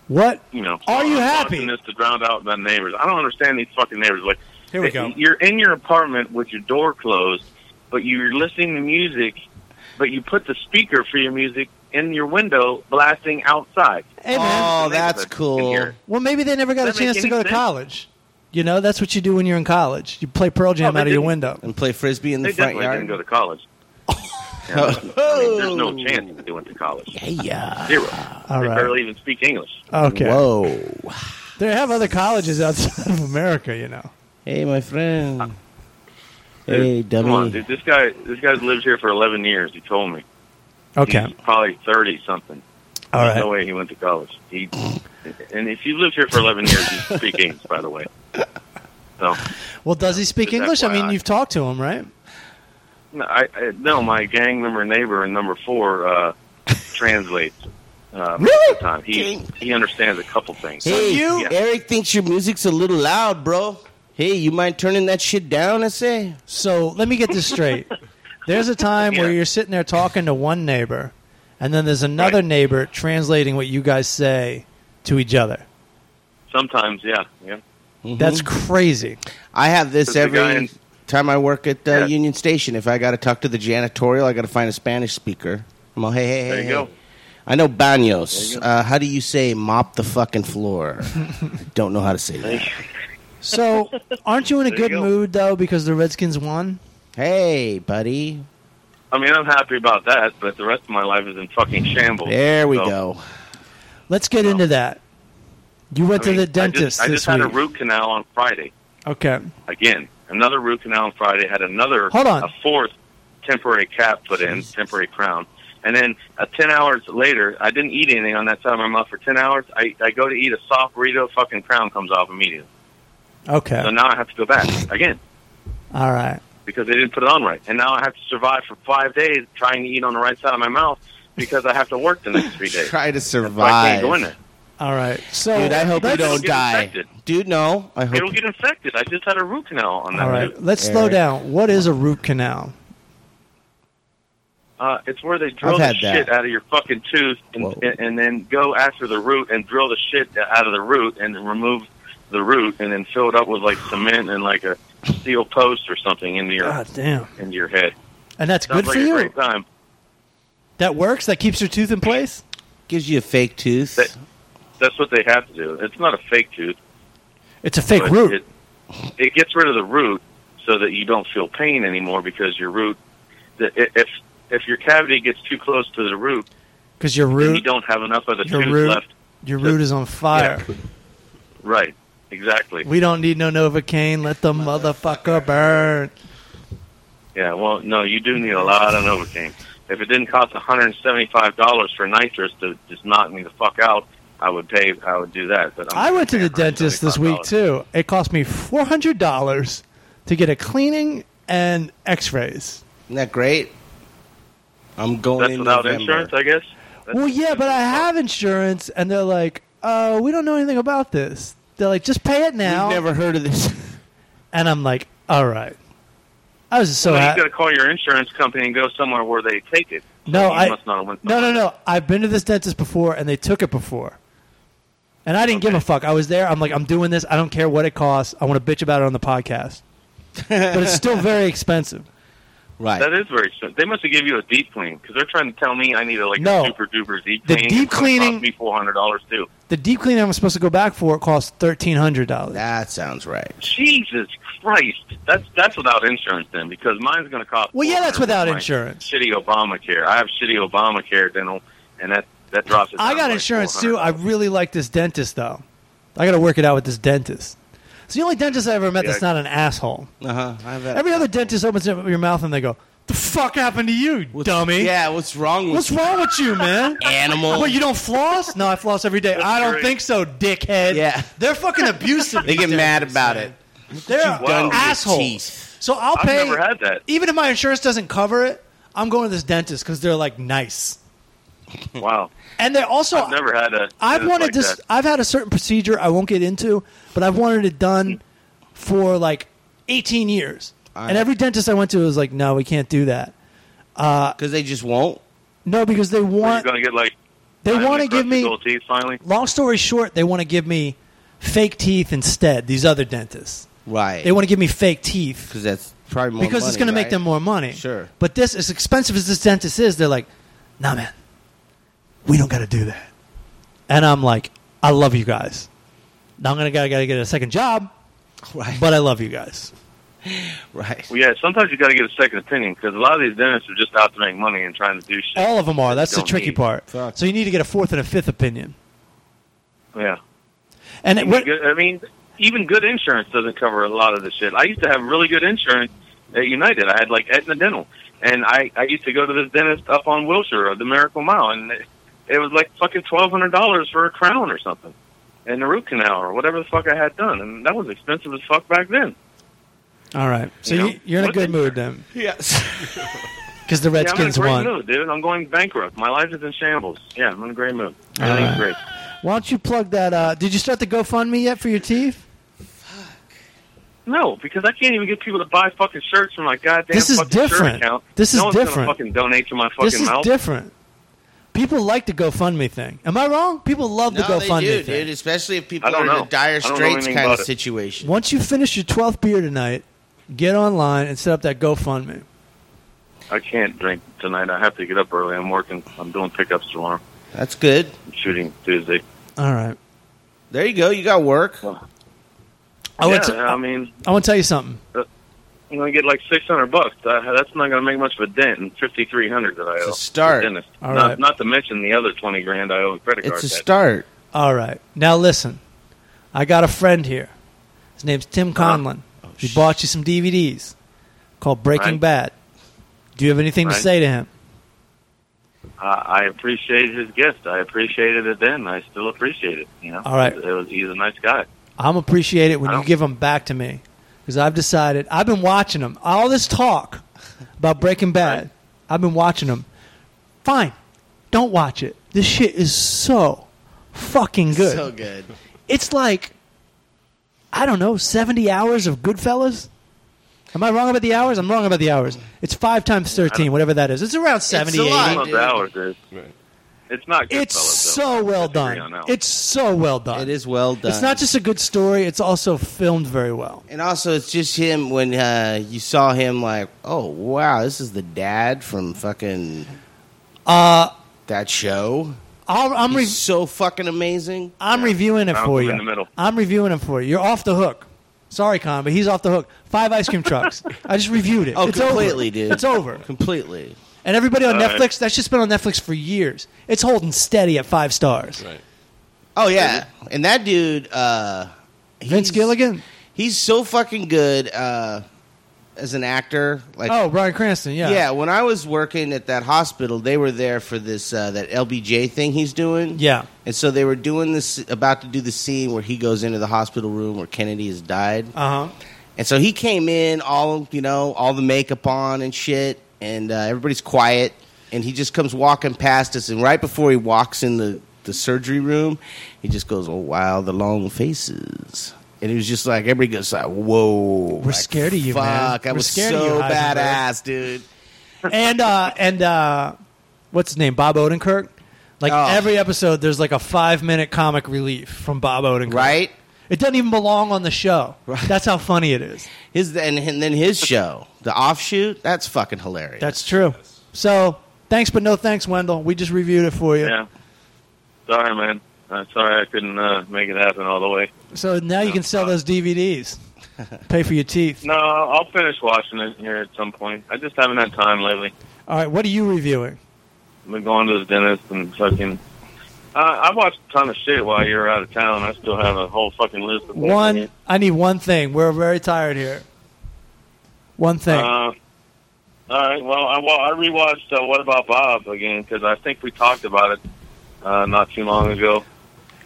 Speaker 2: What?
Speaker 6: you know.
Speaker 2: Are you
Speaker 6: I'm
Speaker 2: happy?
Speaker 6: watching This to drown out the neighbors. I don't understand these fucking neighbors. Like,
Speaker 2: Here we go.
Speaker 6: You're in your apartment with your door closed, but you're listening to music, but you put the speaker for your music in your window, blasting outside.
Speaker 2: Hey man,
Speaker 3: Oh,
Speaker 6: The
Speaker 3: that's
Speaker 6: neighborhood can
Speaker 3: cool.
Speaker 6: hear.
Speaker 2: well maybe they never got a
Speaker 6: Does that
Speaker 2: chance
Speaker 6: make
Speaker 2: to go
Speaker 6: any
Speaker 2: to
Speaker 6: sense?
Speaker 2: college. You know, that's what you do when you're in college. You play Pearl Jam
Speaker 6: Oh, they
Speaker 2: out of your
Speaker 6: didn't.
Speaker 2: window.
Speaker 3: And play frisbee in the
Speaker 6: They
Speaker 3: front
Speaker 6: definitely
Speaker 3: yard. Oh.
Speaker 6: didn't go to college.
Speaker 3: [laughs]
Speaker 6: Yeah, I mean, there's no chance that they went to college.
Speaker 8: Yeah.
Speaker 6: Zero.
Speaker 2: All
Speaker 6: they
Speaker 2: right.
Speaker 6: barely even speak English.
Speaker 2: Okay.
Speaker 8: Whoa.
Speaker 2: They have other colleges outside of America, you know.
Speaker 8: Hey, my friend. Hey,
Speaker 6: Uh, Dude, Come
Speaker 8: dummy.
Speaker 6: on, dude. This guy, this guy's lived here for 11 years. He told me.
Speaker 2: Okay.
Speaker 6: He's probably 30 something.
Speaker 2: All
Speaker 6: There's
Speaker 2: right.
Speaker 6: Mm-hmm. No way he went to college. He, and if you lived here for 11 years, you speak English, by the
Speaker 3: [laughs]
Speaker 6: way. So,
Speaker 2: Well, does he speak
Speaker 6: Just
Speaker 2: English? I mean,
Speaker 6: FYI.
Speaker 2: you've talked to him, right?
Speaker 6: no, I, I, no, my gang member neighbor in number four
Speaker 2: [laughs]
Speaker 6: uh, translates. Uh, most of the time. He he understands a couple things.
Speaker 8: Hey,
Speaker 6: Yeah.
Speaker 8: Eric thinks your music's a little loud, bro. Hey, you mind turning that shit down, I say?
Speaker 2: So let me get this
Speaker 6: [laughs]
Speaker 2: straight. There's a time where
Speaker 6: Yeah.
Speaker 2: you're sitting there talking to one neighbor, and then there's another
Speaker 6: Right.
Speaker 2: neighbor translating what you guys say to each other.
Speaker 6: Sometimes, yeah, yeah.
Speaker 2: That's
Speaker 6: Mm-hmm.
Speaker 2: crazy.
Speaker 3: I have this
Speaker 6: Does the guy
Speaker 3: every
Speaker 6: in-
Speaker 3: time I work at uh,
Speaker 6: Yeah.
Speaker 3: Union Station. If I got to talk to the janitorial, I got to find a Spanish speaker. I'm all, hey, hey, hey.
Speaker 6: There you
Speaker 3: hey.
Speaker 6: go.
Speaker 3: I know baños.
Speaker 6: There you go.
Speaker 3: Uh, how do you say mop the fucking
Speaker 6: [laughs]
Speaker 3: floor? I don't know how to say that.
Speaker 2: So aren't you in a
Speaker 6: There you
Speaker 2: good
Speaker 6: go.
Speaker 2: mood though because the Redskins won?
Speaker 3: Hey, buddy.
Speaker 6: I mean, I'm happy about that, but the rest of my life is in fucking shambles.
Speaker 3: There we
Speaker 6: So,
Speaker 3: go.
Speaker 2: Let's get into that. You
Speaker 6: I
Speaker 2: went
Speaker 6: mean,
Speaker 2: to
Speaker 6: I
Speaker 2: the dentist
Speaker 6: just, I
Speaker 2: this
Speaker 6: just had a
Speaker 2: week.
Speaker 6: root canal on Friday.
Speaker 2: okay.
Speaker 6: again. Another root canal on Friday. Had another,
Speaker 2: Hold on.
Speaker 6: a fourth temporary cap put in, temporary crown. And then uh, 10 hours later, I didn't eat anything on that side of my mouth for 10 hours. I, I go to eat a soft burrito, fucking crown comes off immediately.
Speaker 2: Okay.
Speaker 6: So now I have to go back again
Speaker 2: All right.
Speaker 6: because they didn't put it on right. And now I have to survive for five days trying to eat on the right side of my mouth because I have to work the next three days.
Speaker 3: Try to
Speaker 6: So I can't
Speaker 3: survive.
Speaker 6: go in there.
Speaker 2: All right. So
Speaker 3: Dude, I hope you
Speaker 2: let's-
Speaker 6: It'll
Speaker 3: don't
Speaker 6: get
Speaker 3: die.
Speaker 6: infected.
Speaker 3: Dude, no. I hope
Speaker 6: It'll get infected. I just had a root canal on that.
Speaker 2: All
Speaker 6: too.
Speaker 2: right. Let's slow
Speaker 3: Eric.
Speaker 2: down. What is a root canal?
Speaker 6: Uh, it's where they drill
Speaker 3: I've
Speaker 6: the
Speaker 3: had that.
Speaker 6: shit out of your fucking tooth and,
Speaker 3: Whoa.
Speaker 6: and, and then go after the root and drill the shit out of the root and then remove the root and then fill it up with like cement and like a steel post or something into your
Speaker 2: God damn.
Speaker 6: into your head.
Speaker 2: And that's
Speaker 6: Sounds
Speaker 2: good
Speaker 6: like
Speaker 2: for
Speaker 6: a
Speaker 2: you.
Speaker 6: great time.
Speaker 2: That works. That keeps your tooth in place.
Speaker 8: Gives you a fake tooth.
Speaker 6: That- That's what they have to do. It's not a fake tooth.
Speaker 2: It's a fake
Speaker 6: but
Speaker 2: root.
Speaker 6: It, it gets rid of the root so that you don't feel pain anymore because your root, the, i- if if your cavity gets too close to the root,
Speaker 2: Because your
Speaker 6: then you
Speaker 2: root,
Speaker 6: don't have enough of the
Speaker 2: Your
Speaker 6: tooth
Speaker 2: root.
Speaker 6: left.
Speaker 2: your root is on fire.
Speaker 6: Right. Exactly.
Speaker 2: We don't need no Novocaine. Let the motherfucker burn.
Speaker 6: Yeah, well, no, you do need a lot of Novocaine. If it didn't cost one hundred and seventy-five dollars for nitrous to just knock me the fuck out, I would pay. I would do that. But I'm
Speaker 2: I went to the
Speaker 6: paying
Speaker 2: dentist this week
Speaker 6: $175.
Speaker 2: too. It cost me four hundred dollars to get a cleaning and X-rays.
Speaker 3: Isn't that great? I'm going
Speaker 6: That's
Speaker 3: in
Speaker 6: without
Speaker 3: November.
Speaker 6: insurance, I guess. That's-
Speaker 2: Well, yeah, but I have insurance, and they're like, "Oh, we don't know anything about this." They're like, "Just pay it now,"
Speaker 3: You've never heard of
Speaker 6: [laughs]
Speaker 3: this.
Speaker 2: and I'm like, "All right." I was just so
Speaker 6: Well, you
Speaker 2: happy.
Speaker 6: got to call your insurance company and go somewhere where they take it.
Speaker 2: No,
Speaker 6: you
Speaker 2: I
Speaker 6: must not have went
Speaker 2: no, no,
Speaker 6: somewhere.
Speaker 2: no. I've been to this dentist before, and they took it before, and I didn't give a fuck. I was there. I'm like, I'm doing this. I don't care what it costs. I want to bitch about it on the podcast, but it's
Speaker 6: [laughs]
Speaker 2: still very expensive.
Speaker 3: right.
Speaker 6: That is very expensive. They must have given you a deep clean because they're trying to tell me I need a like
Speaker 2: No.
Speaker 6: super duper deep
Speaker 2: The
Speaker 6: clean.
Speaker 2: deep
Speaker 6: It's gonna
Speaker 2: cleaning-
Speaker 6: cost me four hundred dollars too.
Speaker 2: The deep cleaner I'm supposed to go back for cost thirteen hundred dollars.
Speaker 3: That sounds right.
Speaker 6: Jesus Christ, that's that's without insurance then because mine's going to cost.
Speaker 2: Well, yeah, that's
Speaker 6: 400
Speaker 2: without
Speaker 6: with my
Speaker 2: insurance.
Speaker 6: Shitty Obamacare. I have shitty Obamacare dental, and that that drops it.
Speaker 2: I
Speaker 6: down to,
Speaker 2: got
Speaker 6: like,
Speaker 2: insurance too. I
Speaker 6: $400.
Speaker 2: really like this dentist though. I got to work it out with this dentist. It's the only dentist I ever met that's
Speaker 6: Yeah.
Speaker 2: not an asshole.
Speaker 3: Uh huh. I have that.
Speaker 2: Every other dentist opens up your mouth and they go, "The fuck happened to you, dummy?
Speaker 3: Yeah, what's wrong with
Speaker 2: What's wrong with you, man?
Speaker 3: animal?
Speaker 2: What you don't floss? No, I floss every day. I don't
Speaker 6: great.
Speaker 2: think so, dickhead.
Speaker 3: Yeah.
Speaker 2: they're fucking abusive.
Speaker 3: [laughs] they
Speaker 2: these
Speaker 3: get mad
Speaker 2: dentists,
Speaker 3: about
Speaker 2: man.
Speaker 3: it.
Speaker 2: They're
Speaker 6: done to your
Speaker 2: assholes.
Speaker 3: teeth.
Speaker 2: So I'll
Speaker 6: I've
Speaker 2: pay.
Speaker 6: never had that.
Speaker 2: Even if my insurance doesn't cover it, I'm going to this dentist because they're like nice,
Speaker 6: Wow,
Speaker 2: and they're also
Speaker 6: I've never had a.
Speaker 2: I've
Speaker 6: dentist
Speaker 2: wanted
Speaker 6: like
Speaker 2: this.
Speaker 6: that.
Speaker 2: I've had a certain procedure I won't get into, but I've wanted it done for like 18 years. And every dentist I went to was like, "No, we can't do that." Uh,
Speaker 3: Because they just won't.
Speaker 2: No, because they
Speaker 6: Are you
Speaker 2: want
Speaker 6: going to get like?
Speaker 2: they
Speaker 6: diamond
Speaker 2: want to give
Speaker 6: crusted
Speaker 2: me.
Speaker 6: gold teeth finally.
Speaker 2: Long story short, they want to give me fake teeth instead. These other dentists,
Speaker 3: Right.
Speaker 2: they want to give me fake teeth
Speaker 3: because that's probably more.
Speaker 2: because it's going to make them more money.
Speaker 3: Sure.
Speaker 2: But this, as expensive as this dentist is, they're like, "Nah, man, we don't got to do that." And I'm like, "I love you guys. Now I'm gonna gotta, gotta get a second job."
Speaker 3: [laughs] Right.
Speaker 2: but I love you guys.
Speaker 3: right.
Speaker 6: Well, yeah, sometimes you got to get a second opinion because a lot of these dentists are just out to make money and trying to do shit.
Speaker 2: All of them are. That's the
Speaker 6: Don't
Speaker 2: tricky
Speaker 6: need.
Speaker 2: part.
Speaker 3: Fuck.
Speaker 2: So you need to get a fourth and a fifth opinion.
Speaker 6: Yeah.
Speaker 2: And it, what,
Speaker 6: Good- I mean, even good insurance doesn't cover a lot of the shit. I used to have really good insurance at United. I had like Aetna Dental, and I I used to go to this dentist up on Wilshire, or the Miracle Mile, and it, it was like fucking twelve hundred dollars for a crown or something, and a root canal or whatever the fuck I had done, and that was expensive as fuck back then.
Speaker 2: all right. So
Speaker 6: You
Speaker 2: you
Speaker 6: know,
Speaker 2: you're in a
Speaker 6: what
Speaker 2: good
Speaker 6: the-
Speaker 2: mood
Speaker 6: [laughs]
Speaker 2: then, [laughs]
Speaker 3: Yes.
Speaker 2: because the
Speaker 6: Yeah, I'm in a
Speaker 2: Redskins
Speaker 6: great
Speaker 2: won.
Speaker 6: mood, dude. I'm going bankrupt. My life is in shambles. Yeah, I'm in a great mood. Everything's great.
Speaker 2: Why don't you plug that? Uh, did you start the GoFundMe yet for your teeth?
Speaker 6: No, because I can't even get people to buy fucking shirts from my goddamn
Speaker 2: This is
Speaker 6: fucking shirt
Speaker 2: different.
Speaker 6: account.
Speaker 2: This is
Speaker 6: no one's gonna
Speaker 2: different.
Speaker 6: Fucking donate to my fucking
Speaker 2: This is
Speaker 6: mouth.
Speaker 2: different. People like the GoFundMe thing. Am I wrong? People love the
Speaker 3: No, they
Speaker 2: GoFundMe
Speaker 3: do,
Speaker 2: thing.
Speaker 3: dude. Especially if people
Speaker 6: I
Speaker 3: are
Speaker 6: don't
Speaker 3: in
Speaker 6: know.
Speaker 3: a
Speaker 6: I
Speaker 3: dire
Speaker 6: don't know
Speaker 3: straits
Speaker 6: anything
Speaker 3: kind of
Speaker 6: about it.
Speaker 3: situation.
Speaker 2: Once you finish your 12th beer tonight, get online and set up that GoFundMe.
Speaker 6: I can't drink tonight. I have to get up early. I'm working. I'm doing pickups tomorrow.
Speaker 3: That's good.
Speaker 6: I'm shooting Tuesday.
Speaker 2: All right.
Speaker 3: There you go. You got work.
Speaker 2: I
Speaker 6: yeah,
Speaker 2: want to
Speaker 6: I mean,
Speaker 2: I want to tell you something.
Speaker 6: I'm gonna get like 600 bucks. Uh, that's not gonna make much of a dent in 5,300 that I owe.
Speaker 3: a start.
Speaker 6: the dentist.
Speaker 2: All
Speaker 6: not,
Speaker 2: right.
Speaker 6: not to mention the other 20 grand I owe in credit card
Speaker 3: It's a
Speaker 6: debt.
Speaker 3: start.
Speaker 2: All right. Now listen. I got a friend here. His name's Tim Conlon. he bought you some DVDs called Breaking
Speaker 6: Oh, Right.
Speaker 2: Bad. Do you have anything to
Speaker 6: Right.
Speaker 2: say to him?
Speaker 6: I, I appreciate his gift. I appreciated it then. I still appreciate it. You know.
Speaker 2: All right.
Speaker 6: It was, he's a nice guy.
Speaker 2: I'm appreciate it when
Speaker 6: I
Speaker 2: you
Speaker 6: don't-
Speaker 2: give them back to me because I've decided I've been watching them. All this talk about Breaking Bad, I've been watching them. Fine, don't watch it. This shit is so fucking good.
Speaker 3: So good.
Speaker 2: it's like I don't know, seventy hours of Goodfellas. Am I wrong about the hours? I'm wrong about the hours. It's five times thirteen, whatever that is. It's around seventy.
Speaker 3: a lot.
Speaker 6: I
Speaker 3: Hey,
Speaker 6: love
Speaker 3: dude.
Speaker 6: the hours, dude. It's not good.
Speaker 2: It's so well done. It's so well done.
Speaker 3: [laughs] It is well done.
Speaker 2: It's not just a good story. It's also filmed very well.
Speaker 3: And also, it's just him when uh, you saw him, like, oh, wow, this is the dad from fucking
Speaker 2: Uh,
Speaker 3: that show.
Speaker 2: I'll, I'm re-
Speaker 3: He's so fucking amazing.
Speaker 2: I'm reviewing it
Speaker 6: I'll
Speaker 2: for
Speaker 6: come
Speaker 2: you.
Speaker 6: in the middle.
Speaker 2: I'm reviewing it for you. You're off the hook. Sorry, Con, but he's off the hook. Five ice cream trucks. I just reviewed it.
Speaker 3: Oh,
Speaker 2: it's
Speaker 3: completely,
Speaker 2: over.
Speaker 3: dude.
Speaker 2: It's over.
Speaker 3: Completely.
Speaker 2: And everybody on
Speaker 6: All right.
Speaker 2: Netflix, that shit's been on Netflix for years. It's holding steady at five stars.
Speaker 9: Right.
Speaker 3: Oh, yeah. And that dude, uh,
Speaker 2: Vince
Speaker 3: he's-
Speaker 2: Gilligan.
Speaker 3: He's so fucking good. Uh, as an actor. Like,
Speaker 2: Oh, Brian Cranston. Yeah.
Speaker 3: yeah. when I was working at that hospital, they were there for this uh, that LBJ thing he's doing.
Speaker 2: Yeah.
Speaker 3: and so they were doing this, about to do the scene where he goes into the hospital room where Kennedy has died.
Speaker 2: Uh huh.
Speaker 3: And so he came in all you know, all the makeup on and shit, and uh, everybody's quiet. And he just comes walking past us, and right before he walks in the, the surgery room, he just goes, "Oh wow, the long faces." And it was just like everybody goes like, "Whoa, we're
Speaker 2: scared of you,
Speaker 3: fuck,
Speaker 2: man.
Speaker 3: I
Speaker 2: We're
Speaker 3: was
Speaker 2: scared of
Speaker 3: so
Speaker 2: you, Heisenberg."
Speaker 3: badass, dude."
Speaker 2: and uh, and uh, what's his name? Bob Odenkirk. Like
Speaker 3: Oh.
Speaker 2: every episode, there's like a five minute comic relief from Bob Odenkirk.
Speaker 3: Right?
Speaker 2: It doesn't even belong on the show. That's how funny it is.
Speaker 3: His and, and then his show, the offshoot, that's fucking hilarious.
Speaker 2: That's true. So thanks, but no thanks, Wendell. We just reviewed it for you.
Speaker 6: Yeah. Sorry, man. Uh, sorry I couldn't uh, make it happen all the way.
Speaker 2: So now you can sell those DVDs.
Speaker 3: [laughs]
Speaker 2: Pay for your teeth.
Speaker 6: No, I'll finish watching it here at some point. I just haven't had time lately.
Speaker 2: All right, what are you reviewing?
Speaker 6: I've been going to the dentist and fucking. Uh, I watched a ton of shit while you were out of town. I still have a whole fucking list. Of things.
Speaker 2: One, I need one thing. We're very tired here. One thing.
Speaker 6: Uh, all right. Well, I, well, I rewatched uh, What About Bob again because I think we talked about it uh, not too long ago.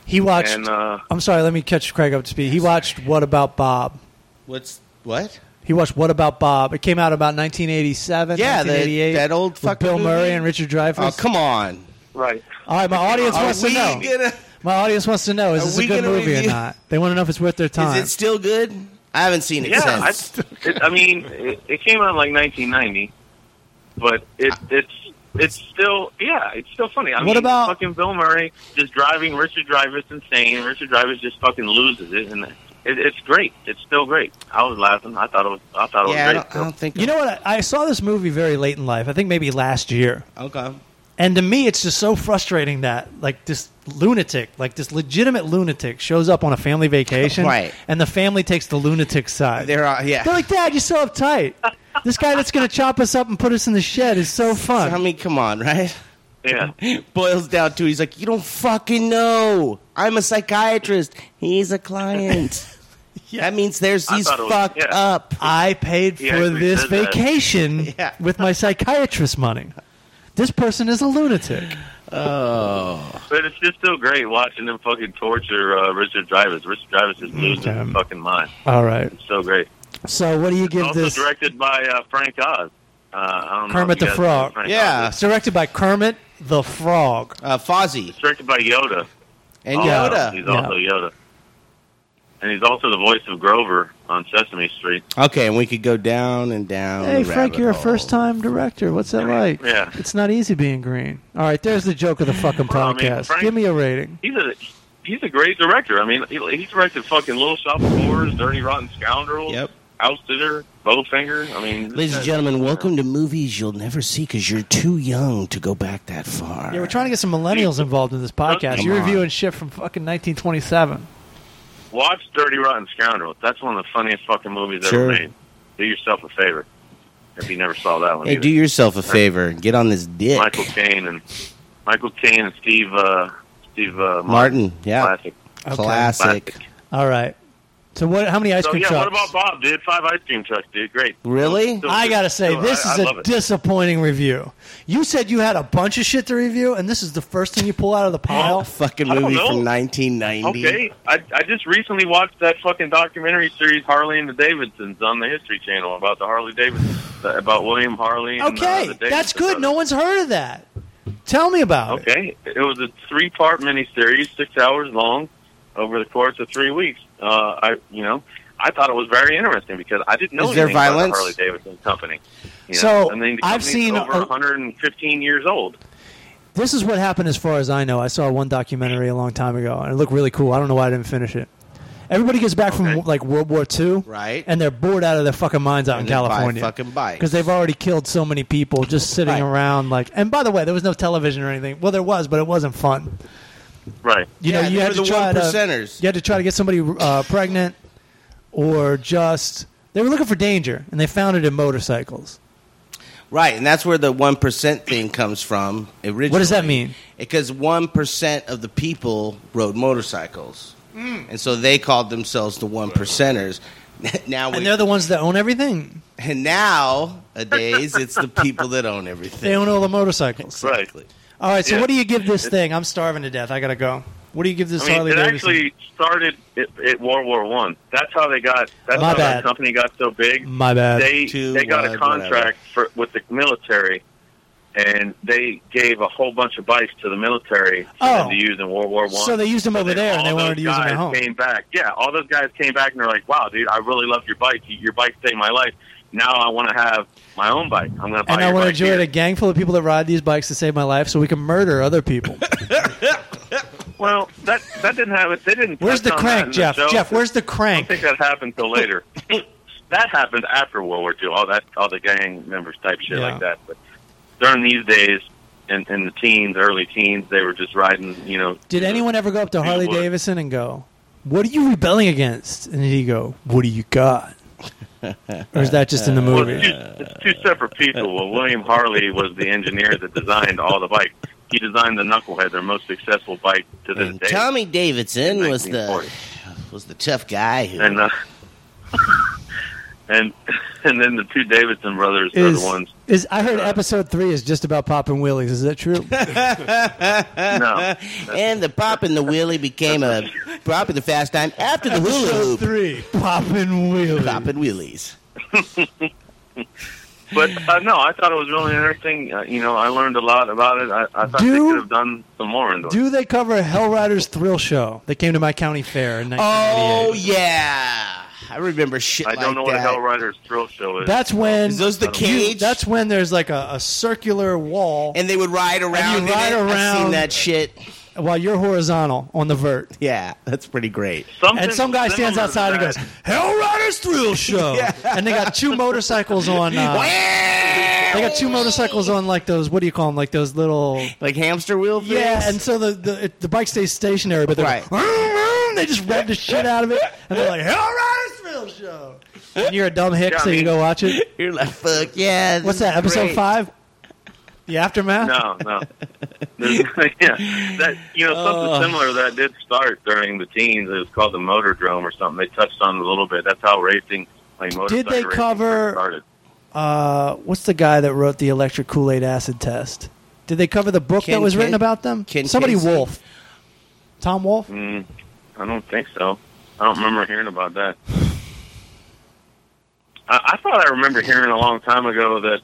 Speaker 2: he watched.
Speaker 6: And uh,
Speaker 2: I'm sorry. Let me catch Craig up to speed. He watched What About Bob?
Speaker 3: What's what?
Speaker 2: He watched What About Bob? It came out about 1987,
Speaker 3: Yeah, that-
Speaker 2: 1988.
Speaker 3: that old
Speaker 2: with
Speaker 3: fucking
Speaker 2: Bill Murray
Speaker 3: movie.
Speaker 2: and Richard Dreyfuss.
Speaker 3: Oh, come on.
Speaker 6: right.
Speaker 2: All right, my audience
Speaker 3: Are
Speaker 2: wants to
Speaker 3: we
Speaker 2: know.
Speaker 3: gonna-
Speaker 2: My audience wants to know:
Speaker 3: Are
Speaker 2: is this
Speaker 3: we
Speaker 2: a good
Speaker 3: gonna
Speaker 2: movie
Speaker 3: review-
Speaker 2: or not? They want to know if it's worth their time.
Speaker 3: Is it still good? I haven't seen it
Speaker 6: Yeah. I,
Speaker 3: since.
Speaker 6: [laughs] it, I mean, it, it came out in like 1990, but it it's. It's still, yeah, it's still funny. I
Speaker 2: What
Speaker 6: mean,
Speaker 2: about-
Speaker 6: fucking Bill Murray just driving Richard Drivers insane? Richard Drivers just fucking loses it, and it, it's great. It's still great. I was laughing. I thought it was. I thought it
Speaker 3: yeah, I
Speaker 6: was great.
Speaker 3: don't, I
Speaker 6: still.
Speaker 3: don't think.
Speaker 2: you know what? I, I saw this movie very late in life. I think maybe last year.
Speaker 3: Okay.
Speaker 2: And to me, it's just so frustrating that like this lunatic, like this legitimate lunatic, shows up on a family vacation,
Speaker 3: [laughs] Right.
Speaker 2: And the family takes the lunatic side.
Speaker 3: There are yeah.
Speaker 2: They're like, Dad, you're so uptight. This guy that's going to chop us up and put us in the shed is so fun.
Speaker 3: I mean, come on, right? [laughs]
Speaker 6: yeah.
Speaker 3: Boils down to he's like, you don't fucking know. I'm a psychiatrist. He's a
Speaker 6: [laughs]
Speaker 3: client. [laughs] That means there's
Speaker 6: I
Speaker 3: he's
Speaker 6: thought it was-
Speaker 3: fucked
Speaker 6: yeah.
Speaker 3: up.
Speaker 2: I paid
Speaker 6: He
Speaker 2: for
Speaker 6: actually
Speaker 2: this
Speaker 6: said that.
Speaker 2: vacation
Speaker 3: [laughs] Yeah.
Speaker 2: with my psychiatrist money. This person is a lunatic.
Speaker 6: But it's just still great watching them fucking torture uh, Richard Drivers. Richard Drivers just
Speaker 2: Mm,
Speaker 6: loses
Speaker 2: Damn.
Speaker 6: his fucking mind.
Speaker 2: All right.
Speaker 6: It's so great.
Speaker 2: So what do you give
Speaker 6: also
Speaker 2: this?
Speaker 6: directed by uh, Frank Oz. Uh, I don't know if
Speaker 2: Kermit
Speaker 6: you
Speaker 2: the
Speaker 6: guys
Speaker 2: Frog.
Speaker 6: know Frank
Speaker 3: Yeah.
Speaker 6: Oz.
Speaker 2: It's directed by Kermit the Frog.
Speaker 3: Uh, Fozzie
Speaker 6: It's directed by Yoda.
Speaker 3: and
Speaker 6: Also,
Speaker 3: Yoda.
Speaker 6: Oh, He's also Yoda. And he's also the voice of Grover on Sesame Street.
Speaker 3: Okay, and we could go down and down.
Speaker 2: Hey
Speaker 3: the
Speaker 2: Frank,
Speaker 3: rabbit
Speaker 2: you're a
Speaker 3: hole.
Speaker 2: first-time director. What's that like?
Speaker 6: Yeah.
Speaker 2: It's not easy being green. All right, there's the joke of the fucking
Speaker 6: Well, I mean,
Speaker 2: podcast.
Speaker 6: Frank-
Speaker 2: give me a rating.
Speaker 6: He's a he's a great director. I mean, he, he directed fucking Little Shop of Horrors, Dirty Rotten Scoundrels,
Speaker 3: Yep.
Speaker 6: House Sitter, Bowfinger. I mean,
Speaker 3: Ladies and gentlemen,
Speaker 2: uh,
Speaker 3: welcome to movies you'll never see because you're too young to go back that far.
Speaker 2: Yeah, we're trying to get some millennials involved in this podcast.
Speaker 6: Come
Speaker 2: You're
Speaker 3: on.
Speaker 2: reviewing shit from fucking 1927.
Speaker 6: Watch Dirty Rotten Scoundrels. That's one of the funniest fucking movies
Speaker 3: Sure.
Speaker 6: ever made. Do yourself a favor if you never saw that one.
Speaker 3: Hey,
Speaker 6: either.
Speaker 3: do yourself a favor and get on this dick,
Speaker 6: Michael Caine and Michael Caine and Steve uh, Steve uh,
Speaker 3: Martin. Yeah,
Speaker 6: Classic.
Speaker 3: classic.
Speaker 6: Classic.
Speaker 2: All right. So what? How many ice
Speaker 6: So
Speaker 2: cream
Speaker 6: yeah,
Speaker 2: trucks?
Speaker 6: what about Bob, dude? Five ice cream trucks, dude. Great.
Speaker 3: Really?
Speaker 6: Still-
Speaker 2: I gotta say,
Speaker 6: still-
Speaker 2: this
Speaker 6: I-
Speaker 2: is
Speaker 6: I
Speaker 2: a
Speaker 6: love it.
Speaker 2: disappointing review. You said you had a bunch of shit to review, and this is the first thing you pull out of the pile.
Speaker 3: [laughs] fucking
Speaker 6: I don't
Speaker 3: movie
Speaker 6: know.
Speaker 3: from 1990.
Speaker 6: Okay, I, I just recently watched that fucking documentary series Harley and the Davidsons on the History Channel about the Harley Davidson about William Harley. And, uh,
Speaker 2: Okay,
Speaker 6: the Davidson
Speaker 2: that's good.
Speaker 6: brothers.
Speaker 2: No one's heard of that. Tell me about it.
Speaker 6: Okay, it was a three-part miniseries, six hours long, over the course of three weeks. Uh, I, you know, I thought it was very interesting because I didn't know
Speaker 3: Is there
Speaker 6: anything about the
Speaker 3: violence?
Speaker 6: Harley Davidson Company. You know?
Speaker 2: So,
Speaker 6: I mean, the
Speaker 2: I've
Speaker 6: company's
Speaker 2: seen
Speaker 6: over
Speaker 2: a-
Speaker 6: 115 years old.
Speaker 2: This is what happened, as far as I know. I saw one documentary a long time ago, and it looked really cool. I don't know why I didn't finish it. Everybody gets back
Speaker 6: Okay.
Speaker 2: from like World War II,
Speaker 3: Right.
Speaker 2: And they're bored out of their fucking minds out in
Speaker 3: And they buy
Speaker 2: California,
Speaker 3: fucking bikes.
Speaker 2: because they've already killed so many people just sitting
Speaker 3: Right.
Speaker 2: around. Like, and by the way, there was no television or anything. Well, there was, but it wasn't fun.
Speaker 6: Right.
Speaker 2: You
Speaker 3: Yeah,
Speaker 2: know, you
Speaker 3: they
Speaker 2: had
Speaker 3: were
Speaker 2: to
Speaker 3: the
Speaker 2: try to
Speaker 3: one-percenters.
Speaker 2: You had to try to get somebody uh, pregnant, or just they were looking for danger, and they found it in motorcycles.
Speaker 3: Right, and that's where the one percent thing comes from originally.
Speaker 2: What does that mean?
Speaker 3: Because one percent of the
Speaker 2: Hmm.
Speaker 3: people rode motorcycles, and so they called themselves the one percenters. [laughs] now we,
Speaker 2: And they're the ones that own everything.
Speaker 3: and nowadays it's the people that own everything.
Speaker 2: They own all the motorcycles.
Speaker 3: Exactly.
Speaker 2: All right, so
Speaker 6: Yeah.
Speaker 2: what do you give this thing? I'm starving to death. I gotta go. What do you give this
Speaker 6: I mean,
Speaker 2: Harley
Speaker 6: it
Speaker 2: Davidson?
Speaker 6: actually started at, at World War One. That's how they got. That's
Speaker 2: My
Speaker 6: how
Speaker 2: bad.
Speaker 6: that company got so big.
Speaker 2: My uh, bad.
Speaker 6: They
Speaker 3: Two,
Speaker 6: they got
Speaker 3: one,
Speaker 6: a contract for, with the military, and they gave a whole bunch of bikes to the military for
Speaker 2: Oh.
Speaker 6: them to use in World War One.
Speaker 2: so they used them over there, and they
Speaker 6: all
Speaker 2: wanted
Speaker 6: those
Speaker 2: to use them
Speaker 6: guys
Speaker 2: at home.
Speaker 6: Came back, yeah. All those guys came back and they're like, "Wow, dude, I really love your bike. Your bike saved my life. Now I want to have my own bike. I'm going to buy
Speaker 2: And I
Speaker 6: your
Speaker 2: want to
Speaker 6: bike here."
Speaker 2: join a gang full of people that ride these bikes to save my life, so we can murder other
Speaker 6: [laughs]
Speaker 2: people.
Speaker 6: Well, that that didn't happen. They didn't.
Speaker 2: Where's the
Speaker 6: touch on that in
Speaker 2: crank,
Speaker 6: the
Speaker 2: Jeff?
Speaker 6: show.
Speaker 2: Jeff, where's the
Speaker 6: I don't
Speaker 2: crank?
Speaker 6: think that happened
Speaker 2: [laughs]
Speaker 6: till later. that happened after World War II. All that, all the gang members type shit
Speaker 2: Yeah.
Speaker 6: like that. But during these days, in, in the teens, early teens, they were just riding. You know,
Speaker 2: Did anyone ever go up to
Speaker 6: Dude,
Speaker 2: Harley
Speaker 6: what?
Speaker 2: Davidson and go, "What are you rebelling against?" And he go, "What do you
Speaker 6: [laughs]
Speaker 2: got?" or is that just in the
Speaker 6: Well,
Speaker 2: movie?
Speaker 6: it's two, it's two separate people. Well, William Harley was the engineer that designed all the bikes. He designed the Knucklehead, their most successful bike to this
Speaker 3: And
Speaker 6: day.
Speaker 3: Tommy Davidson
Speaker 6: In
Speaker 3: was the
Speaker 6: 1940.
Speaker 3: was the tough guy who
Speaker 6: and uh, [laughs] and and then the two Davidson brothers are
Speaker 2: Is,
Speaker 6: the ones.
Speaker 2: is I heard episode three is just about popping wheelies. Is that
Speaker 6: [laughs]
Speaker 2: true?
Speaker 3: [laughs]
Speaker 6: No,
Speaker 3: and the pop and the wheelie became
Speaker 6: [laughs]
Speaker 3: a pop in the fast time after the hula hoop.
Speaker 2: three, popping wheelies.
Speaker 3: Pop and wheelies.
Speaker 6: but uh, no, I thought it was really interesting. Uh, you know, I learned a lot about it. I, I thought they
Speaker 2: Do-
Speaker 6: could have done some more. Into it.
Speaker 2: Do they cover Hell Riders Thrill Show that came to my county fair in
Speaker 3: Oh
Speaker 2: 1988?
Speaker 3: yeah, I remember shit.
Speaker 6: I don't
Speaker 3: like
Speaker 6: know what a
Speaker 3: that.
Speaker 6: Hell Riders Thrill Show is.
Speaker 2: That's when
Speaker 3: Is those the
Speaker 2: you-
Speaker 3: cage?
Speaker 2: that's when there's like a, a circular wall
Speaker 3: And they would ride around. in
Speaker 2: ride
Speaker 3: it. I've
Speaker 2: around.
Speaker 3: seen that shit.
Speaker 2: while you're horizontal on the vert,
Speaker 3: Yeah, that's pretty great.
Speaker 6: Something
Speaker 2: and some guy stands
Speaker 6: similar to
Speaker 2: outside and
Speaker 6: that.
Speaker 2: goes Hell Riders
Speaker 3: [laughs]
Speaker 2: Thrill Show, and they got two motorcycles on. Uh, they got two motorcycles on like those. What do you call them? Like those little
Speaker 3: Like hamster wheel. Things?
Speaker 2: Yeah, and so the the, it, the bike stays stationary, but they're
Speaker 3: Right.
Speaker 2: like, "Vroom, vroom," [laughs] they just rev the shit out of it, and they're like, "Hell Riders Thrill Show." And you're a dumb hick,
Speaker 6: Yeah, I
Speaker 2: so you
Speaker 6: mean-
Speaker 2: go watch it.
Speaker 3: you're like fuck yeah. this
Speaker 2: What's
Speaker 3: is
Speaker 2: that? Episode
Speaker 3: great.
Speaker 2: five. The aftermath.
Speaker 6: [laughs] No, no. There's- [laughs] yeah, that you know
Speaker 3: Oh.
Speaker 6: something similar to that did start during the teens. It was called the Motor Drome or something. They touched on it a little bit. That's how racing, like motorcycle
Speaker 2: Did they
Speaker 6: racing
Speaker 2: cover-
Speaker 6: started.
Speaker 2: Uh, what's the guy that wrote the electric Kool Aid acid test? Did they cover the book
Speaker 3: Ken
Speaker 2: that was written
Speaker 3: Kid-
Speaker 2: about them?
Speaker 3: Ken
Speaker 2: Somebody
Speaker 3: Casey?
Speaker 2: Wolf. Tom Wolf.
Speaker 6: Mm, I don't think so. I don't remember hearing about that. I, I thought I remember hearing a long time ago that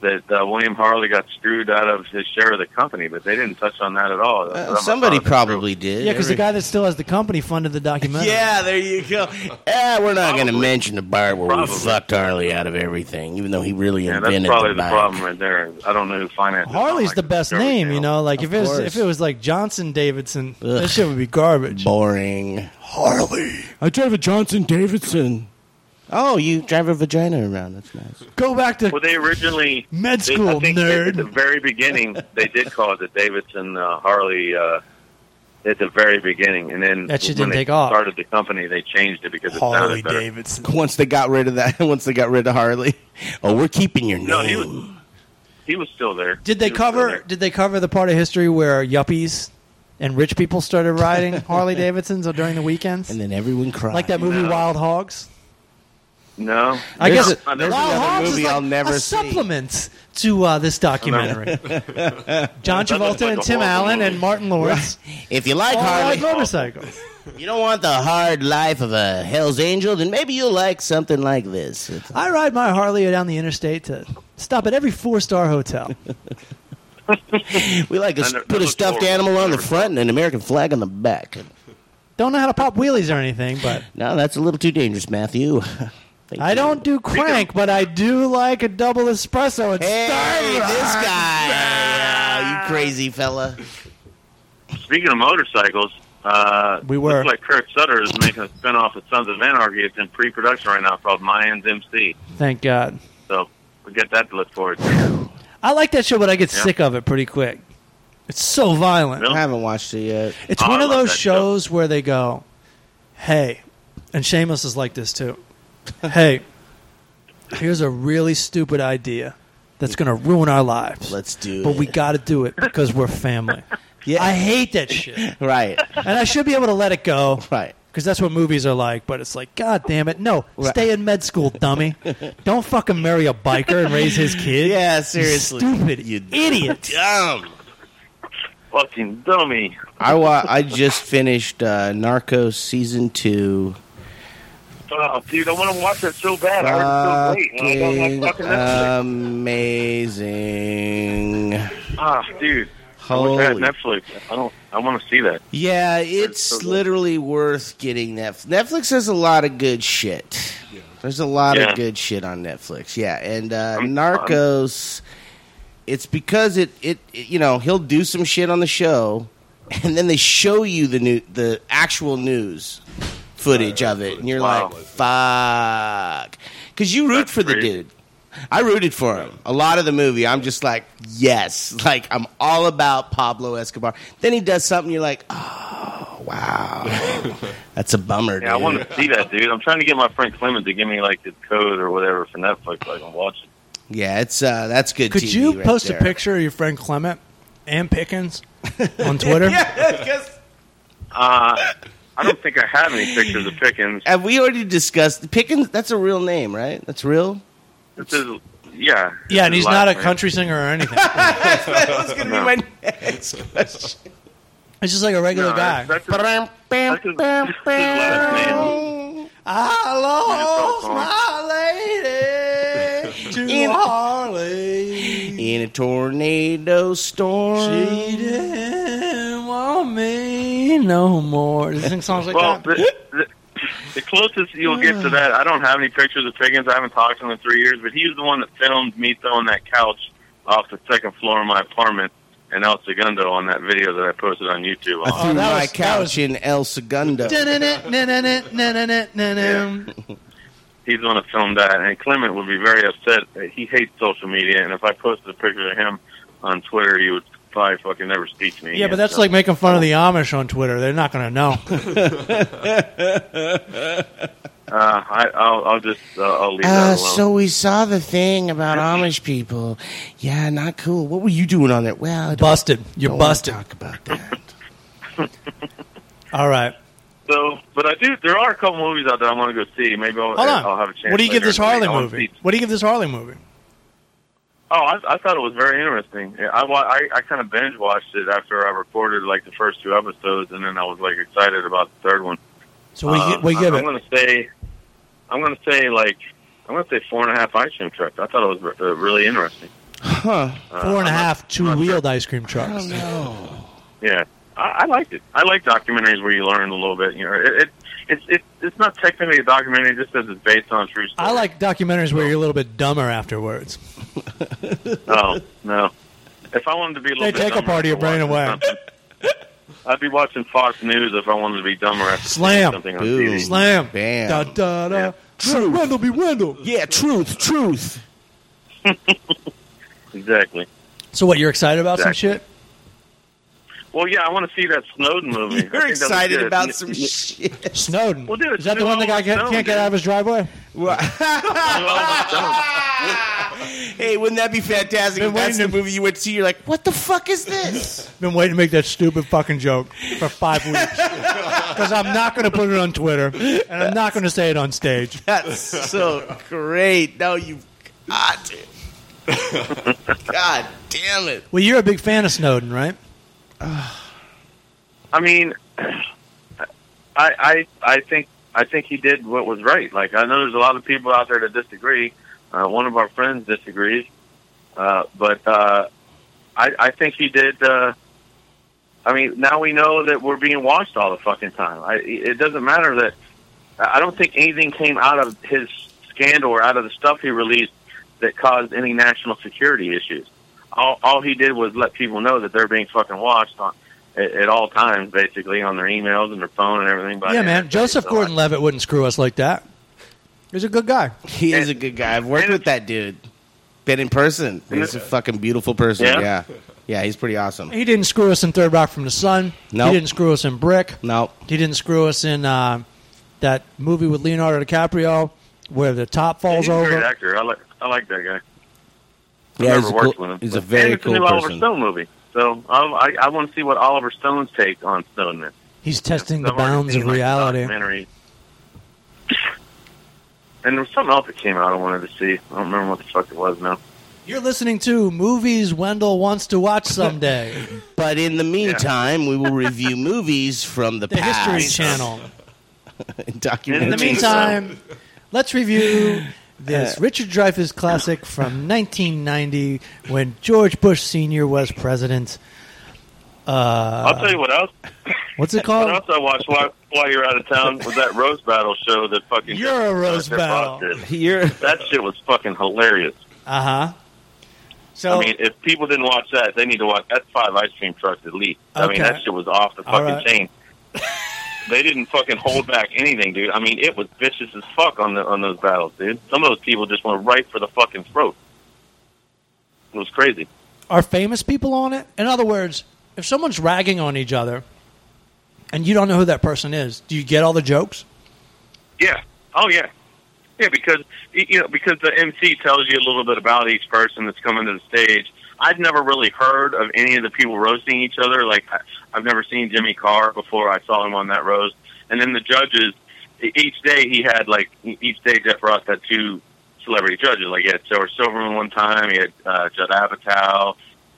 Speaker 6: that uh, William Harley got screwed out of his share of the company, but they didn't touch on that at all. That's
Speaker 3: Uh,
Speaker 6: what I'm
Speaker 3: somebody
Speaker 6: proud of.
Speaker 3: probably did.
Speaker 2: Yeah, because the
Speaker 3: Every-
Speaker 2: guy that still has the company funded the documentary.
Speaker 3: Yeah, there you [laughs] go. Ah, we're not going to
Speaker 6: Probably.
Speaker 3: mention the bar where
Speaker 6: Probably.
Speaker 3: we fucked Harley out of everything, even though he really
Speaker 6: Yeah,
Speaker 3: invented
Speaker 6: that's probably
Speaker 3: the
Speaker 6: the
Speaker 3: bike.
Speaker 6: problem right there. I don't know who financed. it.
Speaker 2: Harley's
Speaker 6: Like,
Speaker 2: the best
Speaker 6: Discovery
Speaker 2: name, you
Speaker 6: Channel.
Speaker 2: know. Like if
Speaker 3: Of
Speaker 2: it was
Speaker 3: course.
Speaker 2: if it was like Johnson Davidson,
Speaker 3: Ugh.
Speaker 2: that shit would be garbage.
Speaker 3: Boring. Harley.
Speaker 5: I drive a Johnson Davidson.
Speaker 3: Oh, you drive a vagina around. That's nice. [laughs]
Speaker 2: Go back to
Speaker 6: Well, they originally
Speaker 2: Med
Speaker 6: they- I
Speaker 2: school,
Speaker 6: think
Speaker 2: nerd.
Speaker 6: At the very beginning, they did call it the Davidson uh, Harley. Uh, at the very beginning, and then
Speaker 2: That shit
Speaker 6: when
Speaker 2: didn't
Speaker 6: they
Speaker 2: take off.
Speaker 6: Started the company, they changed it because it
Speaker 2: Harley
Speaker 6: sounded better.
Speaker 2: Davidson.
Speaker 3: Once they got rid of that, [laughs] once they got rid of Harley, oh, we're keeping your name.
Speaker 6: No, he was- He was still there.
Speaker 2: Did they
Speaker 6: He was still
Speaker 2: cover
Speaker 6: there.
Speaker 2: did they cover the part of history where yuppies and rich people started riding
Speaker 3: [laughs]
Speaker 2: Harley Davidsons during the weekends?
Speaker 3: and then everyone cried.
Speaker 2: Like that movie
Speaker 6: No.
Speaker 2: Wild Hogs?
Speaker 6: No,
Speaker 2: I
Speaker 3: There's
Speaker 2: guess
Speaker 3: a-
Speaker 2: Wild
Speaker 6: there's
Speaker 3: another
Speaker 2: Hogs
Speaker 3: movie
Speaker 2: is like
Speaker 3: I'll never
Speaker 2: a
Speaker 3: see.
Speaker 2: supplement to uh, this
Speaker 3: [laughs]
Speaker 2: documentary. John
Speaker 6: That looks
Speaker 2: Travolta
Speaker 6: like
Speaker 2: and
Speaker 6: a
Speaker 2: Tim
Speaker 6: horrible
Speaker 2: Allen
Speaker 6: movie.
Speaker 2: and Martin Lawrence
Speaker 3: If you [laughs] like
Speaker 2: all ride
Speaker 3: Harley,
Speaker 2: motorcycles.
Speaker 3: you don't want the hard life of a Hell's Angel, then maybe you'll like something like this. It's-
Speaker 2: I ride my Harley down the interstate to stop at every four star hotel.
Speaker 3: We like to
Speaker 6: I know-
Speaker 3: put a
Speaker 6: those
Speaker 3: stuffed
Speaker 6: doors-
Speaker 3: animal on the front and an American flag on the back.
Speaker 2: Don't know how to pop wheelies or anything, but
Speaker 3: No, that's a little too dangerous, Matthew. [laughs] Thank
Speaker 2: I
Speaker 3: you.
Speaker 2: don't do crank, but I do like a double espresso and
Speaker 3: Hey,
Speaker 2: Starbucks.
Speaker 3: this guy. Yeah, you crazy fella.
Speaker 6: Speaking of motorcycles, uh,
Speaker 2: We were.
Speaker 6: looks like Kurt Sutter is making a spinoff of Sons of Anarchy. It's in pre-production right now, called Mayans MC.
Speaker 2: Thank God.
Speaker 6: So we get that to look forward to.
Speaker 2: I like that show, but I get
Speaker 6: Yeah.
Speaker 2: sick of it pretty quick. It's so violent.
Speaker 6: Really?
Speaker 3: I haven't watched it yet.
Speaker 2: It's
Speaker 6: Oh,
Speaker 2: one
Speaker 6: I
Speaker 2: of
Speaker 6: love
Speaker 2: those
Speaker 6: that show.
Speaker 2: shows where they go, hey, and Shameless is like this too. [laughs] hey, here's a really stupid idea that's going to ruin our lives.
Speaker 3: Let's do
Speaker 2: But we
Speaker 3: it.
Speaker 2: got to do it because we're family.
Speaker 3: [laughs] Yeah.
Speaker 2: I hate that shit.
Speaker 3: Right,
Speaker 2: And I should be able to let it go.
Speaker 3: [laughs] right.
Speaker 2: because that's what movies are like. But it's like, God damn it, no, stay in med school,
Speaker 3: [laughs]
Speaker 2: dummy. Don't fucking marry a biker and raise his kid.
Speaker 3: Yeah,
Speaker 2: You
Speaker 3: seriously. Um.
Speaker 2: stupid
Speaker 3: You- [laughs]
Speaker 2: idiot.
Speaker 3: Dumb.
Speaker 6: Fucking dummy.
Speaker 3: I wa- I just finished uh, Narcos season two.
Speaker 6: Oh, dude, I want to watch that so bad. I heard it's so great. And I
Speaker 3: Fucking
Speaker 6: don't have fucking Netflix.
Speaker 3: amazing.
Speaker 6: Ah, dude. I wish
Speaker 3: Holy
Speaker 6: I had Netflix. I don't. I want to see that.
Speaker 3: Yeah,
Speaker 6: so
Speaker 3: it's
Speaker 6: good.
Speaker 3: literally worth getting Netflix. Netflix has a lot of good shit. There's a lot
Speaker 6: Yeah.
Speaker 3: of good shit on Netflix. Yeah, and uh,
Speaker 6: I'm-
Speaker 3: Narcos. It's because it, it it- you know he'll do some shit on the show, and then they show you the new the actual news footage of it, and you're
Speaker 6: Uh, Wow.
Speaker 3: like, fuck, because you root
Speaker 6: That's
Speaker 3: for the
Speaker 6: crazy.
Speaker 3: dude. I rooted for him. A lot of the movie, I'm just like, yes, [laughs] like I'm all about Pablo Escobar. Then he does something, you're like, oh wow, that's a bummer.
Speaker 6: Yeah, I
Speaker 3: dude.
Speaker 6: want to see that, dude. I'm trying to get my friend Clement to give me like his code or whatever for Netflix. so I can watch it.
Speaker 3: Yeah, it's uh, that's good.
Speaker 2: Could
Speaker 3: TV
Speaker 2: you
Speaker 3: right
Speaker 2: post
Speaker 3: there.
Speaker 2: a picture of your friend Clement and Pickens on Twitter?
Speaker 6: Uh, I don't think I have any pictures of Pickens.
Speaker 3: Have we already discussed Pickens? That's a real name, right? That's real.
Speaker 6: This is, yeah. this
Speaker 2: Yeah, and
Speaker 6: is
Speaker 2: he's not a
Speaker 6: last name.
Speaker 2: country singer or anything.
Speaker 3: That's gonna
Speaker 6: No.
Speaker 3: be my next question.
Speaker 2: It's just like a regular
Speaker 6: No,
Speaker 2: guy.
Speaker 6: that's, that's his, that's his, that's his last name.
Speaker 2: Hello, Oh,
Speaker 6: Beautiful.
Speaker 2: my lady, to
Speaker 3: In-
Speaker 2: Harley.
Speaker 3: In a tornado storm.
Speaker 2: She didn't want me no more. Does he sing songs like
Speaker 6: Well,
Speaker 2: that?
Speaker 6: the, the, the closest you'll get to that, I don't have any pictures of Pickens. I haven't talked to him in three years, but he was the one that filmed me throwing that couch off the second floor of my apartment in El Segundo on that video that I posted on YouTube.
Speaker 3: I threw
Speaker 2: that
Speaker 3: my
Speaker 2: was- that
Speaker 3: couch
Speaker 2: was-
Speaker 3: in El Segundo.
Speaker 2: Da-na-na-na-na-na-na-na-na.
Speaker 6: he's going to film that, and Clement would be very upset. that He hates social media, and if I posted a picture of him on Twitter, he would probably fucking never speak to me.
Speaker 2: Yeah,
Speaker 6: again,
Speaker 2: but that's
Speaker 6: so.
Speaker 2: like making fun of the Amish on Twitter. They're not going to know.
Speaker 6: uh, I, I'll, I'll just uh, I'll leave
Speaker 3: Uh,
Speaker 6: that alone.
Speaker 3: so we saw the thing about Amish people. Yeah, not cool. What were you doing on there? Well, I don't,
Speaker 2: Busted. You're
Speaker 3: don't wanna
Speaker 2: busted.
Speaker 3: Talk about that.
Speaker 2: All right.
Speaker 6: So, but I do. There are a couple movies out there I want to go see. Maybe I'll,
Speaker 2: Hold
Speaker 6: I'll
Speaker 2: on.
Speaker 6: have a chance.
Speaker 2: What do you give
Speaker 6: later
Speaker 2: this
Speaker 6: in the
Speaker 2: Harley
Speaker 6: week. I wanna
Speaker 2: movie?
Speaker 6: see-
Speaker 2: What do you give this Harley movie?
Speaker 6: Oh, I, I thought it was very interesting. Yeah, I wa- I, I kind of binge watched it after I recorded like the first two episodes, and then I was like excited about the third one.
Speaker 2: So what do you,
Speaker 6: Um,
Speaker 2: what do you give
Speaker 6: I,
Speaker 2: it?
Speaker 6: I'm gonna say, I'm gonna say like, I'm gonna say four and a half ice cream trucks. I thought it was re- uh, really interesting.
Speaker 3: Huh.
Speaker 6: Uh,
Speaker 2: Four and a
Speaker 6: I'm not-
Speaker 2: half
Speaker 6: I'm not sure.
Speaker 2: two-wheeled ice cream trucks.
Speaker 6: Yeah, I, I liked it. I like documentaries where you learn a little bit. You know, it, it it's it, it's not technically a documentary just as it's based on a true story.
Speaker 2: I like documentaries where you're a little bit dumber afterwards.
Speaker 6: No, no. If I wanted to be a little
Speaker 2: They
Speaker 6: bit
Speaker 2: take a
Speaker 6: dumber,
Speaker 2: part of your
Speaker 6: I'd
Speaker 2: brain
Speaker 6: watch
Speaker 2: away.
Speaker 6: something. I'd be watching Fox News if I wanted to be dumber after seeing
Speaker 2: Slam.
Speaker 6: something on
Speaker 3: Boo.
Speaker 6: TV.
Speaker 2: Slam.
Speaker 3: Bam.
Speaker 2: Da da da.
Speaker 6: Yeah.
Speaker 2: True. Wendell be Wendell.
Speaker 3: Yeah, truth, truth.
Speaker 6: Exactly.
Speaker 2: So what? You're excited about some shit?
Speaker 6: Well, yeah, I want to see that
Speaker 2: [laughs]
Speaker 6: Snowden movie. I think
Speaker 3: You're
Speaker 6: that's
Speaker 3: excited
Speaker 6: good.
Speaker 3: about
Speaker 6: N-
Speaker 3: some
Speaker 6: n-
Speaker 3: shit.
Speaker 2: Snowden.
Speaker 6: Well, dude,
Speaker 2: is that the
Speaker 6: it's
Speaker 2: one that guy can't,
Speaker 6: Snowden,
Speaker 2: can't get
Speaker 6: dude.
Speaker 2: out of his driveway?
Speaker 3: [laughs] hey, wouldn't that be fantastic?
Speaker 2: Been
Speaker 3: if that's the
Speaker 2: waiting to-
Speaker 3: movie you went to see. You're like, what the fuck is [laughs] this?
Speaker 2: Been waiting to make that stupid fucking joke for five
Speaker 6: [laughs]
Speaker 2: weeks because I'm not going to put it on Twitter and I'm not going to say it on stage.
Speaker 3: That's so great. Now you've got it. God damn it.
Speaker 2: Well, you're a big fan of Snowden, right?
Speaker 6: I mean, [sighs] I, I, I think, I think he did what was right. Like I know there's a lot of people out there that disagree. Uh, one of our friends disagrees, uh, but uh, I, I think he did. Uh, I mean, now we know that we're being watched all the fucking time. I, it doesn't matter that. I don't think anything came out of his scandal or out of the stuff he released that caused any national security issues. All, all he did was let people know that they're being fucking watched on, at, at all times, basically on their emails and their phone and everything. By
Speaker 2: yeah, man.
Speaker 6: everybody.
Speaker 2: Joseph
Speaker 6: So I-
Speaker 2: Gordon-Levitt wouldn't screw us like that. He's a good guy.
Speaker 3: He is
Speaker 6: And-
Speaker 3: a good guy. I've worked
Speaker 6: and-
Speaker 3: with that dude. Been in person. He's a fucking beautiful person. Yeah.
Speaker 6: Yeah?
Speaker 3: Yeah, he's pretty awesome.
Speaker 2: He didn't screw us in Third Rock from the Sun.
Speaker 3: Nope.
Speaker 2: He didn't screw us in Brick.
Speaker 3: No.
Speaker 2: He didn't screw us in uh, that movie with Leonardo DiCaprio where the top falls
Speaker 6: He's a great
Speaker 2: over.
Speaker 6: actor. I like I like that guy. I've
Speaker 3: Yeah,
Speaker 6: never
Speaker 3: he's a,
Speaker 6: worked
Speaker 3: cool,
Speaker 6: with him.
Speaker 3: he's a
Speaker 6: but-
Speaker 3: very
Speaker 6: and it's a
Speaker 3: cool
Speaker 6: new Oliver
Speaker 3: person.
Speaker 6: Stone movie, so I I, I want to see what Oliver Stone's take on Snowden is.
Speaker 2: He's testing the
Speaker 6: I've already
Speaker 2: bounds
Speaker 6: seen,
Speaker 2: of
Speaker 6: like,
Speaker 2: reality.
Speaker 6: documentary. [laughs] And there was something else that came out I wanted to see. I don't remember what the fuck it was now.
Speaker 2: You're listening to movies Wendell wants to watch someday.
Speaker 3: But in the meantime, we will review movies from the,
Speaker 2: the
Speaker 3: past.
Speaker 2: History Channel.
Speaker 3: and
Speaker 6: In
Speaker 2: In the
Speaker 3: [laughs] documentaries.
Speaker 2: meantime, let's review this Richard Dreyfuss classic from 1990 when George Bush Sr. was president. Uh,
Speaker 6: I'll tell you what else.
Speaker 2: What's it
Speaker 6: What
Speaker 2: called?
Speaker 6: else I watched while, while you were out of town was that Rose Battle show that fucking
Speaker 2: You're a Rose
Speaker 6: that Fox
Speaker 2: Battle.
Speaker 6: did.
Speaker 3: You're-
Speaker 6: That shit was fucking hilarious.
Speaker 2: Uh huh. So,
Speaker 6: I mean, if people didn't watch that, they need to watch. That's five ice cream trucks at least. I mean,
Speaker 2: Okay.
Speaker 6: that shit was off the
Speaker 2: All
Speaker 6: fucking
Speaker 2: right. [laughs]
Speaker 6: chain. they didn't fucking hold back anything, dude. I mean, it was vicious as fuck on the on those battles, dude. Some of those people just went right for the fucking throat. It was crazy.
Speaker 2: are famous people on it? In other words, if someone's ragging on each other and you don't know who that person is, do you get all the jokes?
Speaker 6: Yeah. Oh yeah. Yeah, because y- you know, because the MC tells you a little bit about each person that's coming to the stage. I'd never really heard of any of the people roasting each other. Like I, I've never seen Jimmy Carr before. I saw him on that roast, and then the judges. e- Each day he had like e- each day Jeff Ross had two celebrity judges. Like he had Sarah Silverman one time. He had uh, Judd Apatow.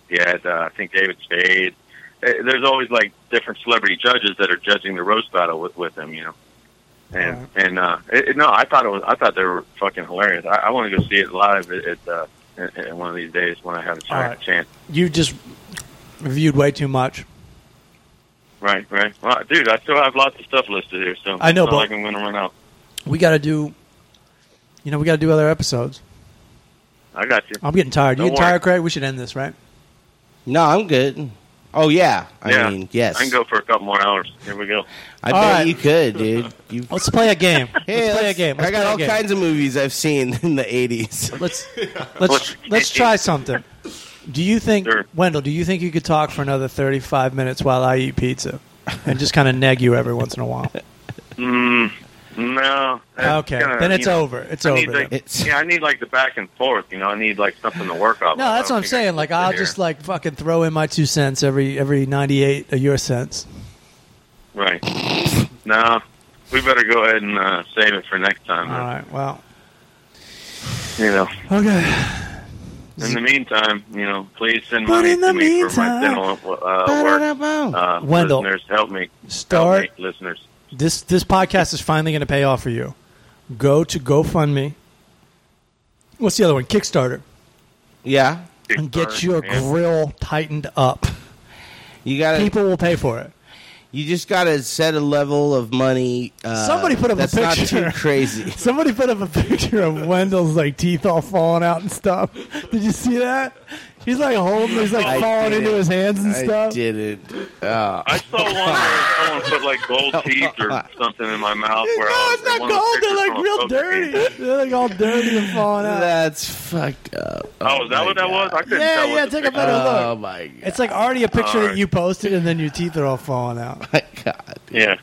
Speaker 6: He had uh, I think David Spade. Eh, There's always like different celebrity judges that are judging the roast battle with with him. You know and and uh, it, it- no, I thought it was. I thought they were fucking hilarious. I, I want to go see it live at, at uh, in, in one of these days when I have a chance.
Speaker 2: All right.
Speaker 6: chance.
Speaker 2: You just reviewed way too much.
Speaker 6: Right, right. Well, dude, I still have lots of stuff listed here, so
Speaker 2: I know,
Speaker 6: it's not
Speaker 2: but-
Speaker 6: like I'm gonna run out.
Speaker 2: We got to do, you know, we got to do other episodes.
Speaker 6: I got you.
Speaker 2: I'm getting tired. You
Speaker 6: Don't
Speaker 2: getting
Speaker 6: worry.
Speaker 2: tired, Craig? We should end this, right?
Speaker 3: No, I'm good. Oh yeah, I
Speaker 6: yeah,
Speaker 3: mean yes.
Speaker 6: I can go for a couple more hours. Here we go.
Speaker 3: I
Speaker 2: All
Speaker 3: bet
Speaker 2: right.
Speaker 3: you could, dude. You,
Speaker 2: Let's play a
Speaker 6: [laughs]
Speaker 2: game.
Speaker 3: Hey,
Speaker 2: [laughs] let's play a
Speaker 3: let's-
Speaker 2: game. Let's
Speaker 3: I got
Speaker 2: play a
Speaker 3: all
Speaker 2: game.
Speaker 3: kinds of movies I've seen [laughs] in the '80s.
Speaker 6: [laughs]
Speaker 2: Let's let's let's try something. Do you think
Speaker 6: Sure.
Speaker 2: Wendell? Do you think you could talk for another thirty-five minutes while I eat pizza and just kind of neg you every once in a
Speaker 6: [laughs]
Speaker 2: while?
Speaker 6: Mm, no. that's
Speaker 2: Okay,
Speaker 6: gonna,
Speaker 2: then
Speaker 6: you
Speaker 2: it's
Speaker 6: know,
Speaker 2: over. It's
Speaker 6: I
Speaker 2: over.
Speaker 6: need, like,
Speaker 2: then.
Speaker 3: It's-
Speaker 6: yeah, I need like the back and forth. You know, I need like something to work off.
Speaker 2: no,
Speaker 6: of.
Speaker 2: that's
Speaker 6: I
Speaker 2: what
Speaker 6: don't
Speaker 2: I'm
Speaker 6: think I
Speaker 2: saying.
Speaker 6: can
Speaker 2: Like
Speaker 6: sit
Speaker 2: I'll
Speaker 6: here.
Speaker 2: just like fucking throw in my two cents every every ninety-eight of your cents.
Speaker 6: right. no, we better go ahead and uh, save it for next time.
Speaker 2: All
Speaker 6: man.
Speaker 2: right. Well.
Speaker 6: You know.
Speaker 2: Okay.
Speaker 6: In the meantime, you know, please send
Speaker 2: But
Speaker 6: money
Speaker 2: in the
Speaker 6: to me for
Speaker 2: meantime-
Speaker 6: my dental uh, work. Uh,
Speaker 2: Wendell.
Speaker 6: listeners, help me.
Speaker 2: Start-
Speaker 6: help me, listeners.
Speaker 2: This this podcast is finally going to pay off for you. Go to GoFundMe. What's the other one? Kickstarter.
Speaker 3: Yeah,
Speaker 2: And get
Speaker 6: Kickstarter,
Speaker 2: your
Speaker 6: man.
Speaker 2: grill tightened up.
Speaker 3: you gotta.
Speaker 2: People will pay for it.
Speaker 3: you just gotta set a level of money. Uh,
Speaker 2: Somebody put up a
Speaker 3: that's
Speaker 2: picture.
Speaker 3: not too
Speaker 2: [laughs]
Speaker 3: crazy.
Speaker 2: Somebody put up a picture of Wendell's like teeth all falling out and stuff. Did you see that? He's like holding, he's like
Speaker 3: I
Speaker 2: falling
Speaker 3: did
Speaker 2: into
Speaker 3: it.
Speaker 2: his hands and
Speaker 3: I
Speaker 2: stuff.
Speaker 3: didn't. Uh,
Speaker 6: I saw one where someone put like
Speaker 2: [laughs]
Speaker 6: gold teeth or something in my mouth. Where
Speaker 2: No,
Speaker 6: I was,
Speaker 2: it's not
Speaker 6: one of the
Speaker 2: gold. They're
Speaker 6: pictures
Speaker 2: like
Speaker 6: from a
Speaker 2: real
Speaker 6: poker
Speaker 2: dirty.
Speaker 6: game.
Speaker 2: They're like all dirty and falling out.
Speaker 3: that's fucked up.
Speaker 6: Oh, is that
Speaker 3: my
Speaker 6: what that was?
Speaker 3: God.
Speaker 6: I couldn't
Speaker 2: Yeah,
Speaker 6: tell. what
Speaker 2: yeah,
Speaker 6: the
Speaker 2: take a
Speaker 6: picture-
Speaker 2: better-
Speaker 3: Oh my god!
Speaker 2: It's like already a picture
Speaker 6: Alright.
Speaker 2: that you posted, and then your teeth are all falling out.
Speaker 3: my god.
Speaker 6: Yeah.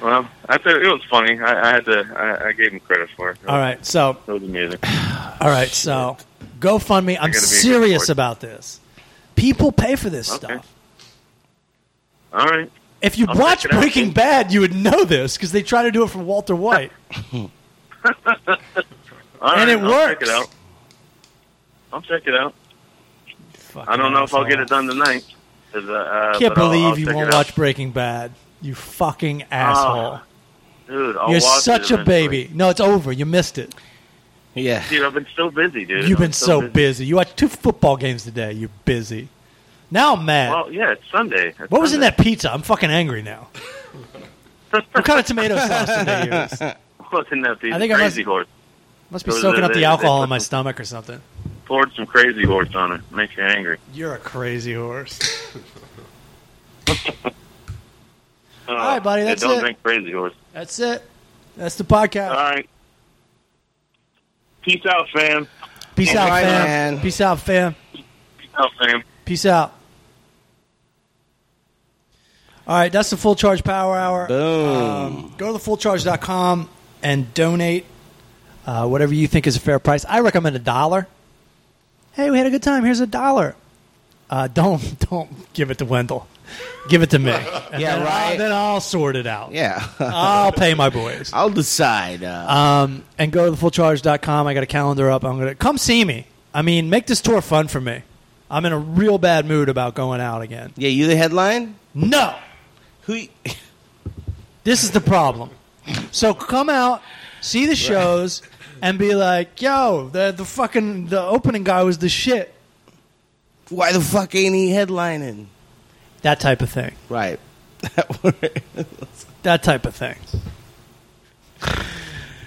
Speaker 6: Well, I thought it was funny. I, I had to. I, I gave him credit for it.
Speaker 2: All right, so
Speaker 6: It was amusing.
Speaker 2: All right, so GoFundMe. I'm
Speaker 6: be a good
Speaker 2: serious
Speaker 6: sport.
Speaker 2: about this. People pay for this
Speaker 6: Okay.
Speaker 2: stuff.
Speaker 6: All right.
Speaker 2: If you
Speaker 6: I'll
Speaker 2: watch
Speaker 6: check it out.
Speaker 2: Breaking Bad, you would know this because they try to do it for Walter
Speaker 6: [laughs]
Speaker 2: White.
Speaker 6: All
Speaker 2: And
Speaker 6: right,
Speaker 2: it
Speaker 6: I'll
Speaker 2: works.
Speaker 6: Check it out. I'll check it out. I don't know if I'll get it done tonight. 'cause, uh, uh,
Speaker 2: Can't
Speaker 6: but I'll-
Speaker 2: believe
Speaker 6: I'll
Speaker 2: you
Speaker 6: check
Speaker 2: won't
Speaker 6: it out.
Speaker 2: watch Breaking Bad. You fucking asshole.
Speaker 6: Dude, I'll
Speaker 2: You're
Speaker 6: watch it
Speaker 2: such a
Speaker 6: eventually.
Speaker 2: baby. No, it's over. You missed it.
Speaker 3: Yeah.
Speaker 6: Dude, I've been so busy, dude.
Speaker 2: You've
Speaker 6: I'm
Speaker 2: been so busy. You watched two football games today. You're busy. Now I'm mad.
Speaker 6: Well, yeah, it's Sunday. It's
Speaker 2: what was in
Speaker 6: Sunday.
Speaker 2: that pizza? I'm fucking angry now. what
Speaker 6: [laughs]
Speaker 2: kind of tomato sauce did they use?
Speaker 6: What's in that piece?
Speaker 2: I think I
Speaker 6: crazy
Speaker 2: must-
Speaker 6: horse.
Speaker 2: Must be
Speaker 6: Those are
Speaker 2: soaking up
Speaker 6: the-
Speaker 2: the alcohol
Speaker 6: they-
Speaker 2: in my stomach or something.
Speaker 6: Poured some crazy horse on it. Makes you angry.
Speaker 2: You're a crazy
Speaker 6: [laughs]
Speaker 2: horse.
Speaker 6: All
Speaker 2: right, buddy, that's
Speaker 6: don't
Speaker 2: it.
Speaker 6: drink crazy horse.
Speaker 2: That's it. That's the
Speaker 6: All
Speaker 2: podcast.
Speaker 6: right. Peace out, fam.
Speaker 2: Peace out,
Speaker 3: Bye,
Speaker 2: fam.
Speaker 3: man.
Speaker 2: Peace out, fam.
Speaker 6: Peace out, fam.
Speaker 2: Peace out. All right, that's the Full Charge Power Hour.
Speaker 3: Boom.
Speaker 2: Um, go to thefullcharge.com and donate uh, whatever you think is a fair price. I recommend a dollar. Hey, we had a good time. Here's a dollar. uh, [laughs] don't don't give it to Wendell. Give it to me. And
Speaker 3: [laughs] Yeah,
Speaker 2: then I'll,
Speaker 3: right.
Speaker 2: then I'll sort it out.
Speaker 3: Yeah, [laughs]
Speaker 2: I'll pay my boys.
Speaker 3: I'll decide. Uh,
Speaker 2: Um, and go to thefullcharge.com. I got a calendar up. I'm gonna come see me. I mean, make this tour fun for me. I'm in a real bad mood about going out again.
Speaker 3: yeah, you the headline?
Speaker 2: No,
Speaker 3: Who? y- [laughs]
Speaker 2: this is the problem. So come out, see the shows, and be like, "Yo, the the fucking the opening guy was the shit."
Speaker 3: Why the fuck ain't he headlining?
Speaker 2: That type of thing.
Speaker 3: Right.
Speaker 2: That type of thing.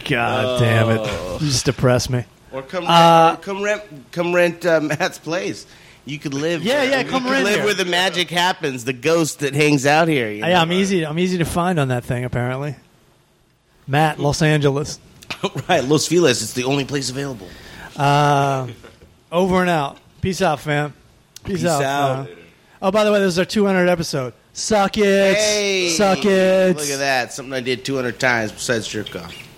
Speaker 2: God damn it! You just depress me.
Speaker 3: [laughs] Or come,
Speaker 2: Uh,
Speaker 3: or come rent, come rent uh, Matt's place. You could live.
Speaker 2: Yeah,
Speaker 3: there.
Speaker 2: yeah,
Speaker 3: You
Speaker 2: come
Speaker 3: could
Speaker 2: rent
Speaker 3: live
Speaker 2: here.
Speaker 3: where the magic happens. The ghost that hangs out here. you
Speaker 2: Yeah,
Speaker 3: know?
Speaker 2: I'm easy. I'm easy to find on that thing. Apparently, Matt, Los Angeles,
Speaker 3: right, Los Feliz. It's the only place available.
Speaker 2: over and out. Peace out, fam. Peace,
Speaker 3: Peace out.
Speaker 2: fam. Oh, by the way, this is our 200 episode. Suck it, suck it.
Speaker 3: Look at that. Something I did 200 times besides jerk off.